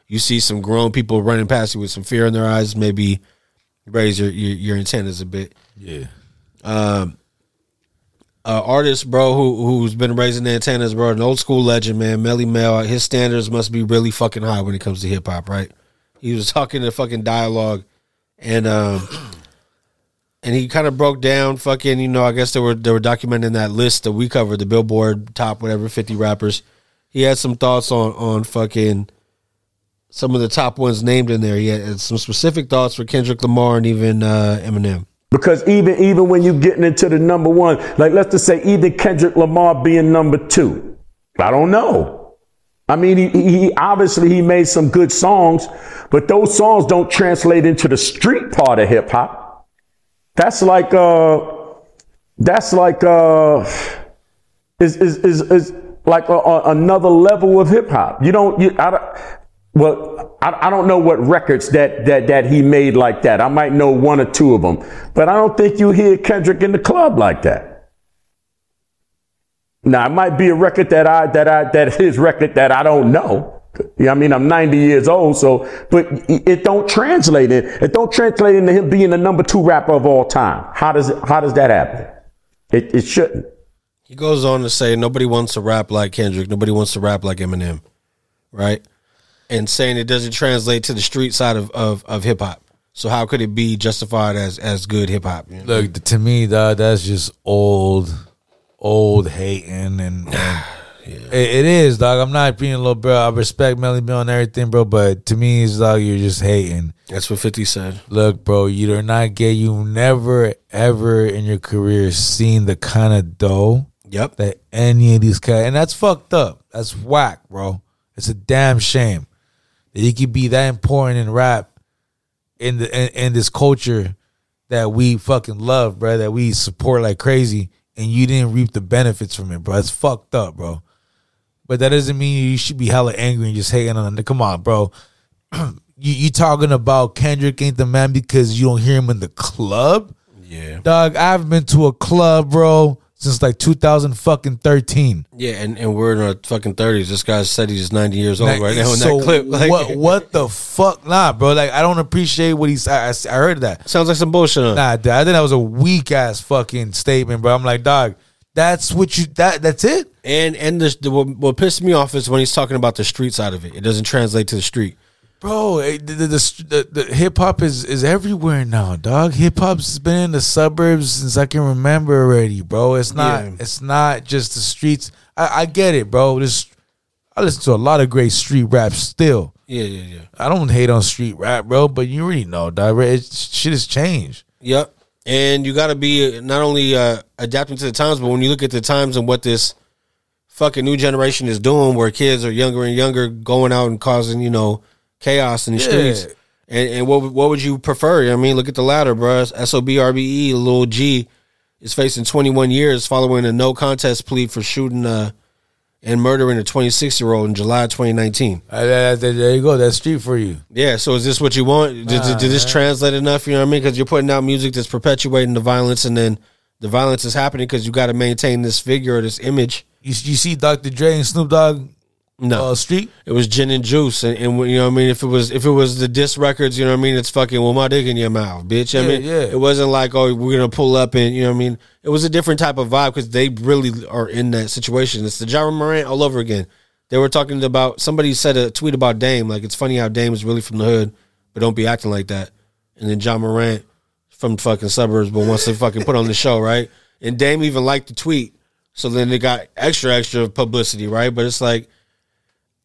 you see some grown people running past you with some fear in their eyes, maybe raise your your, your antennas a bit. Yeah. Um. Uh, artist, bro, who who's been raising the antennas, bro, an old school legend, man, Melly Mel. His standards must be really fucking high when it comes to hip hop, right? He was talking to fucking dialogue, and um, and he kind of broke down fucking you know i guess they were they were documenting that list that we covered the billboard top whatever 50 rappers he had some thoughts on on fucking some of the top ones named in there he had some specific thoughts for kendrick lamar and even uh eminem Because even even when you're getting into the number one, like let's just say even Kendrick Lamar being number two, I don't know. I mean, he, he obviously he made some good songs, but those songs don't translate into the street part of hip hop. That's like uh, that's like uh, is is is, is like a, a- another level of hip hop. You don't you I don't, well I, I don't know what records that that that he made like that. I might know one or two of them, but I don't think you hear Kendrick in the club like that. Now it might be a record that I that I that his record that I don't know. Yeah, I mean I'm 90 years old, so but it it don't translate it. It don't translate into him being the number two rapper of all time. How does it, how does that happen? It it shouldn't. He goes on to say nobody wants to rap like Kendrick, nobody wants to rap like Eminem, right? And saying it doesn't translate to the street side of, of, of hip hop. So how could it be justified as as good hip hop? you know? Look, to me, dog, that's just old, old hating, and, and it, it is, dog. I'm not being a little bro. I respect Melly Mel and everything, bro. But to me, it's like you're just hating. That's what Fifty said. Look, bro, you are not gay. You never, ever in your career seen the kind of dough. Yep. That any of these guys, and that's fucked up. That's whack, bro. It's a damn shame that you could be that important in rap, in the in, in this culture that we fucking love, bro. That we support like crazy, and you didn't reap the benefits from it, bro. It's fucked up, bro. But that doesn't mean you should be hella angry and just hating on. Come on, bro. you you talking about Kendrick ain't the man because you don't hear him in the club? Yeah. Dog, I've been to a club, bro, since like 2000 fucking 13. Yeah, and, and we're in our fucking thirties. This guy said he's ninety years old Like, Oh, right now in so that clip. Like, what what the fuck, nah, bro? Like I don't appreciate what he's. I, I, I heard that. Sounds like some bullshit. Nah, dude, I think that was a weak ass fucking statement, bro. I'm like, dog, that's what you that that's it. And and this, the, what, what pissed me off is when he's talking about the street side of it. It doesn't translate to the street. Bro, it- the, the, the, the, the hip hop is, is everywhere now, dog. Hip hop's been in the suburbs since I can remember already, bro. It's not Yeah. it's not just the streets. I, I get it, bro. This I listen to a lot of great street rap still. Yeah, yeah, yeah. I don't hate on street rap, bro, but you already know, dog. It's, shit has changed. Yep. And you got to be not only uh, adapting to the times, but when you look at the times and what this fucking new generation is doing, where kids are younger and younger going out and causing, you know, chaos in the Yeah. streets. And, and what would- what would you prefer? You know what I mean, look at the latter, bro. Sob RBE, Lil E, G, is facing 21 years following a no contest plea for shooting uh, and murdering a 26 year old in July 2019. Uh, that- that- there you go. That's street for you. Yeah, so is this what you want? Did, did- did this translate enough? You know what I mean? Because you're putting out music that's perpetuating the violence, and then the violence is happening because you got to maintain this figure or this image. You, you see Dr. Dre and Snoop Dogg? uh, No, street. It was gin and juice, and, and you know what I mean. If it was if it was the disc records, you know what I mean. It's fucking well, my dick in your mouth, bitch. I Yeah, mean, yeah. it wasn't like oh we're gonna pull up and you know what I mean. It was a different type of vibe because they really are in that situation. It's the John Morant all over again. They were talking about somebody said a tweet about Dame like it's funny how Dame is really from the hood, but don't be acting like that. And then John Morant from fucking suburbs, but wants to fucking put on the show, right? And Dame even liked the tweet, so then they got extra extra publicity, right? But it's like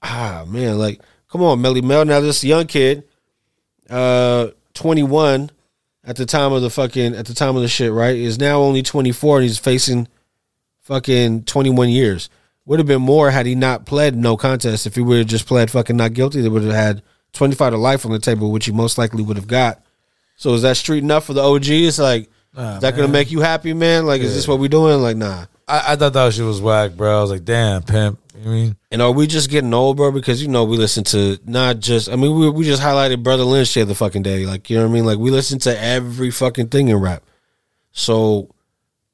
ah man, like come on, Melly Mel. Now this young kid, uh, twenty one, at the time of the fucking at the time of the shit, right? Is now only 24 and he's facing fucking 21 years. Would have been more had he not pled no contest. If he would have just pled fucking not guilty, they would have had 25 to life on the table, which he most likely would have got. So is that street enough for the OG? It's like, is that going to man. make you happy, man? Like, is this Yeah. what we doing? Like, nah. I, I thought that shit was whack, bro. I was like, damn, pimp. You mean? And are we just getting old, bro? Because you know we listen to not just. I mean, we we just highlighted Brother Lynch the other fucking day. Like you know what I mean? Like we listen to every fucking thing in rap. So,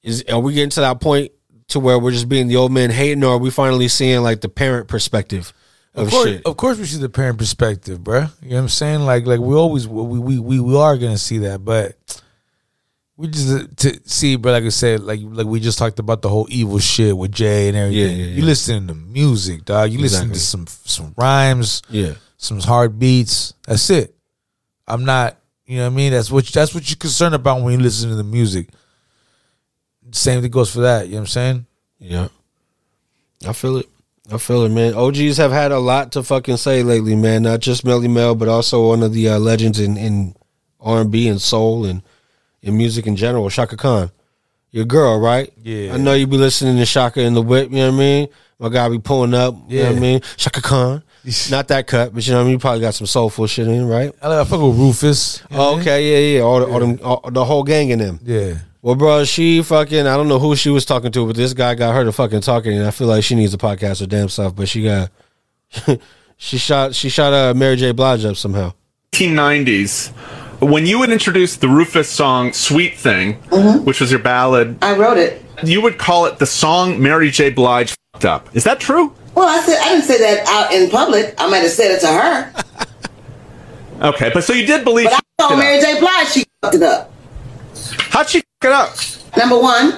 is are we getting to that point to where we're just being the old man hating, or are we finally seeing like the parent perspective of, Of course, Oh, shit? of course, we see the parent perspective, bruh. You know what I'm saying? Like, like we always we we we, we are gonna see that, but we just uh, to see, bro. Like I said, like like we just talked about the whole evil shit with Jay and everything. Yeah, yeah, yeah. You listening to music, dog. You listening Exactly. to some some rhymes, Yeah. some hard beats. That's it. I'm not, you know what I mean. That's what that's what you're concerned about when you listen to the music. Same thing goes for that. You know what I'm saying? Yeah. I feel it. I feel it, man. OGs have had a lot to fucking say lately, man. Not just Melly Mel, but also one of the uh, legends in, in R&B and soul and in music in general, Shaka Khan. Your girl, right? Yeah. I know you be listening to Shaka in the whip, you know what I mean? My guy be pulling up, you know what I Yeah. mean? Shaka Khan. Not that cut, but you know what I mean? You probably got some soulful shit in, right? I, like, I fuck with Rufus. you know what I Oh, mean? okay, yeah, yeah. All, the All them, all, the whole gang in them. Yeah. Well, bro, she fucking, I don't know who she was talking to, but this guy got her to fucking talking, and I feel like she needs a podcast or damn stuff, but she got, she shot, she shot uh, Mary J. Blige up somehow. 1990s, when you would introduce the Rufus song "Sweet Thing," Mm-hmm. which was your ballad, I wrote it. you would call it the song Mary J. Blige fucked up. Is that true? Well, I said I didn't say that out in public. I might have said it to her. Okay, but so you did believe. But I she told fucked Mary it J. Blige she fucked it up. up. How'd she fuck it up? Number one,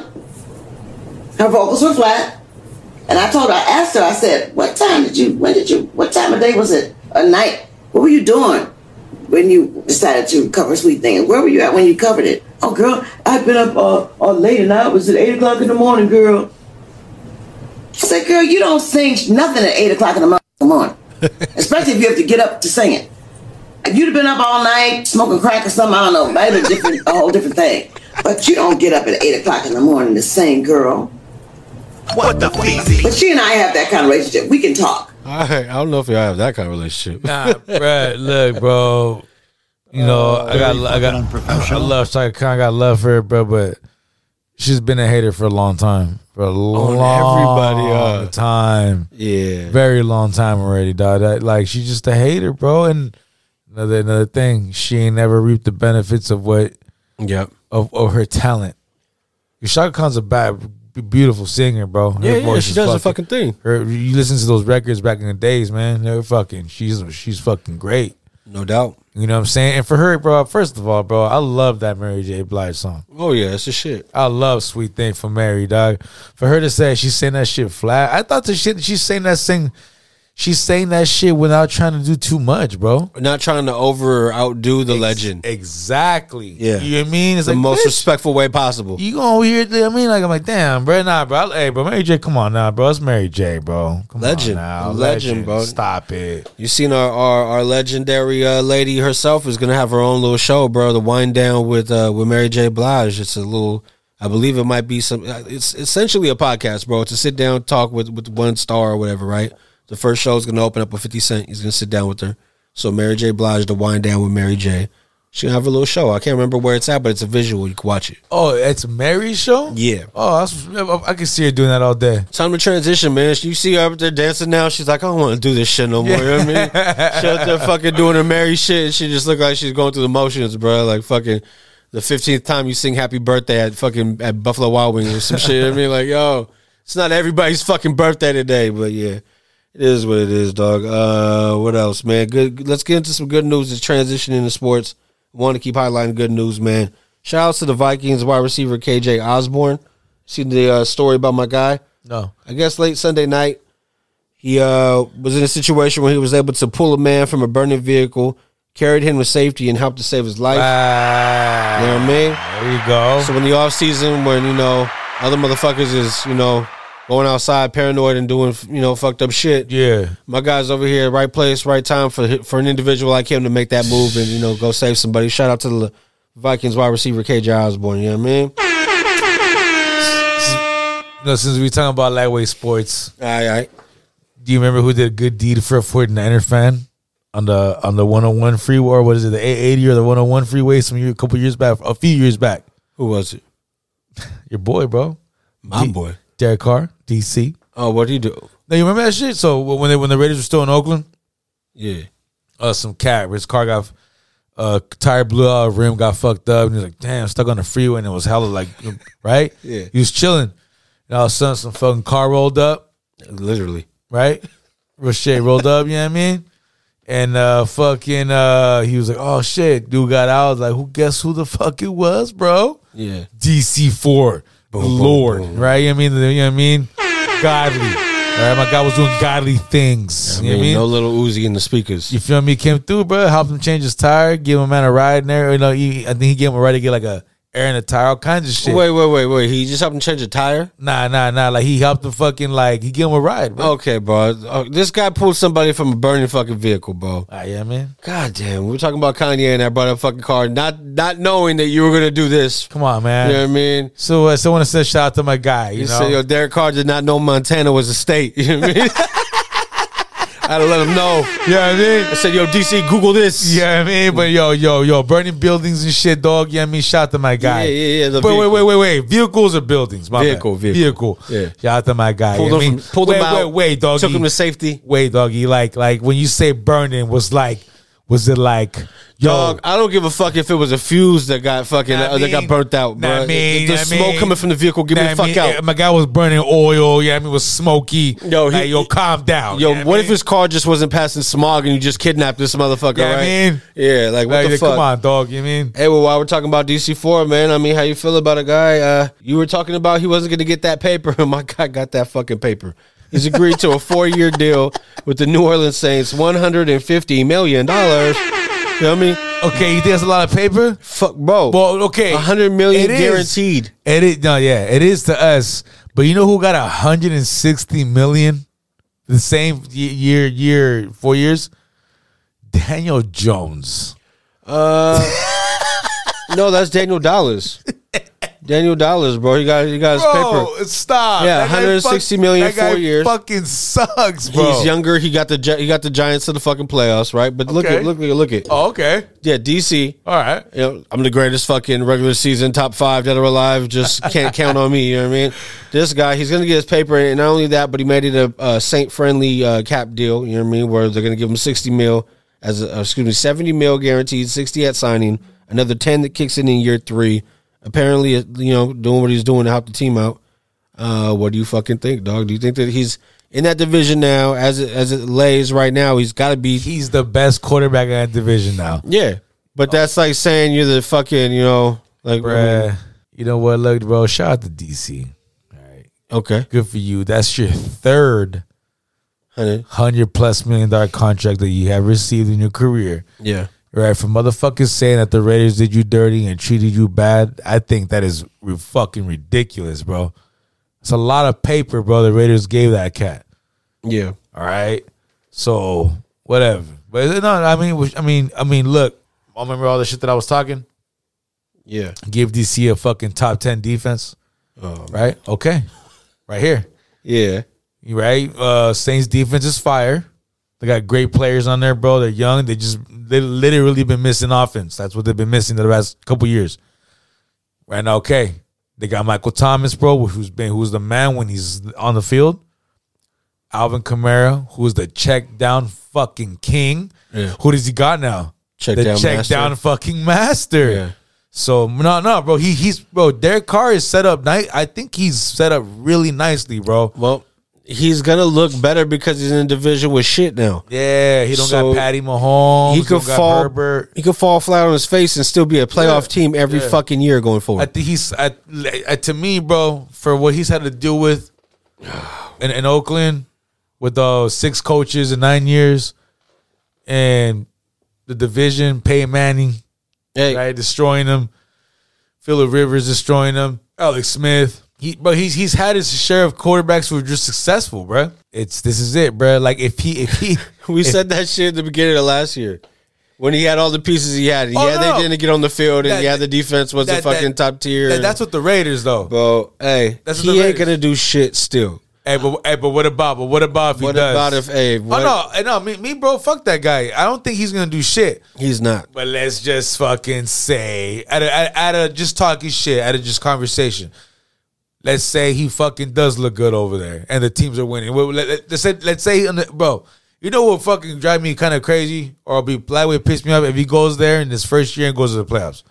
her vocals were flat, and I told her, I asked her, I said, "What time did you? When did you? What time of day was it? A night? What were you doing when you decided to cover Sweet Thing? Where were you at when you covered it? Oh, girl, I've been up all, all late, and I was at eight o'clock in the morning, girl." I said, "Girl, you don't sing nothing at eight o'clock in the motherfucking morning, especially if you have to get up to sing it." If you'd have been up all night smoking crack or something, I don't know. That'd have been different, a whole different thing. But you don't get up at 8 o'clock in the morning, the same girl. What the feezy? But she and I have that kind of relationship. We can talk. All right, I don't know if y'all have that kind of relationship. Nah, bruh, look, bro. You know, Uh, I got, I got, I love Shaka Khan. I got love for her, bro. But she's been a hater for a long time, for a long everybody, uh, time. Yeah, very long time already, dog. That, like she's just a hater, bro. And another another thing, she ain't never reaped the benefits of what, yep, of, of her talent. Shaka Khan's a bad, beautiful singer, bro. Her Yeah, yeah, voice she is does her fucking thing. Her, you listen to those records back in the days, man. They're fucking. She's she's fucking great, no doubt. You know what I'm saying? And for her, bro. First of all, bro, I love that Mary J. Blige song. Oh, yeah, it's a shit. I love "Sweet Thing" for Mary, dog. For her to say she sang that shit flat, I thought the shit she sang that sing, she sang that shit without trying to do too much, bro. Not trying to over or outdo the legend. Exactly. Yeah. You know what I mean? It's the like, most bitch. respectful way possible. You gonna hear? the- I mean, like I'm like, damn, bro, nah, bro. Hey, bro, Mary J, come on, nah, bro. It's Mary J, bro. Come Legend, on now. legend, bro. Stop it. You seen our our, our legendary uh, lady herself is gonna have her own little show, bro. The wind down with uh, with Mary J. Blige. It's a little, I believe it might be some. uh, It's essentially a podcast, bro. It's a sit down talk with with one star or whatever, right? The first show is gonna open up with Fifty Cent. He's gonna sit down with her. So Mary J. Blige, the wind down with Mary J. She gonna have a little show. I can't remember where it's at, but it's a visual. You can watch it. Oh, it's Mary's show. Yeah. Oh, that's, I- I can see her doing that all day. Time to transition, man. You see her up there dancing now. She's like, I don't want to do this shit no more. You know what I mean? she up there fucking doing her merry shit. And she just look like she's going through the motions, bro. Like fucking the fifteenth time you sing Happy Birthday at fucking at Buffalo Wild Wings or some shit. You know what I mean, like, yo, it's not everybody's fucking birthday today, but yeah, it is what it is, dog. Uh, what else, man? Good. Let's get into some good news. It's transitioning to sports. Want to keep highlighting good news, man. Shout outs to the Vikings wide receiver KJ Osborne. Seen the uh, story about my guy? No. I guess late Sunday night, he uh, was in a situation where he was able to pull a man from a burning vehicle, carried him with safety, and helped to save his life. Ah. You know what I mean? There you go. So in the off season, when you know other motherfuckers is you know going outside paranoid and doing you know fucked up shit, Yeah. my guy's over here, right place, right time for for an individual like him to make that move and you know go save somebody. Shout out to the Vikings wide receiver KJ Osborne. You know what I mean? You know, since we talking about lightweight sports, all right. Do you remember who did a good deed for a 49er fan on the on the 101 freeway? Or was it the 880 or the 101 freeway? Some year, a couple years back, a few years back. Who was it? Your boy, bro. My boy. Derek Carr, DC. Oh, what do you do? Now you remember that shit? So when they, when the Raiders were still in Oakland, Yeah. uh, some cat. His car got uh tire blew out, rim got fucked up, and he was like, "Damn, stuck on the freeway," and it was hella like, right? Yeah. he was chilling, and all of a sudden, some fucking car rolled up, literally, right? Real shit rolled up, you know what I mean? And uh, fucking, uh, he was like, "Oh shit!" Dude got out. I was like, "Who? Guess who the fuck it was, bro?" Yeah. DC four, the Lord, right? You know what I mean, you know what I mean, godly. All right, my guy was doing godly things. I you know what I mean, mean? no little Uzi in the speakers. You feel me? Came through, bro. Helped him change his tire. Give him a man a ride in there. You know, he, I think he gave him a ride to get like a air in the tire, all kinds of shit. Wait, wait, wait, wait. He just helped him change a tire? Nah, nah, nah. Like he helped him fucking like he gave him a ride, bro. Okay, bro. Uh, this guy pulled somebody from a burning fucking vehicle, bro. Ah, yeah, man. God damn, we were talking about Kanye and I brought up fucking car, not not knowing that you were gonna do this. Come on, man. You know what I mean? So uh, someone said, "Shout out to my guy." You, You, know, said, yo, Derek Carr did not know Montana was a state. You know what I mean? I had to let him know. Yeah, I mean, I said, yo, DC, Google this. Yeah, I mean, but yo, yo, yo, burning buildings and shit, dog. Yeah, I mean, shout out to my guy. Yeah, yeah, yeah, the Wait, wait, vehicle. wait, wait, wait. Vehicles or buildings? My Vehicle, bad. vehicle. vehicle. Yeah. Shout out to my guy. Pulled yeah, I him mean, from- pulled him wait, out, Wait, wait, doggy. took him to safety. Wait, doggy. Like, like when you say burning, was like, was it like, yo, Dog, I don't give a fuck if it was a fuse that got fucking Nah, I uh, that got mean- burnt out, nah, bro. I mean, the nah, I smoke mean- coming from the vehicle, give nah, me the I fuck mean, out. eh, My guy was burning oil. Yeah, I mean, it was smoky. Yo, he, like, yo, calm down. Yo, yeah, I what mean? if his car just wasn't passing smog and you just kidnapped this motherfucker, Yeah, I right? mean. yeah, like what Like, the fuck? Come on, dog. You mean? Hey, well, while we're talking about DC four, man, I mean, how you feel about a guy? Uh, you were talking about he wasn't going to get that paper, and my guy got that fucking paper. He's agreed to a four year deal with the New Orleans Saints, one hundred and fifty million dollars. You know what I mean? Okay, he does a lot of paper. Fuck, bro. Well, okay, hundred million It is. guaranteed. It is no, yeah, it is to us. But you know who got a hundred and sixty million the same y- year, year, four years? Daniel Jones. Uh, no, that's Daniel Dollars. Daniel Dollars, bro. He got he got his paper. stop! Yeah, That guy 160 million fuck- that four guy years. Fucking sucks, bro. He's younger. He got the Gi- he got the Giants to the fucking playoffs, right? But look Okay. at look at look at. Oh, okay. Yeah, DC. All right. You know, I'm the greatest fucking regular season top five that are alive. Just can't count on me. You know what I mean? This guy, he's gonna get his paper, and not only that, but he made it a, a Saint friendly uh, cap deal. You know what I mean? Where they're gonna give him 60 mil as a, uh, excuse me 70 mil guaranteed, 60 at signing, another 10 that kicks in in year three. Apparently, uh, you know, doing what he's doing to help the team out. Uh, what do you fucking think, dog? Do you think that he's in that division now, as it, as it lays right now, he's got to be He's the best quarterback in that division now, yeah, but that's like saying you're the fucking, you know, like bruh. You know what? Look, bro. Shout out to DC. okay, Good for you. That's your third hundred, hundred plus million dollar contract that you have received in your career. yeah, Right, for motherfuckers saying that the Raiders did you dirty and treated you bad, I think that is re- fucking ridiculous, bro. It's a lot of paper, bro. The Raiders gave that cat. yeah, All right, so whatever. But uh, no, I mean, which- I mean, I mean, look, I remember all the shit that I was talking. yeah. Give DC a fucking top ten defense, Oh, right? Okay, right here, yeah, You right? Uh Saints defense is fire. They got great players on there, bro. They're young. They just they literally been missing offense. That's what they've been missing the last couple years. Right now, okay. They got Michael Thomas, bro, who's been who's the man when he's on the field. Alvin Kamara, who's the check down fucking king. Yeah. Who does he got now? Check the down check master. down fucking master. Yeah. So no, no, bro. He he's bro. Derek Carr is set up. Night. I think he's set up really nicely, bro. Well, he's gonna look better because he's in a division with shit now. Yeah, he don't So, got Patty Mahomes. he could don't got fall. Herbert. He could fall flat on his face and still be a playoff team every yeah. fucking year going I forward. think he's I, I, to me, bro, for what he's had to deal with in, in Oakland with uh, six coaches in nine years and the division, Peyton Manning, Hey. right, destroying them, Phillip Rivers destroying them, Alex Smith. He, but he's he's had his share of quarterbacks who are just successful, bro. It's this is it, bro. Like if he if he we if- said that shit at the beginning of last year. When he had all the pieces he had, Oh, yeah, no. they didn't get on the field, and That- yeah, the defense was that- the fucking that- top tier. that- that's what the Raiders though. Bro, hey, That's he what the ain't Raiders- gonna do shit still. Hey, but hey, but what about? But what about if he What does? about if- hey, what- Oh no, no, me, me, bro, fuck that guy. I don't think he's gonna do shit. He's not. But let's just fucking say, out of, out of just talking shit, out of just conversation, let's say he fucking does look good over there, and the teams are winning. Well, let- let- Let's say, let's say, on the- bro, you know what fucking drive me kind of crazy, or I'll be that way piss me off if he goes there in his first year and goes to the playoffs.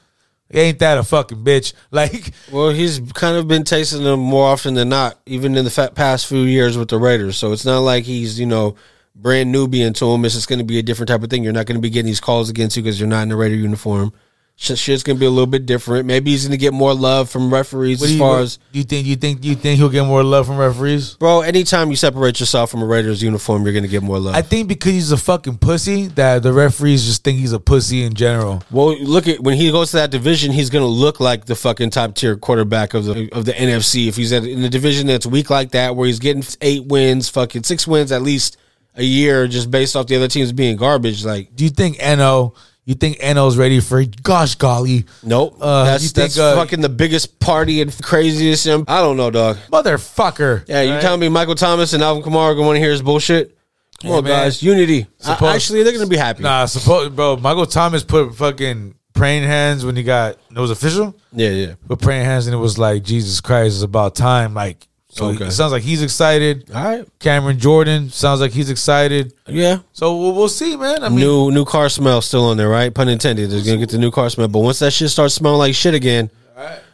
Ain't that a fucking bitch? Like, Well, he's kind of been tasting them more often than not, even in the fa- past few years with the Raiders. So it's not like he's you know brand newbie into him. It's just going to be a different type of thing. You're not going to be getting these calls against you because you're not in the Raider uniform. Shit, shit's going to be a little bit different. Maybe he's going to get more love from referees what do as you, far as do you think? You think? You think he'll get more love from referees? bro. Anytime you separate yourself from a Raiders uniform, you're going to get more love. I think because he's a fucking pussy that the referees just think he's a pussy in general. Well, look at when he goes to that division, he's going to look like the fucking top tier quarterback of the of the NFC. If he's at, in a division that's weak like that, where he's getting eight wins, fucking six wins at least a year, just based off the other teams being garbage. Like, Do you think Eno? You think Eno's ready for? Gosh golly, nope. Uh, that's you that's think, uh, fucking the biggest party and craziest. and- I don't know, dog. motherfucker. Yeah, you Right? telling me Michael Thomas and Alvin Kamara are going to hear his bullshit? Come Yeah, on, man. guys, unity. I- Suppose- actually, they're going to be happy. Nah, suppose bro, Michael Thomas put fucking praying hands when he got it was official. Yeah, yeah. Put praying hands and it was like Jesus Christ, it's about time. Like, so Okay. it sounds like he's excited. All right, Cameron Jordan sounds like he's excited. Yeah. So we'll, we'll see, man. I mean, new new car smell still on there, right? Pun intended. They're gonna get the new car smell, but once that shit starts smelling like shit again,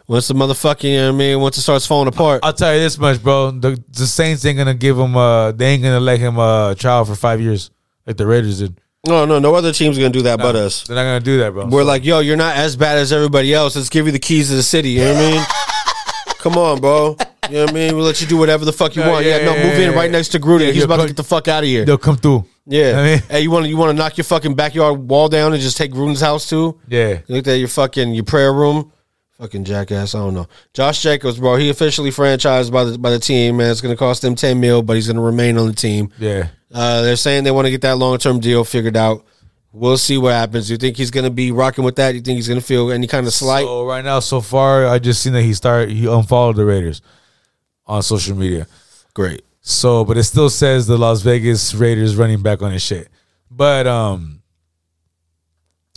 once the motherfucking, you know what I mean, once it starts falling apart, I'll tell you this much, bro. The, the Saints ain't gonna give him. Uh, they ain't gonna let him uh trial for five years like the Raiders did. no, no, no other team's gonna do that but us. They're not gonna do that, bro. We're like, yo, you're not as bad as everybody else. Let's give you the keys to the city. You know what I mean? Come on, bro. You know what I mean? We'll let you do whatever the fuck you Yeah, want. yeah, Yeah, no, yeah, move yeah, in yeah. right next to Gruden. Yeah, He's yeah, about come- to get the fuck out of here. they'll come through. Yeah. I mean- hey, you want to you want to knock your fucking backyard wall down and just take Gruden's house too? Yeah. Look at your fucking your prayer room. Fucking jackass. I don't know. Josh Jacobs, bro. He officially franchised by the by the team, man. It's gonna cost him ten mil, but he's gonna remain on the team. Yeah. Uh, they're saying they want to get that long term deal figured out. We'll see what happens. You think he's gonna be rocking with that? You think he's gonna feel any kind of slight? So right now, so far, I just seen that he started. He unfollowed the Raiders on social media. Great. So, but it still says the Las Vegas Raiders running back on his shit. But um,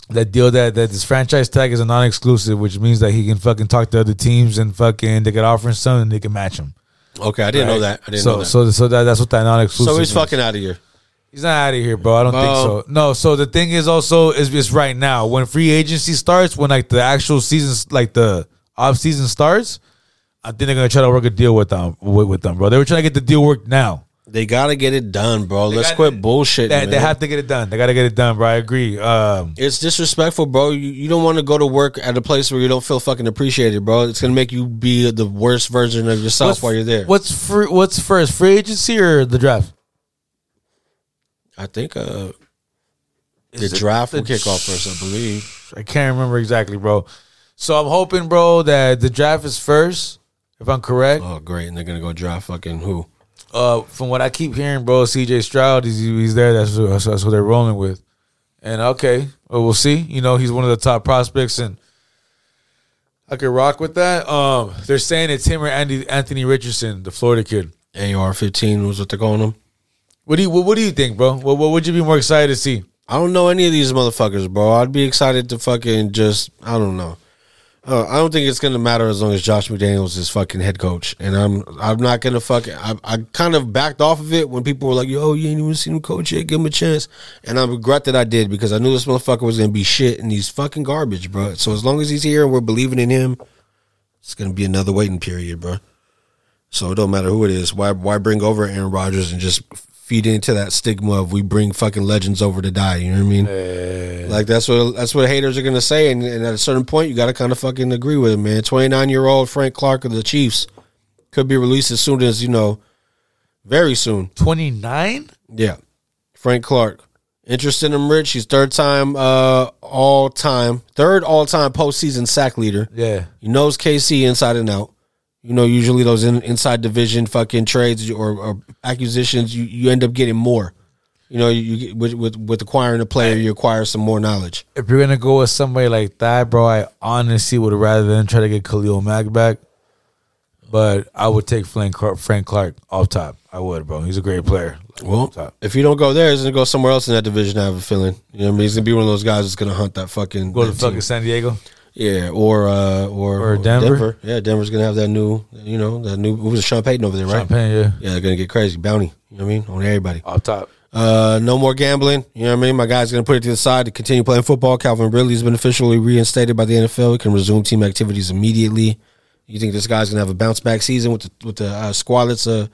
that deal that that this franchise tag is a non-exclusive, which means that he can fucking talk to other teams and fucking they could offer him something and they can match him. okay, I didn't know that. I didn't so, know that. So, So, so that, that's what that non-exclusive. he's is. fucking out of here. He's not out of here, bro. I don't Well- think so. No. So the thing is also is it's right now when free agency starts, when like the actual seasons, like the off season starts. I think they're gonna try to work a deal with them, with, with them, bro. They were trying to get the deal worked now. They gotta get it done, bro. Let's got- quit bullshit. They, they have to get it done. They gotta get it done, bro. I agree. Um, It's disrespectful, bro. You, you don't want to go to work at a place where you don't feel fucking appreciated, bro. It's gonna make you be the worst version of yourself what's- while you're there. What's free, What's first, free agency or the draft? I think uh, the Is it draft the will kick off first, I believe. I can't remember exactly, bro. So I'm hoping, bro, that the draft is first, if I'm correct. Oh, great! And they're gonna go draft fucking who? uh, from what I keep hearing, bro, CJ Stroud is he's there. That's who, that's, that's what they're rolling with. And okay, well, we'll see. You know, he's one of the top prospects, and I could rock with that. Um, they're saying it's him or Andy, Anthony Richardson, the Florida kid. AR fifteen was what they're calling them. What do you what, what do you think, bro? What, what would you be more excited to see? I don't know any of these motherfuckers, bro. I'd be excited to fucking just I don't know. Uh, I don't think it's gonna matter as long as Josh McDaniels is fucking head coach, and I'm I'm not gonna fucking I, I kind of backed off of it when people were like, "Yo, you ain't even seen him coach yet. Give him a chance," and I regret that I did because I knew this motherfucker was gonna be shit, and he's fucking garbage, bro. So as long as he's here and we're believing in him, it's gonna be another waiting period, bro. So it don't matter who it is. Why why bring over Aaron Rodgers and just feed into that stigma of we bring fucking legends over to die? You know what I mean? Like that's what that's what haters are gonna say, and, and at a certain point, you gotta kind of fucking agree with him, man. Twenty nine year old Frank Clark of the Chiefs could be released as soon as you know, very soon. Twenty nine? Yeah, Frank Clark. Interest in him, Rich. He's third time, uh, all time, third all time postseason sack leader. Yeah. He knows KC inside and out. You know, usually those in, inside division fucking trades or, or acquisitions, you, you end up getting more. You know, you- you with with, with acquiring a player, you acquire some more knowledge. If you're gonna go with somebody like that, bro, I honestly would rather than try to get Khalil Mack back. But I would take Frank Clark, Frank Clark off top. I would, bro. He's a great player. Well, if you don't go there, he's gonna go somewhere else in that division. I have a feeling. You know, what I mean, he's gonna be one of those guys that's gonna hunt that fucking Go to that team. fucking San Diego. Yeah, or uh, or, Or Denver. Yeah, Denver's gonna have that new, you know, that new. Who was it, Sean Payton over there, right? Sean Payton, yeah. yeah, they're gonna get crazy bounty. You know what I mean on everybody. Off top. Uh, no more gambling. You know what I mean. My guy's gonna put it to the side to continue playing football. Calvin Ridley has been officially reinstated by the NFL. He can resume team activities immediately. You think this guy's gonna have a bounce back season with the with the uh, squad? That's uh,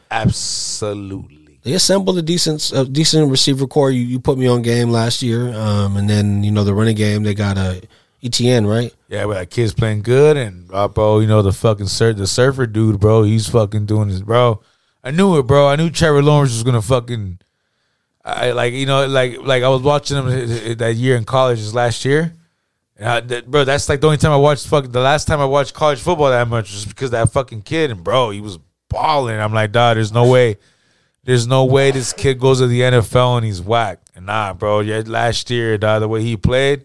absolutely. They assembled a decent a decent receiver core. You, you put me on game last year, um, and then you know the running game. They got a ETN right. Yeah, but that kid's playing good, and uh, bro, you know the fucking sur- the surfer dude, bro. He's fucking doing his bro. I knew it, bro. I knew Trevor Lawrence was gonna fucking. I like you know like like I was watching him h- h- that year in college, this last year, and I, that, bro. That's like the only time I watched fucking the last time I watched college football that much was because of that fucking kid and bro, he was balling. I'm like, dog, there's no way, there's no way this kid goes to the NFL and he's whacked. And nah, bro, yeah, last year, dog, the way he played.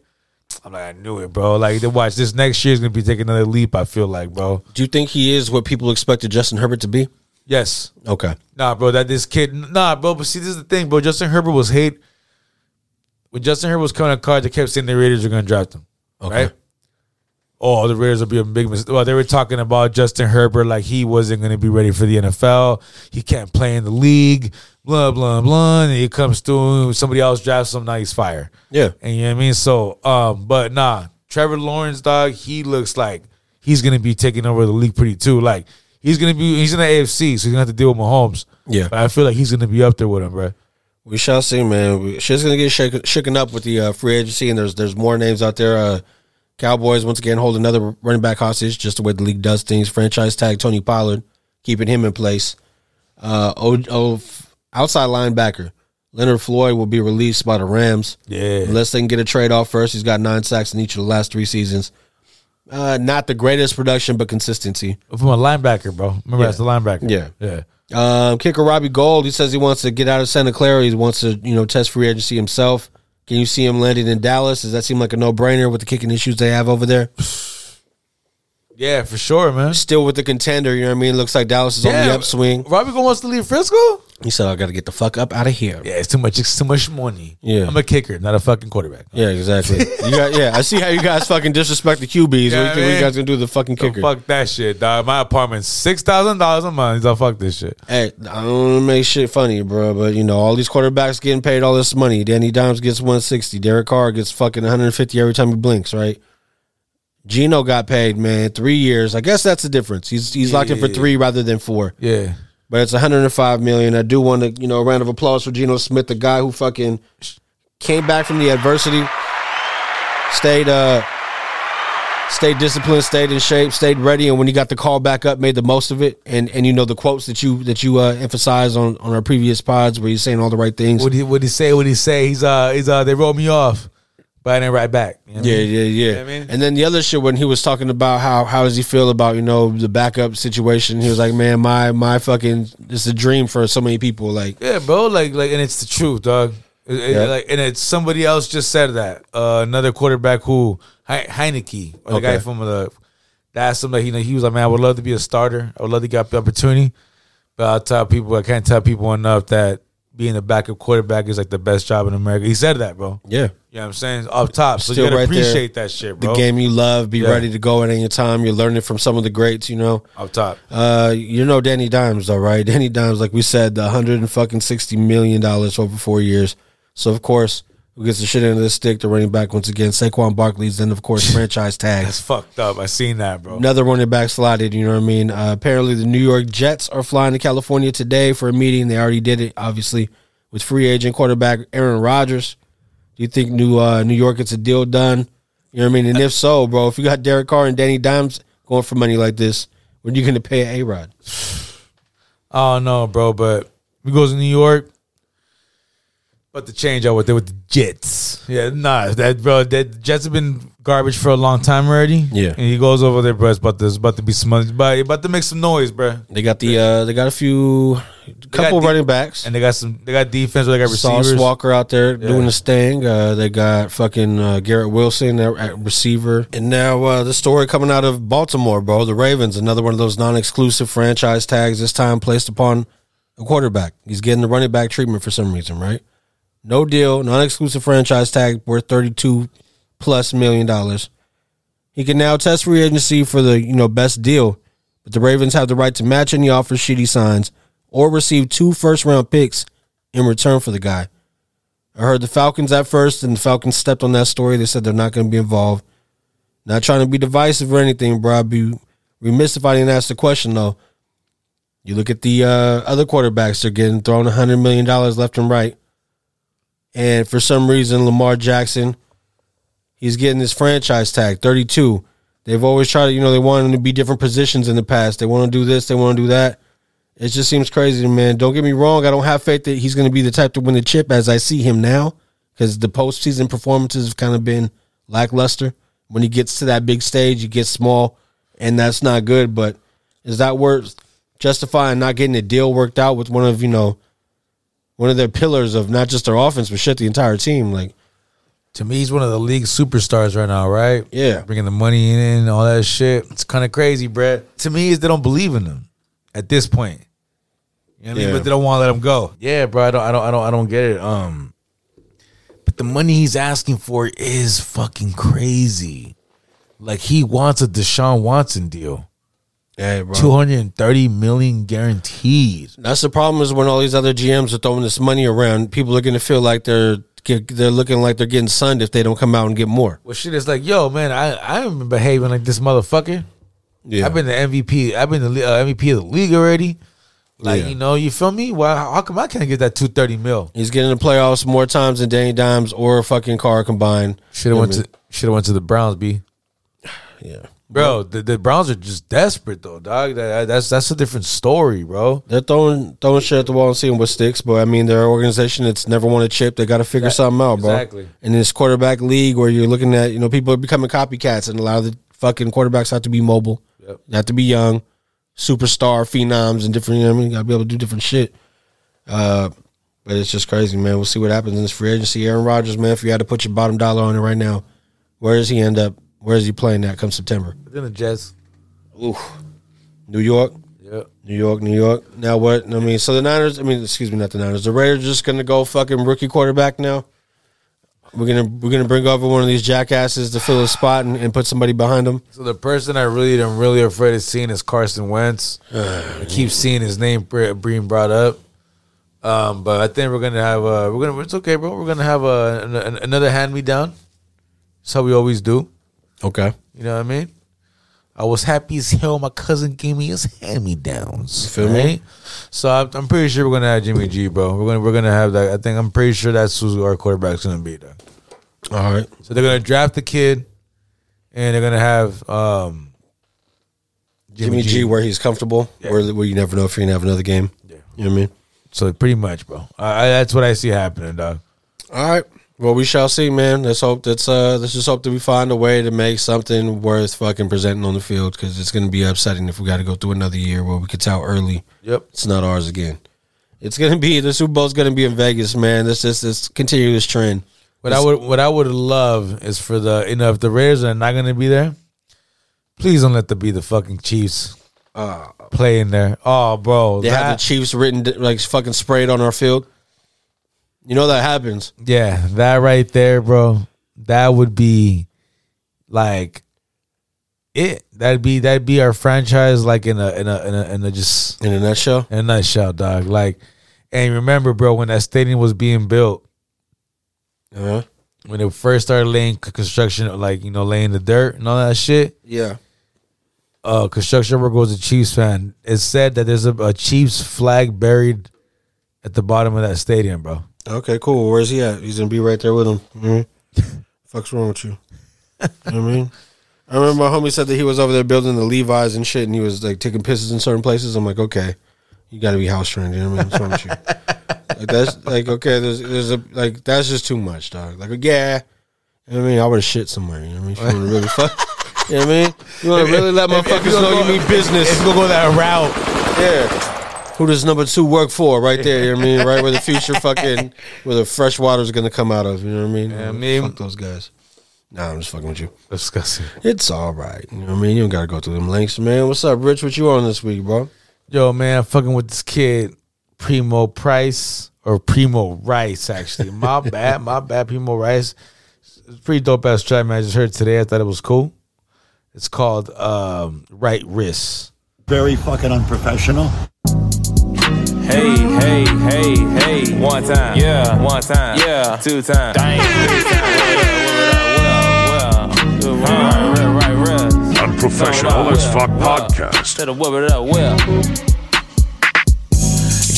I'm like, I knew it, bro. Like, then watch this next year is gonna be taking another leap. I feel like, bro. Do you think he is what people expected Justin Herbert to be? Yes. Okay. Nah, bro. That this kid. Nah, bro. But see, this is the thing, bro. Justin Herbert was hate. When Justin Herbert was coming to college, they kept saying the Raiders are gonna draft him. Okay. Oh, the Raiders will be a big mistake. Well, they were talking about Justin Herbert like he wasn't going to be ready for the NFL. He can't play in the league. Blah blah blah. And he comes through. Somebody else drafts him. Now he's fire. Yeah. And you know what I mean? So, um, but nah, Trevor Lawrence, dog, he looks like he's gonna be taking over the league pretty too. Like he's gonna be he's in the AFC, so he's gonna have to deal with Mahomes. Yeah. But I feel like he's gonna be up there with him, bro. We shall see, man. We, shit's gonna get shaken, shooken up with the uh, free agency, and there's there's more names out there. Uh, Cowboys once again hold another running back hostage, just the way the league does things. Franchise tag Tony Pollard, keeping him in place. Uh, o, o, outside linebacker Leonard Floyd will be released by the Rams. Yeah, unless they can get a trade off first. He's got nine sacks in each of the last three seasons. Uh, not the greatest production, but consistency. From a linebacker, bro. Yeah. Remember that's the linebacker. Yeah. Yeah. Um, kicker Robbie Gold, he says he wants to get out of Santa Clara. He wants to, you know, test free agency himself. Can you see him landing in Dallas? Does that seem like a no brainer with the kicking issues they have over there? Yeah, for sure, man. Still with the contender, you know what I mean? Looks like Dallas is on Yeah. the upswing. Robbie Gould wants to leave Frisco? He said, I got to get the fuck up out of here. Yeah, it's too much. It's too much money. Yeah. I'm a kicker, not a fucking quarterback. Yeah, exactly. you got, yeah, I see how you guys fucking disrespect the QBs. Yeah, what do you think man. you guys gonna do with the fucking So kicker? fuck that shit, dog. My apartment's six thousand dollars a month. So fuck this shit. Hey, I don't want to make shit funny, bro, but you know all these quarterbacks getting paid all this money. Danny Dimes gets one sixty. Derek Carr gets fucking one hundred fifty every time he blinks, right? Gino got paid, man, three years. I guess that's the difference. He's he's locked in for Yeah. three rather than four. Yeah. But it's 105 million. I do want to, you know, a round of applause for Geno Smith, the guy who fucking came back from the adversity, stayed uh stayed disciplined, stayed in shape, stayed ready, and when he got the call back up, made the most of it. And and you know the quotes that you that you uh emphasized on on our previous pods where he's saying all the right things. What he what he say? What he say? He's uh he's uh they rolled me off, but I didn't write back. You know what I Yeah, mean? yeah, yeah. You know what I mean? And then the other shit when he was talking about how how does he feel about you know the backup situation, he was like, man, my my fucking it's a dream for so many people. Like Yeah, bro. Like, like, and it's the truth, dog. It- it- Yeah. Like, and it's somebody else just said that. Uh, another quarterback who He- Heineke, or the guy Okay. from the, they asked him that he, he was like, man, I would love to be a starter. I would love to get the opportunity, but I'll tell people, I can't tell people enough that being the backup quarterback is like the best job in America. He said that, bro. Yeah. You know what I'm saying? Off top. So you gotta appreciate that shit, bro. The game you love, be Yeah. ready to go at any time. You're learning from some of the greats, you know. Off top. Uh, you know Danny Dimes though, right? Danny Dimes, like we said, the hundred and fucking sixty million dollars over four years. So of course, who gets the shit end of the stick? The running back once again, Saquon Barkley's then of course franchise tag. That's fucked up. I seen that, bro. Another running back slotted, you know what I mean? Uh, apparently, the New York Jets are flying to California today for a meeting. They already did it, obviously, with free agent quarterback Aaron Rodgers. Do you think New uh, New York gets a deal done? You know what I mean? And if so, bro, if you got Derek Carr and Danny Dimes going for money like this, when are you going to pay A Rod? I don't know, bro, but we goes to New York. But the change out with there with the Jets. Yeah, nah, that bro, that Jets have been garbage for a long time already. Yeah. and he goes over there, bro. It's about to, it's about to be smothered. But about to make some noise, bro. They got the uh, they got a few couple running backs, and they got some. They got defense. They got Sauce receivers. Walker out there Yeah. doing his thing. Uh, they got fucking uh, Garrett Wilson at, at receiver, and now uh, the story coming out of Baltimore, bro. The Ravens, another one of those non-exclusive franchise tags. This time placed upon a quarterback. He's getting the running back treatment for some reason, right? No deal, non-exclusive franchise tag worth thirty-two plus million dollars. He can now test free agency for the you know best deal, but the Ravens have the right to match any offer Sheedy signs or receive two first round picks in return for the guy. I heard the Falcons at first, and the Falcons stepped on that story. They said they're not going to be involved. Not trying to be divisive or anything, bro. I'd be remiss if I didn't ask the question though. You look at the uh, other quarterbacks; they're getting thrown hundred million dollars left and right, and for some reason, Lamar Jackson he's getting this franchise tag 32 they've always tried to you know they want him to be different positions in the past they want to do this they want to do that it just seems crazy to me, man don't get me wrong i don't have faith that he's going to be the type to win the chip as i see him now because the postseason performances have kind of been lackluster when he gets to that big stage he gets small and that's not good but is that worth justifying not getting a deal worked out with one of you know one of their pillars of not just their offense but shit the entire team like To me, he's one of the league superstars right now, right? Yeah. Bringing the money in and all that shit. It's kind of crazy, Brad. To me, is they don't believe in him at this point. You know what I mean? Yeah. But they don't want to let him go. Yeah, bro. I don't, I don't, I don't, I don't get it. Um, but the money he's asking for is fucking crazy. Like he wants a Deshaun Watson deal. Hey, bro. 230 million guaranteed. That's the problem is when all these other GMs are throwing this money around, people are going to feel like they're get, they're looking like they're getting sunned if they don't come out and get more. Well, shit, it's like, yo, man, I I ain't been behaving like this motherfucker. Yeah. I've been the MVP. I've been the le- uh, MVP of the league already. Like, Yeah. you know, you feel me? Why? How come I can't get that two thirty mil? He's getting the playoffs more times than Danny Dimes or fucking Carr combined. Should have went to should have went to the Browns, b. Yeah, bro. The, the Browns are just desperate though, dog. That, that's that's a different story, bro. They're throwing throwing shit at the wall and seeing what sticks. But I mean, they're an organization that's never won a chip. They got to figure That- something out, bro. exactly. In this quarterback league where you're looking at, you know, people are becoming copycats, and a lot of the fucking quarterbacks have to be mobile. Yep. They have to be young, superstar phenoms, and different. You know what I mean, got to be able to do different shit. Uh, but it's just crazy, man. We'll see what happens in this free agency. Aaron Rodgers, man, if you had to put your bottom dollar on it right now, where does he end up? Where is he playing at come September? Then the Jets. Ooh. New York. Yep. New York, New York. Now what? I mean, so the Niners. I mean, excuse me, not the Niners. The Raiders are just gonna go fucking rookie quarterback now. We're gonna we're gonna bring over one of these jackasses to fill a spot and, and put somebody behind them. So the person I really am really afraid of seeing is Carson Wentz. I keep seeing his name bre- being brought up, um, but I think we're gonna have uh, we're gonna it's okay, bro. We're gonna have uh an, an- another hand me down. That's how we always do. Okay. You know what I mean? I was happy as hell. My cousin gave me his hand me downs. Feel me? So I'm, I'm pretty sure we're gonna have Jimmy G, bro. We're gonna we're gonna have that. I think I'm pretty sure that's who our quarterback's gonna be. Though. All right. So they're gonna draft the kid, and they're gonna have um, Jimmy, G, where he's comfortable, where where you never know if you're gonna have another game. Yeah. You know what I mean? So pretty much, bro. I, I, that's what I see happening, dog. All right. Well, we shall see, man. Let's hope that's uh let's just hope that we find a way to make something worth fucking presenting on the field because it's gonna be upsetting if we got to go through another year where we could tell early. Yep. It's not ours again. It's gonna be the Super Bowl's gonna be in Vegas, man. Let's just let's continue this trend. What I would what I would love is for the you know if the Raiders are not gonna be there, please don't let the be the fucking Chiefs Uh, play in there. Oh, bro, they have that- the Chiefs written like fucking sprayed on our field. You know that happens. Yeah, that right there, bro. That would be like it. That'd be that'd be our franchise, like in a in a in a, in a just in a nutshell. In a nutshell, dog. Like, and remember, bro, when that stadium was being built, uh when it first started laying c- construction, like you know, laying the dirt and all that shit. Yeah. Uh, construction worker was a Chiefs fan. It said that there's a, a Chiefs flag buried at the bottom of that stadium, bro. Okay, cool. Where's he at? He's gonna be right there with him. Mhm. Fuck's wrong with you? You know what I mean, I remember my homie said that he was over there building the Levi's and shit, and he was like taking pisses in certain places. I'm like, okay, you got to be house trained. You know what I mean? What's wrong with you? Like that's like okay. There's there's a like that's just too much, dog. Like yeah, You know what I mean? I would have shit somewhere. You know what I mean? She would have really fuck. You know what I mean? You want to really let If- if- if motherfuckers you know go- you mean business. if you go that route. Yeah. Who does number two work for? Right there. You know what I mean? Right where the future fucking, where the fresh water is going to come out of. You know what I mean? Yeah, I mean? Fuck those guys. Nah, I'm just fucking with you. Disgusting. It's all right. You know what I mean? You don't got to go through them links, man. What's up, Rich? What you on this week, bro? Yo, man, I'm fucking with this kid, Primo Price or Primo Rice. Actually, my bad, my bad. Primo Rice. It's a pretty dope ass track, man. I just heard it today. I thought it was cool. It's called um, Right Wrist. Very fucking unprofessional. Hey, hey, hey, hey. One time. Yeah. One time. Yeah. Two times. Dang. Three times. Well, well, well. Right, right, right. Unprofessional as fuck podcast. Instead of whip it up, well.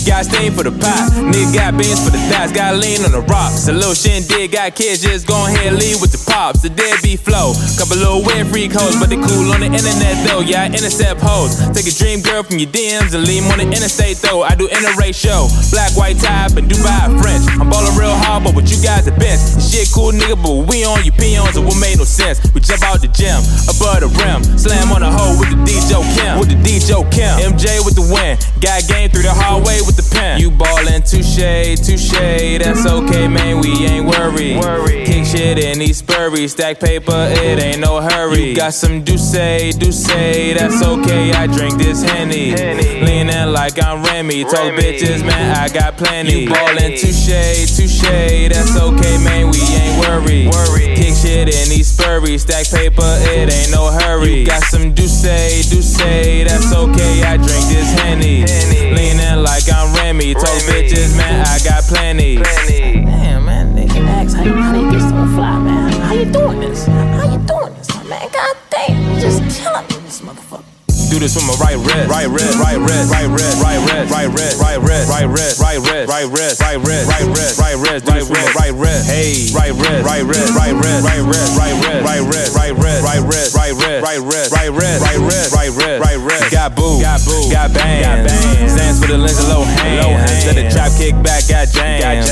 Got steam for the pot, nigga got beans for the thighs, got lean on the rocks. A little shindig, got kids just gon' ahead lead with the pops. The deadbeat flow, couple little weird freak hoes, but they cool on the internet though. Yeah, I intercept hoes, take a dream girl from your DMs and leave 'em on the interstate though. I do interracial, black white tie, but Dubai French. I'm ballin' real hard, but with you guys at bench. Shit cool nigga, but we on your peons, it would make no sense. We jump out the gym, above the rim, slam on the hoe with the DJ Kim, with the DJ Kim, MJ with the win, got game through the hallway with the pen. You ballin' touche, touche, that's okay, man. We ain't worried. Kick shit in these spurry, stack paper, it ain't no hurry. You got some douce, douce, that's okay. I drink this henny, leanin' like I'm Remy. Told bitches, man, I got plenty. You ballin' touche, touche, that's okay, man. We ain't worried. Kick shit in these spurry, stack paper, it ain't no hurry. You got some douce, douce, that's okay. I drink this henny, leanin' like I'm Remy. Told bitches, man, I got plenty. Damn, man, nigga, ask how you, how you get so fly, man. How you doing this? How you doing this, man? God damn, you just killing me, this motherfucker. Do this with my right wrist, right wrist, right wrist, right wrist, right wrist, right wrist, right wrist, right wrist, right wrist, right wrist, right wrist, right wrist, right wrist, right wrist, right wrist, hey, right wrist, right wrist, right wrist, right wrist, right wrist, right wrist, right wrist, right wrist, right wrist, right wrist, right wrist, right wrist, right wrist, right wrist. Got boo, got boo, got bands, stands for the lens of low hands. Instead of drop kick back, got jams,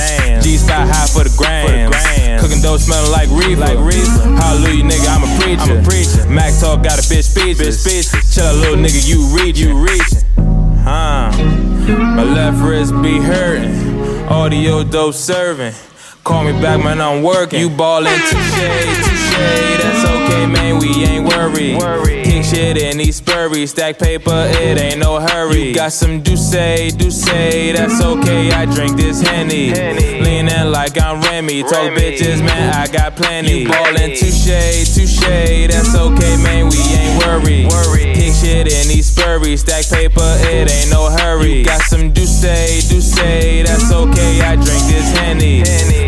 G's five high for the grams. Cooking dope smelling like reefer, like reefer. Hallelujah, nigga, I'm a preacher. I'm a preacher. Mac talk got a bitch speech, bitch speech. Chill, little nigga, you reach, you reaching. Huh? My left wrist be hurting. Audio dope serving. Call me back, man, I'm working. You ballin' touche, touche. That's okay, man, we ain't worried. Kick shit in these spurry. Stack paper, it ain't no hurry. You got some douce, douce. That's okay, I drink this henny. Leanin' like I'm Remy. Told bitches, man, I got plenty. You ballin' touche, touche. That's okay, man, we ain't worried. Kick shit in these spurry. Stack paper, it ain't no hurry. You got some douce, douce. That's okay, I drink this henny.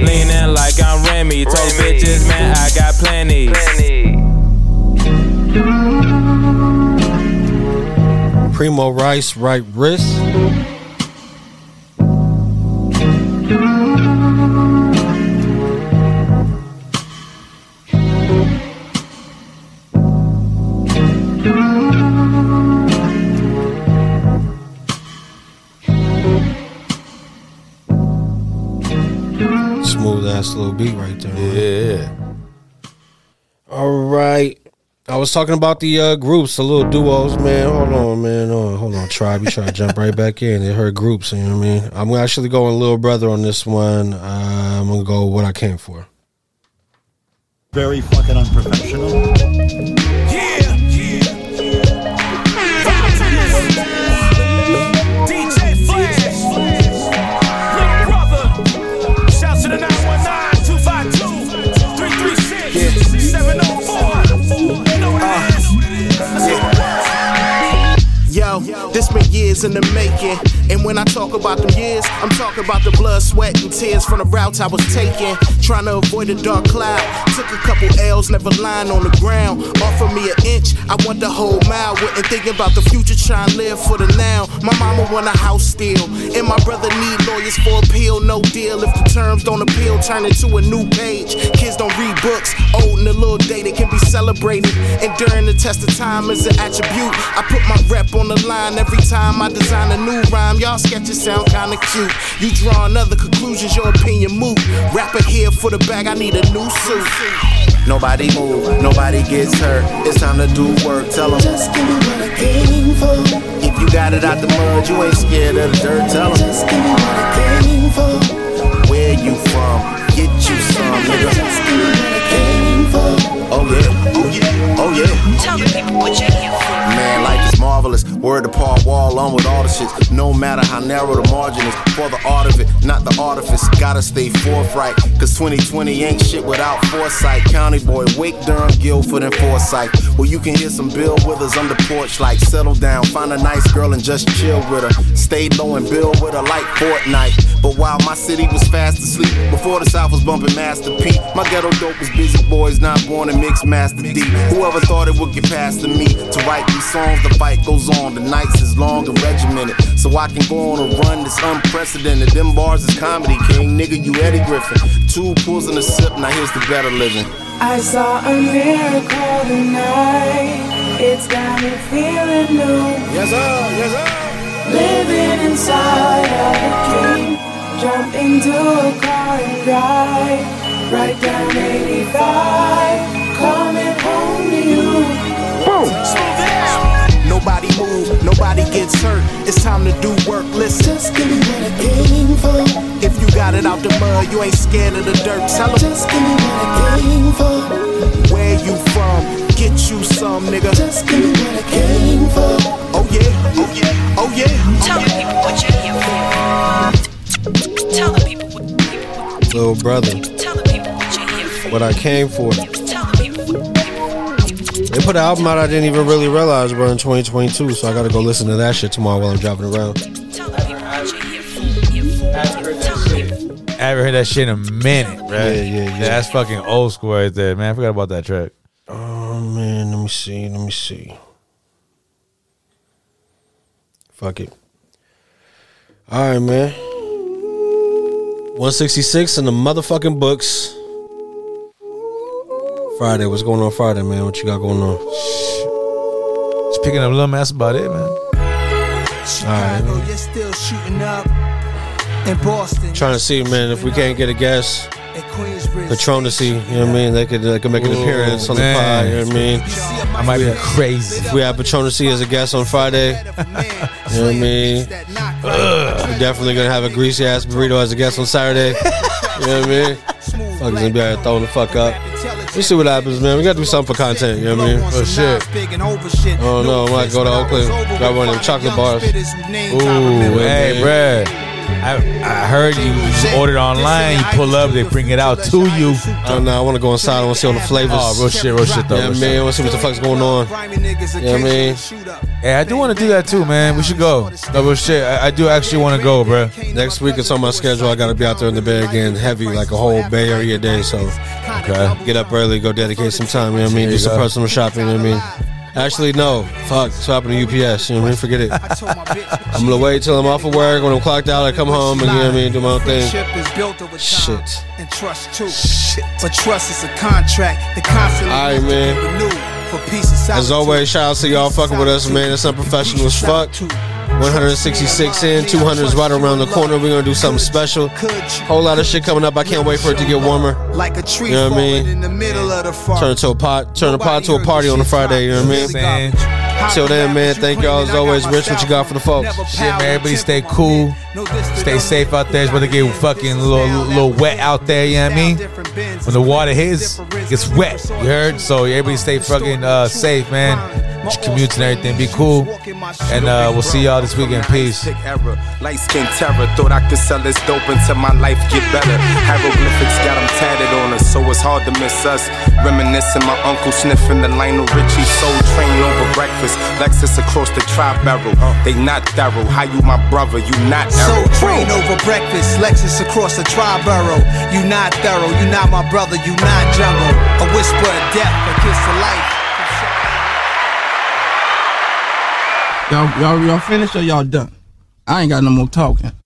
Leanin' like I'm Remy. Told bitches, man, I got plenty. Primo Rice, right wrist. Smooth ass little beat right there. Yeah. All right. I was talking about the uh, groups, the little duos, man. Hold on, man. Oh, hold on, tribe. You trying to jump right back in? It hurt groups. You know what I mean? I'm actually going little brother on this one. Uh, I'm gonna go what I came for. Very fucking unprofessional. DJ Flash. Little brother. Shouts to the 919 252 336 704. Know what it is. Yo, this been years in the making. And when I talk about them years, I'm talking about the blood, sweat, and tears from the routes I was taking. Trying to avoid a dark cloud. Took a couple L's, never lying on the ground. Offer me an inch, I want the whole mile. Wouldn't thinking about the future, trying to live for the now. My mama want a house still. And my brother need lawyers for appeal, no deal. If the terms don't appeal, turn it to a new page. Kids don't read books, old and a little dated, can be celebrated. And during the test of time is an attribute. I put my rep on the line every time I I design a new rhyme, y'all sketches sound kinda cute. You draw another conclusions, your opinion moot. Rapper here for the bag, I need a new suit. Nobody move, nobody gets hurt. It's time to do work. Tell them. Just give me what I came for. If you got it out the mud, you ain't scared of the dirt. Tell them. Just give me what I came for. Where you from? Get you some, nigga. Just give me what I came for. Oh yeah, oh yeah, oh yeah. Tell the people what you're here for. Man, life is marvelous. Word to Paul Wall, on with all the shit. No matter how narrow the margin is, for the art of it, not the artifice. Gotta stay forthright, cause 2020 ain't shit without foresight. County boy, Wake, Durham, Guilford, and Forsyth. Well, you can hear some Bill Withers on the porch, like settle down, find a nice girl and just chill with her. Stay low and build with her like Fortnite. But while my city was fast asleep, before the South was bumping Master P, my ghetto dope was busy boys, not born and mixed Master D. Whoever thought it would get past to me to write these songs, the fight goes on. The nights is long and regimented, so I can go on a run that's unprecedented. Them bars is comedy, king, nigga, you Eddie Griffin. Two pulls and a sip, now here's the better living. I saw a miracle tonight. It's got me feeling new. Yes, sir. Yes, sir. Living inside of a dream. Jump into a car and drive right down 85. Coming home to you. Boom. Nobody move, nobody gets hurt. It's time to do work. Listen. Just give me what I came for. If you got it out the mud, you ain't scared of the dirt. Tell 'em. Just give me what I came for. Where you from? Get you some, nigga. Just give me what I came for. Oh yeah, oh yeah, oh yeah. Tell the people what you're here for. Tell the people. Little brother. What I came for. They put an album out I didn't even really realize we're in 2022, so I gotta go listen to that shit tomorrow while I'm driving around. I haven't heard that shit in a minute, right? Yeah, yeah, yeah. That's fucking old school right there, man. I forgot about that track. Oh man, let me see, let me see. Fuck it. All right, man. 166 in the motherfucking books. Friday, what's going on Friday, man? What you got going on? Just picking up Lil That's about it, man. All right, You're still shooting up in Boston. trying to see, man, if we can't get a guest, Patron to see, you know what I mean? They could, they could make an Ooh, appearance on man. the pod, you know what I mean? I might be crazy. If we have Patron to see as a guest on Friday, you know what I mean? We're definitely going to have a greasy ass burrito as a guest on Saturday, you know what I mean? Fuckers gonna be out here throwing the fuck up. We'll see what happens, man. We gotta do something for content, you know what I mean? Oh shit. I don't know. I might go to Oakland, grab one of them chocolate bars. Ooh, hey, bruh. I, I heard you, you ordered online, you pull up, they bring it out to you. I don't know. I want to go inside. I want to see all the flavors. Oh, real shit, real shit, though. Yeah, real shit. man. I want to see what the fuck's going on. You know what I mean? Hey, I do want to do that too, man. We should go. No, but shit, I, I do actually want to go, bro. Next week it's on my schedule. I gotta be out there in the bed again, heavy like a whole Bay Area day. So, get up early, go dedicate some time. You know what I mean? There Do you some go. personal shopping. You know what I mean? Actually, no. Fuck, it's happening to UPS. You know what I mean? Forget it. I'm gonna wait till I'm off of work. When I'm clocked out, I come home and you know what I mean, do my own thing. Friendship is built over time Shit. and trust too. But trust is a contract that constantly All right, man. renewed for peace and As solitude. always, shout out to y'all fucking with us, man. It's unprofessional as fuck. 166 in, 200 is right around the corner. We're gonna do something special. Whole lot of shit coming up. I can't wait for it to get warmer. like a tree You know what I mean? falling in the middle of the forest. Turn it to a pot. Turn a pot to a party on a Friday. You know what I mean? Till then, man. Thank y'all as always. Rich, what you got for the folks? Shit, man, everybody stay cool. Stay safe out there. It's about to get fucking little, little wet out there, you know what I mean? When the water hits, it gets wet. You heard? So everybody stay fucking uh, safe, man. With your commutes and everything. Be cool. And uh, we'll see y'all this weekend. Peace. Light skin terror, thought I could sell this dope until my life get better. Hieroglyphics got 'em tatted on us, so it's hard to miss us. Reminiscing my uncle sniffing the Lionel Richie soul train over breakfast. Lexus across the tri barrel, they not thorough. How you my brother, you not Soul arrow. train over breakfast, Lexus across the tri-borough. You not thorough, you not my brother, you not jungle. A whisper of death, a kiss of life. Y'all, y'all, y'all finished or y'all done? I ain't got no more talking.